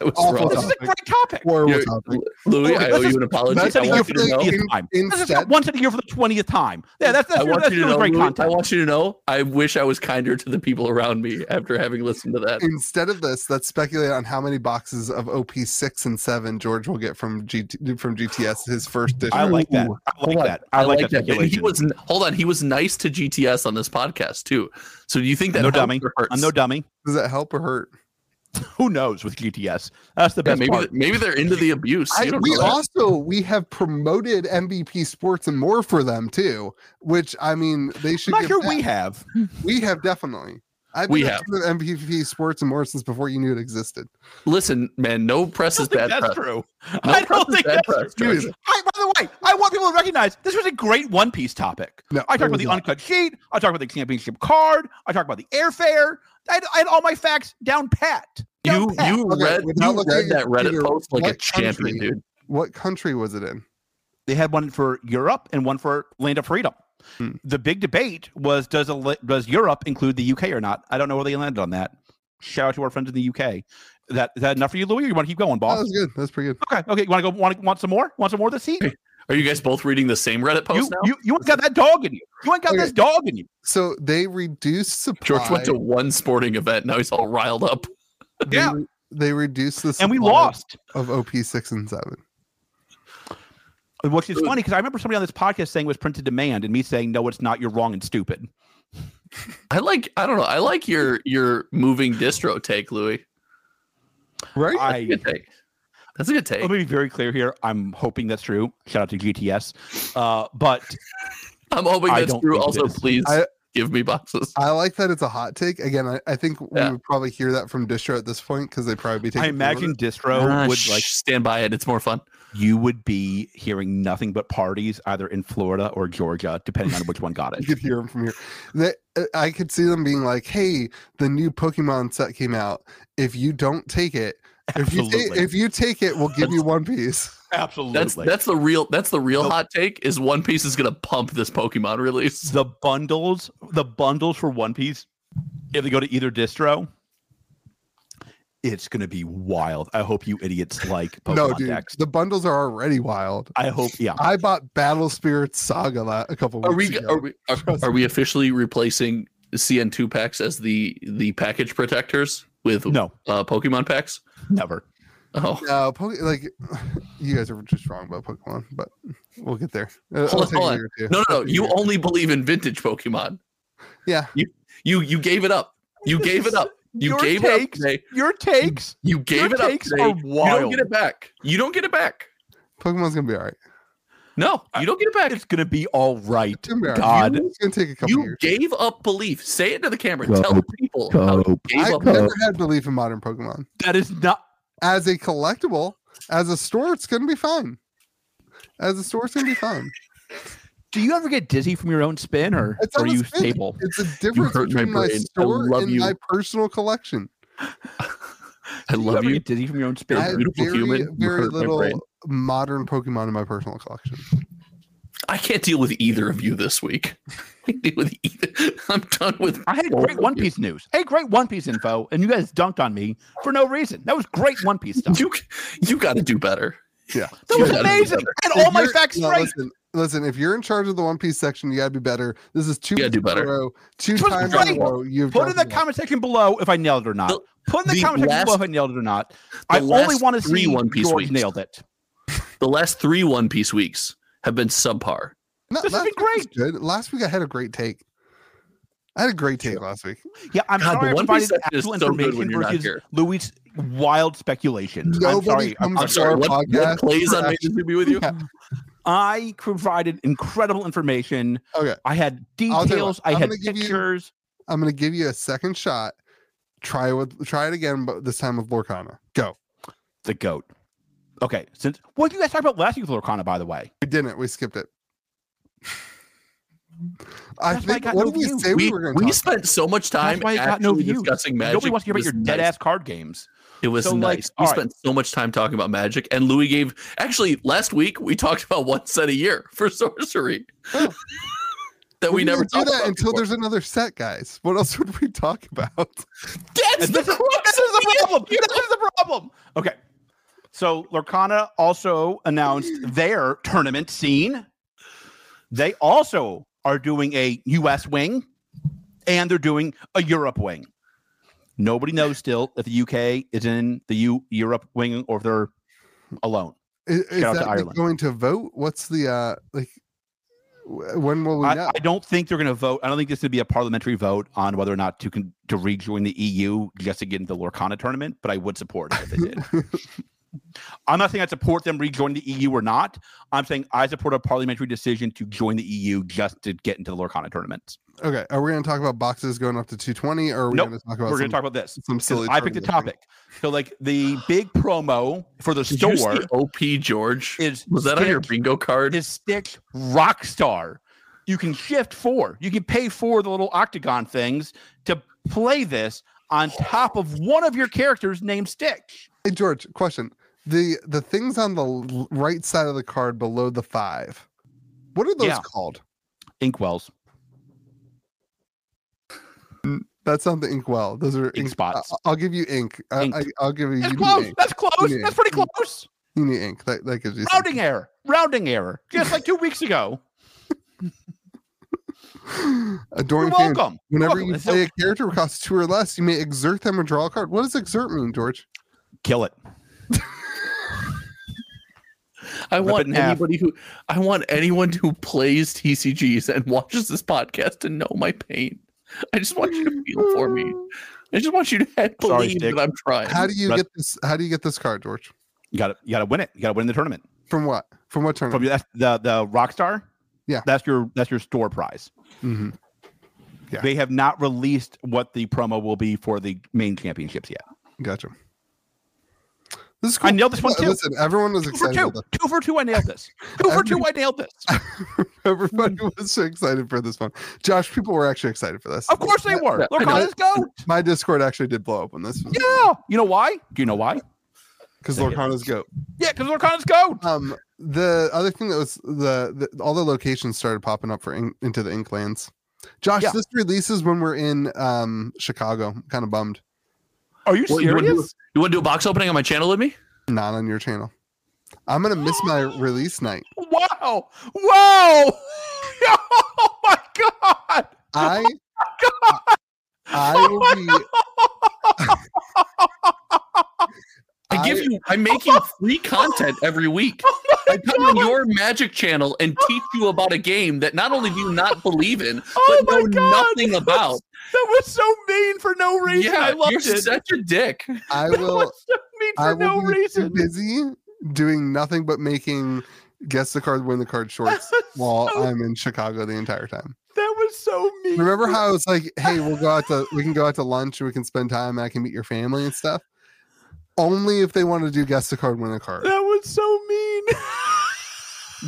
C: I was
A: Awful
C: wrong.
B: This is a
A: topic.
B: great topic.
A: Horrible
C: You're-
A: topic.
C: Louis,
B: Okay,
C: I
B: this
C: owe
B: is-
C: you an apology.
A: that's
C: I
A: a
C: want you to
A: complete
C: know.
A: in-
B: This is
A: instead-
B: not once a year for the twentieth time. Yeah, that's that's,
C: I want
B: that's,
C: you to know.
B: great
C: Louis, I
B: content.
C: want you to know. I wish I was kinder to the people around me after having listened to that.
A: Instead of this, let's speculate on how many boxes of OP six and seven George will get from GT, from GTS his first edition.
B: I like that.
C: Ooh,
B: I
C: Hold
B: like
C: on.
B: that. I like
C: And
B: that.
C: he
B: speculation.
C: was hold on. He was nice to GTS on this podcast too. So do you think that
B: No
C: helps
B: dummy.
C: or hurts?
B: I'm no dummy.
A: Does that help or hurt?
B: Who knows with GTS? That's the
C: Yeah,
B: best
C: maybe
B: part.
C: th- maybe they're into the abuse.
A: I,
C: You don't
A: we
C: know that.
A: also we have promoted MVP Sports and more for them too, which I mean they
B: I'm
A: should.
B: not
A: give
B: sure
A: back.
B: we have.
A: We have definitely. I've
C: We
A: been a
C: have.
A: fan of MVP Sports and more since before you knew it existed.
C: Listen, man, no press
B: I
C: is
B: don't think
C: bad
B: that's
C: press.
B: true.
C: No
B: I don't
C: press is
B: think
C: bad
B: that's true.
C: press, George.
A: Dude,
B: Hey, by the way, I want people to recognize this was a great One Piece topic.
A: No, there
B: I talked about
A: was
B: the
A: not.
B: uncut sheet. I talked about the championship card. I talked about the airfare. I had, I had all my facts down pat. Down
C: You
B: pat.
C: you
A: Okay,
C: read
A: without
C: you
A: looking
C: read
A: at
C: that
A: your
C: Reddit
A: computer,
C: post like a
A: what country-
C: champion, dude.
A: What country was it in?
B: they had one for Europe and one for Land of Freedom.
A: Hmm.
B: The big debate was does a, li- does Europe include the UK or not? I don't know where they landed on that. Shout out to our friends in the UK. That is that enough for you, Louis? Or you want to keep going,
A: That
B: boss?
A: was good. That's pretty good.
B: okay, okay. You want to go? Want want some more? Want some more of this seat?
C: Are you guys both reading the same Reddit post
B: You,
C: now?
B: you you ain't got that dog in you. You ain't got
A: Okay.
B: this dog in you.
A: So they reduced supply.
C: George went to one sporting event. Now he's all riled up.
A: they,
B: Yeah.
A: re- They reduced the
B: And we
A: supply
B: lost,
A: of OP six and seven.
B: which is
C: Ooh.
B: funny because I remember somebody on this podcast saying it was print to demand, and me saying no, it's not. You're wrong and stupid.
C: I like I don't know. I like your your moving distro take, Louis.
A: Right?
C: That's a
B: I
C: good take. That's a good take.
B: Let me be very clear here. I'm hoping that's true. Shout out to GTS. Uh, but
C: I'm hoping
B: I
C: that's
B: don't
C: true.
B: think it
C: Also,
B: is.
C: please.
A: I-
C: give me boxes.
A: I like that it's a hot take. Again, I, I think
C: Yeah.
A: we would probably hear that from Distro at this point because they probably be taking.
B: I imagine Distro
C: Ah,
B: would
C: sh-
B: like
C: stand by it. It's more fun.
B: you would be hearing nothing but parties either in Florida or Georgia, depending on which one got
A: you
B: it.
A: could hear them from here. That I could see them being like, "Hey, the new Pokemon set came out. If you don't take it, if you ta-
B: Absolutely.
A: if you take it, we'll give you one piece."
B: Absolutely.
C: That's that's the real that's the real
B: Nope.
C: hot take is One Piece is gonna pump this Pokemon release.
B: the bundles, the bundles for One Piece, if they go to either distro, it's gonna be wild. I hope you idiots like Pokemon
A: no, dude,
B: decks.
A: the bundles are already wild.
B: I hope, yeah.
A: I bought Battle Spirit Saga la- a couple
C: Are
A: weeks
C: we
A: ago.
C: are we are,
A: Trust
C: are we officially replacing CN two packs as the the package protectors with
B: No,
C: uh, Pokemon packs?
B: never.
C: Oh,
A: No, Poke- like you guys are just wrong about Pokemon, but we'll get there. Uh, it'll
C: Hold on,
A: take a
C: hold on.
A: year or two.
C: No, no, no.
A: It'll take a
C: You
A: year or two.
C: only believe in vintage Pokemon.
A: Yeah.
C: You you you gave it up. You gave it up. You
B: Your
C: gave it up
B: takes-
C: today.
B: Your takes,
C: You gave
B: your
C: it up
B: takes
C: today.
B: are
C: You don't
B: wild.
C: get it back. You don't get it back.
A: Pokemon's gonna be all right.
C: No, you don't get it back.
B: it's gonna be all right.
A: It's gonna be all right.
B: God.
A: it's gonna take a couple
C: You
A: years.
C: gave up belief. Say it to the camera.
B: Go,
C: Tell people how you gave
A: I've
C: up.
A: never had belief in modern Pokemon.
B: That is not
A: As a collectible, as a store, it's gonna be fine. As a store, it's gonna be fine.
B: do you ever get dizzy from your own spin or,
A: It's
B: or
A: not a
B: you
A: spin.
B: stable?
A: It's a difference
C: hurt my
A: between my,
C: brain. I
A: store
C: love
A: and
C: you.
A: my personal collection.
C: I
B: Do
C: love
B: ever
C: you.
B: get dizzy from your own spin?
C: You're
A: I have
C: beautiful
A: very,
C: human. You
A: very
C: hurt my
A: little
C: brain.
A: modern Pokemon in my personal collection.
C: I can't deal with either of you this week. I can't deal with either. I'm done with.
B: I had
C: both
B: great
C: of
B: One
C: you.
B: Piece news. Hey, great One Piece info, and you guys dunked on me for no reason. That was great One Piece stuff.
C: You you got to do better.
A: Yeah.
B: that
C: you
B: was
C: gotta do
B: amazing,
C: better.
B: and
A: If
B: all my
A: you're-
B: facts
A: no,
B: right.
A: Listen, listen, if you're in charge of the One Piece section, you gotta be better. This is two
C: You gotta
A: weeks
C: do
A: in a
C: better.
A: row, two
B: This was
A: times
B: great.
A: in a row. You've
B: Put in the
A: done well.
B: comment section below if I nailed it or not.
C: The-
B: Put in the,
C: the
B: comment section below
C: last-
B: if I nailed it or not. I only
C: last
B: want to
C: three
B: see
C: One Piece
B: George
C: weeks.
B: nailed it.
C: The last three One Piece weeks have been subpar.
A: No,
B: This has
A: last
B: been
A: week was Good. Last week I had a great take. I had a great take last week.
B: Yeah, I'm
C: God, the
B: sorry. I
C: One Piece
B: provided
C: section is
B: actual
C: so good when
B: information
C: you're not
B: versus
C: here.
B: Louis' wild speculations. I'm
A: Nobody
B: sorry. I
A: comes
C: I'm
A: Our
C: sorry. What,
A: podcast
C: what plays on Made
A: crashed.
C: to Be with you?
A: Yeah.
B: I provided incredible information.
A: Okay.
B: I had
A: I'll tell you
B: details.
A: what,
B: I
A: I'm
B: had
A: gonna give you-
B: pictures.
A: I'm gonna give you a second shot. Try with try it again, but this time with Lorcana. Go.
B: The goat. Okay. Since what did you guys talk about last week with Lorcana, by the way?
A: We didn't. We skipped it. I
B: That's why I
A: think
B: got
A: what
B: no
A: did we
B: view.
A: say we,
C: We,
A: were going to
C: we
A: talk?
C: spent so much time
B: why it got no
C: actually
B: views.
C: discussing magic.
B: Nobody wants to hear
C: It
B: about your
C: was
B: dead
C: nice.
B: ass card games.
C: It was
B: So, like,
C: nice.
B: all
C: we
B: right.
C: spent so much time talking about magic, and Louis gave actually last week we talked about one set a year for sorcery
A: Yeah.
C: that we
A: We're
C: never
A: gonna
C: talked
A: do that
C: about
A: until
C: before.
A: there's another set, guys. What else would we talk about?
C: That's
B: And
C: the
B: this, is,
C: crux
B: this
C: of
B: is the
C: the
B: problem. This is the problem. Okay. So Lorcana also announced their tournament scene. They also are doing a US wing and they're doing a Europe wing. Nobody knows still if the UK is in the U- Europe wing or if they're alone.
A: I- Is,
B: out to
A: that like,
B: Ireland.
A: going to vote? What's the uh like? wh- When will we
B: I,
A: know?
B: I don't think they're going to vote. I don't think this would be a parliamentary vote on whether or not to con- to rejoin the EU just to get into the Lorcana tournament. But I would support it if they did. I'm not saying I support them rejoining the EU or not. I'm saying I support a parliamentary decision to join the EU just to get into the Lorcana tournaments.
A: okay, are we going to talk about boxes going up to 220, or are we
B: Nope,
A: going to talk about?
B: We're going
A: some-
B: to talk about this.
A: some
B: 'cause
A: silly
B: I picked a
A: tournament thing.
B: topic. So like the big promo for the
C: Did you
B: store
C: see OP George?
B: is
C: Was that on your
B: Stitch-
C: bingo card?
B: Is Stitch Rockstar. You can shift four. You can pay for the little octagon things to play this on top of one of your characters named Stitch.
A: Hey George, question: the the things on the l- right side of the card below the five, what are those
B: Yeah.
A: called?
B: Inkwells.
A: That's not the inkwell. Those are
B: Ink spots.
A: I- I'll give you ink. I,
B: Ink.
A: I, I'll give you.
B: That's
A: you need
B: close.
A: ink.
B: That's close.
A: Yeah.
B: That's pretty close.
A: You need ink. That, that gives you. something.
B: Rounding error. Rounding error. Just like two weeks ago. You're
A: Adoring fan.
B: welcome.
A: Whenever
B: welcome.
A: you
B: So-
A: play a character who costs two or less, you may exert them and draw a card. What does exert mean, George?
B: Kill it.
C: I
B: Rip it
C: want
B: in half.
C: anybody who I want anyone who plays TCGs and watches this podcast to know my pain. I just want you to feel for me. I just want you to
B: Sorry,
C: believe
B: Dick.
C: that I'm trying.
A: How do you
B: Res-
A: get this? How do you get this card, George?
B: You gotta you gotta win it. You gotta win the tournament.
A: From what? From what tournament?
B: From your- that's the the Rockstar.
A: Yeah.
B: That's your that's your store prize.
A: Mhm. Yeah.
B: They have not released what the promo will be for the main championships yet.
A: Gotcha. This is cool.
B: I nailed this one
A: Yeah,
B: too.
A: Listen, everyone was
B: Two for
A: excited.
B: two.
A: about
B: Two for two. I nailed this. Two for two. I nailed this.
A: that. Everybody
B: Hmm.
A: was so excited for this one. Josh, people were actually excited for this.
B: Of course they were.
C: Yeah,
B: Look
C: I know.
B: at this goat.
A: My Discord actually did blow up when this was
B: Yeah. You know why? Do you know why?
A: because
B: Yeah.
A: Lorcana's goat.
B: Yeah, because Lorcana's goat.
A: Um, the other thing that was the, the all the locations started popping up for in, into the Inklands. Josh,
B: Yeah.
A: this releases when we're in um Chicago. I'm kind of bummed.
B: Are you
C: Well, you wanna do-
B: serious?
C: You want to do a box opening on my channel with me?
A: Not on your channel. I'm gonna miss my release night.
B: Wow. Wow. oh my god.
A: I I will be
C: I, give
A: I-
C: you, I make you free content every week.
B: Oh
C: I come on your Magic channel and teach you about a game that not only do you not believe in,
B: Oh
C: but
B: my
C: know
B: god.
C: nothing about.
B: That was so mean for no reason.
C: yeah,
B: I loved
C: you're
B: it.
C: such a dick.
A: I
B: that
A: will
B: was so mean for
A: I
B: no
A: will be too
B: reason.
A: busy doing nothing but making guess the card, win the card shorts while
B: so-
A: I'm in Chicago the entire time.
B: That was so mean.
A: Remember how I was like, hey, we'll go out to we can go out to lunch and we can spend time and I can meet your family and stuff. Only if they want to do guess the card, win the card.
B: That was so mean.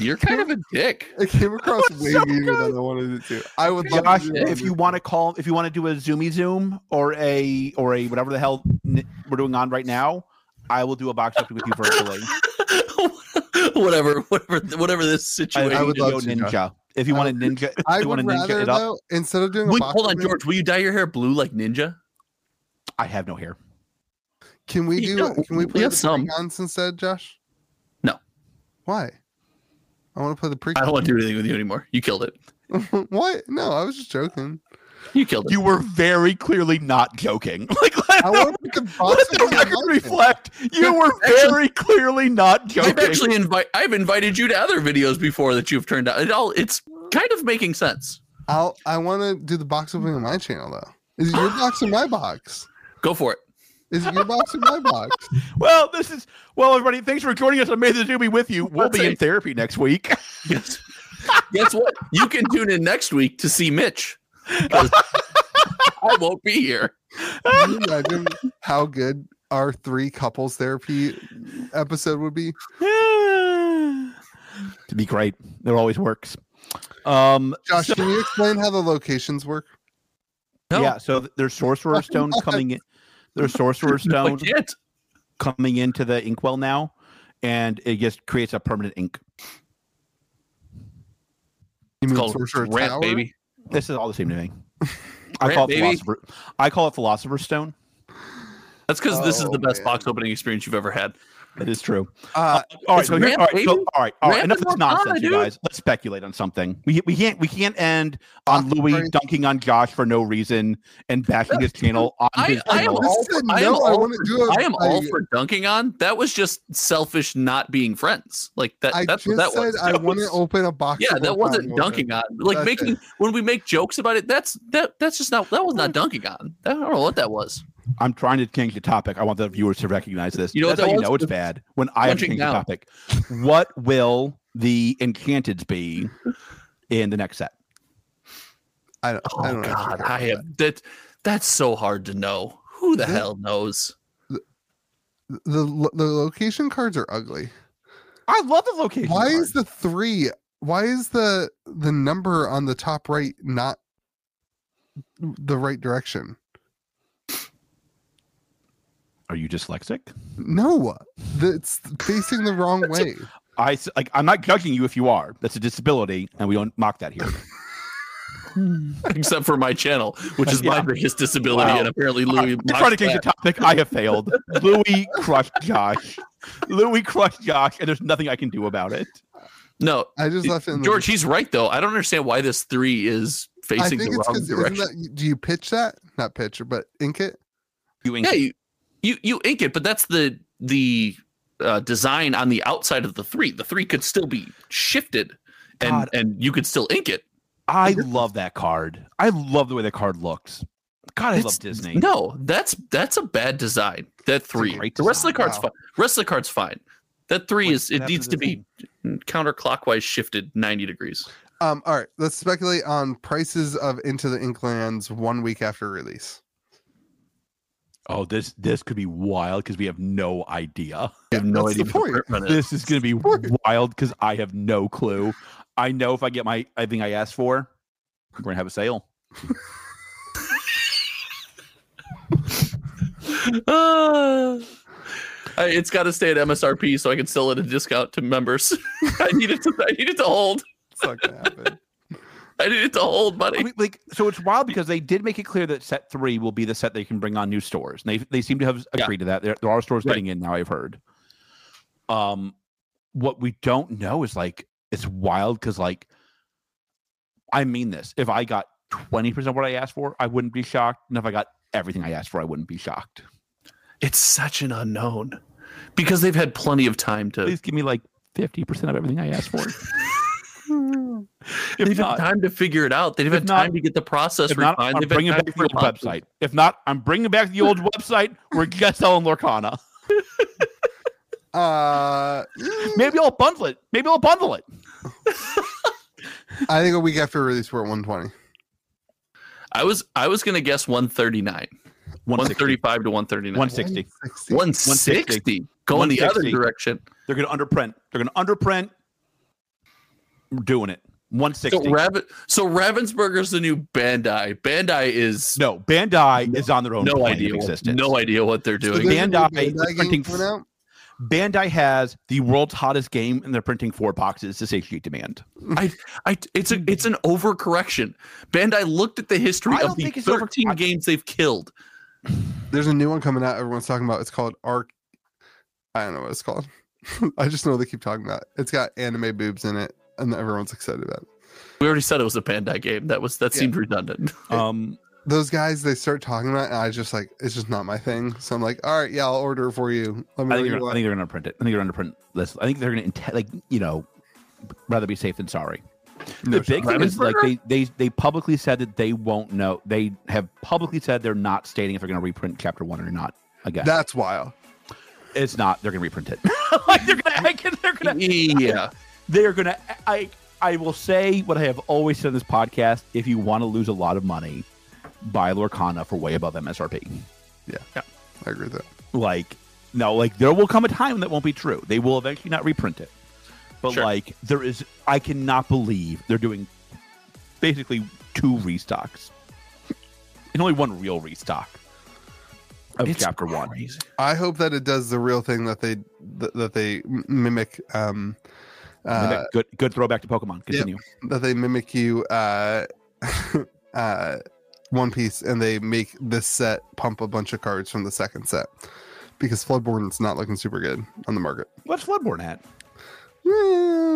C: You're kind of a dick.
A: It came across
B: was
A: way
B: so
A: meaner
B: good.
A: than I wanted it to. I would love
B: Josh,
A: to do
B: if you want to call, if you want to do a Zoomy Zoom or a or a whatever the hell n- we're doing on right now, I will do a box opening with you virtually.
C: whatever, whatever, whatever this
B: I,
C: situation.
B: I would
A: love
B: love
A: to,
B: ninja.
A: Josh.
B: If you
A: I
B: want to ninja, if
A: I
B: you want
A: would
B: to ninja
A: rather
B: it up.
A: though, instead of doing a
C: Wait,
A: box
C: hold on,
A: opening,
C: George. Will you dye your hair blue like Ninja?
B: I have no hair.
A: can we do
C: You know,
A: can we
C: we
A: play
C: have
A: the
C: some.
A: precons instead, Josh?
C: No.
A: Why? I want to play the pre
C: I don't want to do anything with you anymore. You killed it.
A: what? No, I was just joking.
C: You killed it.
B: You were very clearly not joking. Like let
A: I
B: the,
A: want to put the
B: let
A: box
B: the
A: on my
B: record
A: mouth.
B: reflect. You were
C: Actually-
B: very clearly not
C: I've
B: joking.
C: actually invite. I've invited you to other videos before that you've turned out. It all. It's kind of making sense.
A: I'll, I want to do the box opening on my channel though. Is it your box or my box?
C: Go for it.
A: Is it your box or my box?
B: Well, this is well, everybody. Thanks for joining us on May the Zoomie with you. We'll
C: That's
B: be in
C: it.
B: therapy next week.
C: Yes. Guess what? You can tune in next week to see Mitch. 'Cause I won't be here.
A: Can you imagine how good our three couples therapy episode would be?
B: to be great. It always works. Um,
A: Josh, can you explain how the locations work?
C: No.
B: yeah. So th- there's sorcerer stone coming in. There's sorcerer
C: I
B: stone
C: can't.
B: coming into the inkwell now, and it just creates a permanent ink.
A: You mean
C: Called
A: Sorcerer
C: Rant,
A: Tower?
C: baby.
B: This is all the same to me. I
C: Right,
B: call it
C: baby?
B: philosopher. I call it philosopher's stone.
C: That's because this is
A: Oh,
C: the best
A: man.
C: box opening experience you've ever had.
B: That is true.
A: Uh,
B: All right,
C: It's
B: so here,
C: ramp,
B: all right, so,
C: baby.
B: all right, all right.
C: Ramp
B: Enough
C: is
B: of this
C: Montana,
B: nonsense, you
C: dude.
B: guys. Let's speculate on something. We we can't we can't end on
A: Awesome,
B: Louis
A: Frank.
B: dunking on Josh for no reason and bashing his channel on
C: I-
B: his
C: I am
B: channel.
A: just
C: all-
A: said
C: I am
A: no, I
C: all
A: want to do it.
C: I am all
A: I-
C: for dunking on. That was just selfish not being friends. Like that.
A: I
C: that's
A: just
C: what that
A: said
C: was.
A: I
C: That
A: want to
C: was-
A: open a box.
C: Yeah,
A: of
C: that wasn't
A: Wakanda.
C: dunking on. Like
A: That's
C: making when we make jokes about it, that's that that's just not that was not dunking on. I don't know what that was.
B: I'm trying to change the topic. I want the viewers to recognize this.
C: You know what
B: That's how
C: that
B: you
C: was?
B: know it's bad when I have to
C: Punching
B: change
C: down.
B: the topic. What will the enchanted be in the next set?
A: I don't,
C: Oh
A: I don't
C: God,
A: know.
C: I have that. That's so hard to know. Who the
A: That-
C: hell knows?
A: The lo- the location cards are ugly.
B: I love the location.
A: why
B: card.
A: is the three why is the the number on the top right not the right direction
B: Are you dyslexic?
A: no the- it's facing the wrong way
B: I s- like. I'm not judging you if you are. That's a disability, and we don't mock that here.
C: Except for my channel, which is my
B: Yeah.
C: biggest disability,
B: Wow.
C: and
A: Uh,
C: apparently
B: All right,
C: Louis.
B: I'm
C: mocks
B: trying to change
C: that.
B: the topic. I have failed. Louis crushed Josh. Louis crushed Josh, and there's nothing I can do about it.
C: No,
A: i just left it in the
C: George, he's right though. I don't understand why this three is
A: i
C: facing
A: think
C: the
A: it's
C: wrong
A: because
C: direction.
A: do you pitch that not pitch but ink it
B: You ain't
C: yeah, you, you you ink it, but that's the the uh, design on the outside of the three. The three could still be shifted, and
B: God.
C: and you could still ink it.
B: I love that card. I love the way that card looks. God, I
C: It's-
B: love Disney.
C: No, that's that's a bad design. That three.
B: great
C: The rest of the
A: design.
C: card's
A: Wow.
C: fine. Rest of the card's fine. That three
B: What
C: is it
B: happened
C: needs to
B: the
C: be counterclockwise shifted ninety degrees.
A: Um, all right, let's speculate on prices of Into the Inklands one week after release.
B: Oh, this this could be wild because we have no idea.
C: I have no
A: That's the
C: idea. what
A: point.
C: department it is.
B: This is going to be
A: Right.
B: wild because I have no clue. I know if I get my everything I asked for, we're going to have a sale.
C: Ah. I- it's got to stay at MSRP so I can sell it at a discount to members. I need it to. I need it to hold.
A: It's not gonna happen.
C: I need it to hold,
B: I
C: buddy.
B: mean, like, so it's wild because they did make it clear that set three will be the set they can bring on new stores. And they they seem to have
C: Yeah.
B: agreed to that. There, there are stores
C: Right.
B: getting in now. I've heard. Um, what we don't know is like it's wild because like, I mean this. If I got twenty percent of what I asked for, I wouldn't be shocked. And if I got everything I asked for, I wouldn't be shocked.
C: It's such an unknown because they've had plenty of time to.
B: Please give me like fifty percent of everything I asked for.
C: they've
B: if not,
C: had time to figure it out. They've
B: If
C: had
B: not-
C: time to get the process
B: if not,
C: refined.
B: I'm
C: They've had
B: bringing
C: time
B: back
C: to
B: the old
C: respond.
B: website. If not, I'm bringing back the old website. We're just selling Lorcana.
A: Uh,
B: Maybe I'll bundle it. Maybe I'll bundle it.
A: I think a week after release we're at 120.
C: I was I was gonna guess 139, 135 to 139,
B: 160.
A: 160.
C: 160. Going the other
B: 160.
C: direction.
B: They're going to underprint. They're going to underprint. We're doing it. 160.
C: So Raven, so Ravensburger's the new Bandai. Bandai is
B: no, Bandai is on their own.
C: no
B: plane of
C: idea what,
B: existence.
C: no idea what they're
A: So
C: doing.
A: there's a new
B: Bandai
A: Bandai
B: is
A: game
B: printing-
A: coming out?
B: Bandai has the world's hottest game, and they're printing four boxes to satiate demand.
C: I, it's a it's an overcorrection. Bandai looked at the history
B: I
C: of
B: don't
C: the
B: think it's over-
C: 13
B: I-
C: games they've killed.
A: There's a new one coming out. Everyone's talking about. It's called Arc. I don't know what it's called. I just know they keep talking about. It. It's got anime boobs in it, and everyone's excited about. it.
C: We already said it was a Bandai game. That was that
A: Yeah.
C: seemed redundant.
B: Um,
A: Those guys, they start talking about, it, and I just like it's just not my thing. So I'm like, all right, yeah, I'll order for you. Let me know
B: I think,
A: you
B: they're, I
A: want."
B: think they're going to print it. I think they're going to print this. I think they're going to like you know rather be safe than sorry.
A: No
B: the big thing is like they, they they publicly said that they won't know. They have publicly said they're not stating if they're going to reprint chapter one or not. Again,
A: That's wild.
B: it's not. They're going to reprint it. like they're going to. I can, they're going to.
C: yeah.
B: They're going to. I I will say what I have always said in this podcast: if you want to lose a lot of money, buy Lorcana for way above MSRP.
A: I agree with that.
B: Like no, like there will come a time that won't be true. They will eventually not reprint it. But
C: Sure.
B: like there is, I cannot believe they're doing basically two restocks and only one real restock of
C: It's
B: chapter one.
C: crazy.
A: I hope that it does the real thing that they that, that they m- mimic um
B: And
A: uh
B: that- good, good throwback to Pokemon. Continue.
A: that they mimic you uh uh One Piece and they make this set pump a bunch of cards from the second set because Floodborne is not looking super good on the market.
B: What's Floodborne at?
A: Yeah.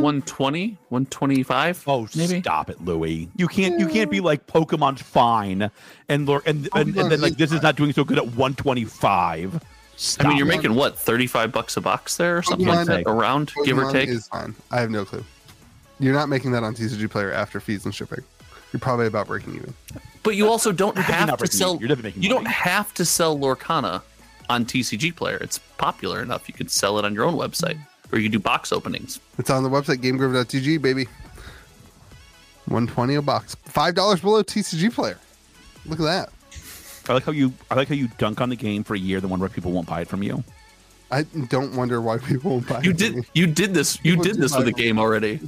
C: 120, 125.
B: Oh,
C: Maybe.
B: stop it, Louis! You can't, you can't be like Pokemon's fine and lure, and, and, and then like this is not doing so good at one twenty five.
C: I mean, you're
A: Pokemon-
C: making what 35 bucks a box there or something like
A: Pokemon-
C: that around give or
A: Pokemon
C: take.
A: is fine. I have no clue. You're not making that on TCG Player after fees and shipping. You're probably about breaking even.
C: But you also don't have
B: not
C: to
B: breaking even.
C: sell
B: You're definitely making
C: You don't
B: money.
C: have to sell Lorcana on TCG player. It's popular enough you can sell it on your own website or you can do box openings.
A: It's on the website gamegrove.tg, baby. 120 a box. $5 below TCG player. Look at that.
B: I like how you, I like how you dunk on the game for a year, then wonder if people won't buy it from you.
A: I don't wonder why people won't buy
C: You
A: it.
C: did you did this you
A: People
C: did
A: do
C: this with
A: buy
C: a game already.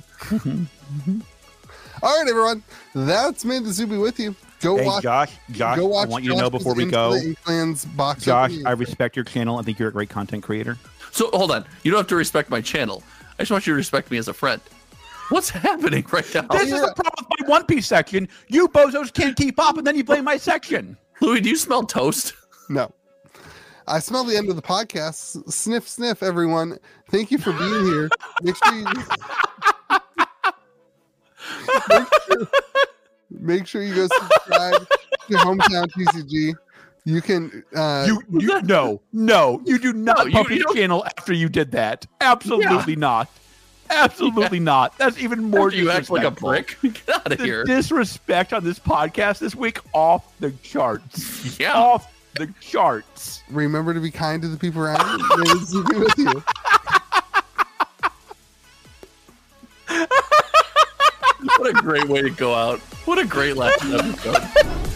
A: All right, everyone. That's made the Zuby with you. Go
B: Hey,
A: watch.
B: Josh, Josh,
A: go
B: I
A: watch
B: want you to know
A: Josh's
B: before we
A: Into
B: go,
A: the Inklands box
B: Josh,
A: opening.
B: I respect your channel. I think you're a great content creator.
C: So hold on. You don't have to respect my channel. I just want you to respect me as a friend. What's happening right now?
B: this is the problem with my One Piece section. You bozos can't keep up, and then you blame my section.
C: Louis, do you smell toast?
A: No. I smell the end of the podcast. S- Sniff, sniff, everyone. Thank you for being here. Make sure you. make, sure, make sure you go subscribe to Hometown TCG. You can. Uh,
B: You, you no, no, you do
C: No,
B: not
C: you-
B: pump
C: you
B: your
C: don't-
B: channel after you did that. Absolutely not. Absolutely not. That's even more.
C: Or do you act like a
B: disrespectful.
C: brick? Get out of
B: The
C: here.
B: disrespect on this podcast this week off the charts.
C: Yeah.
B: Off the charts.
A: remember to be kind to the people around you. May the zoo be with you.
C: What a great way to go out. What a great last episode.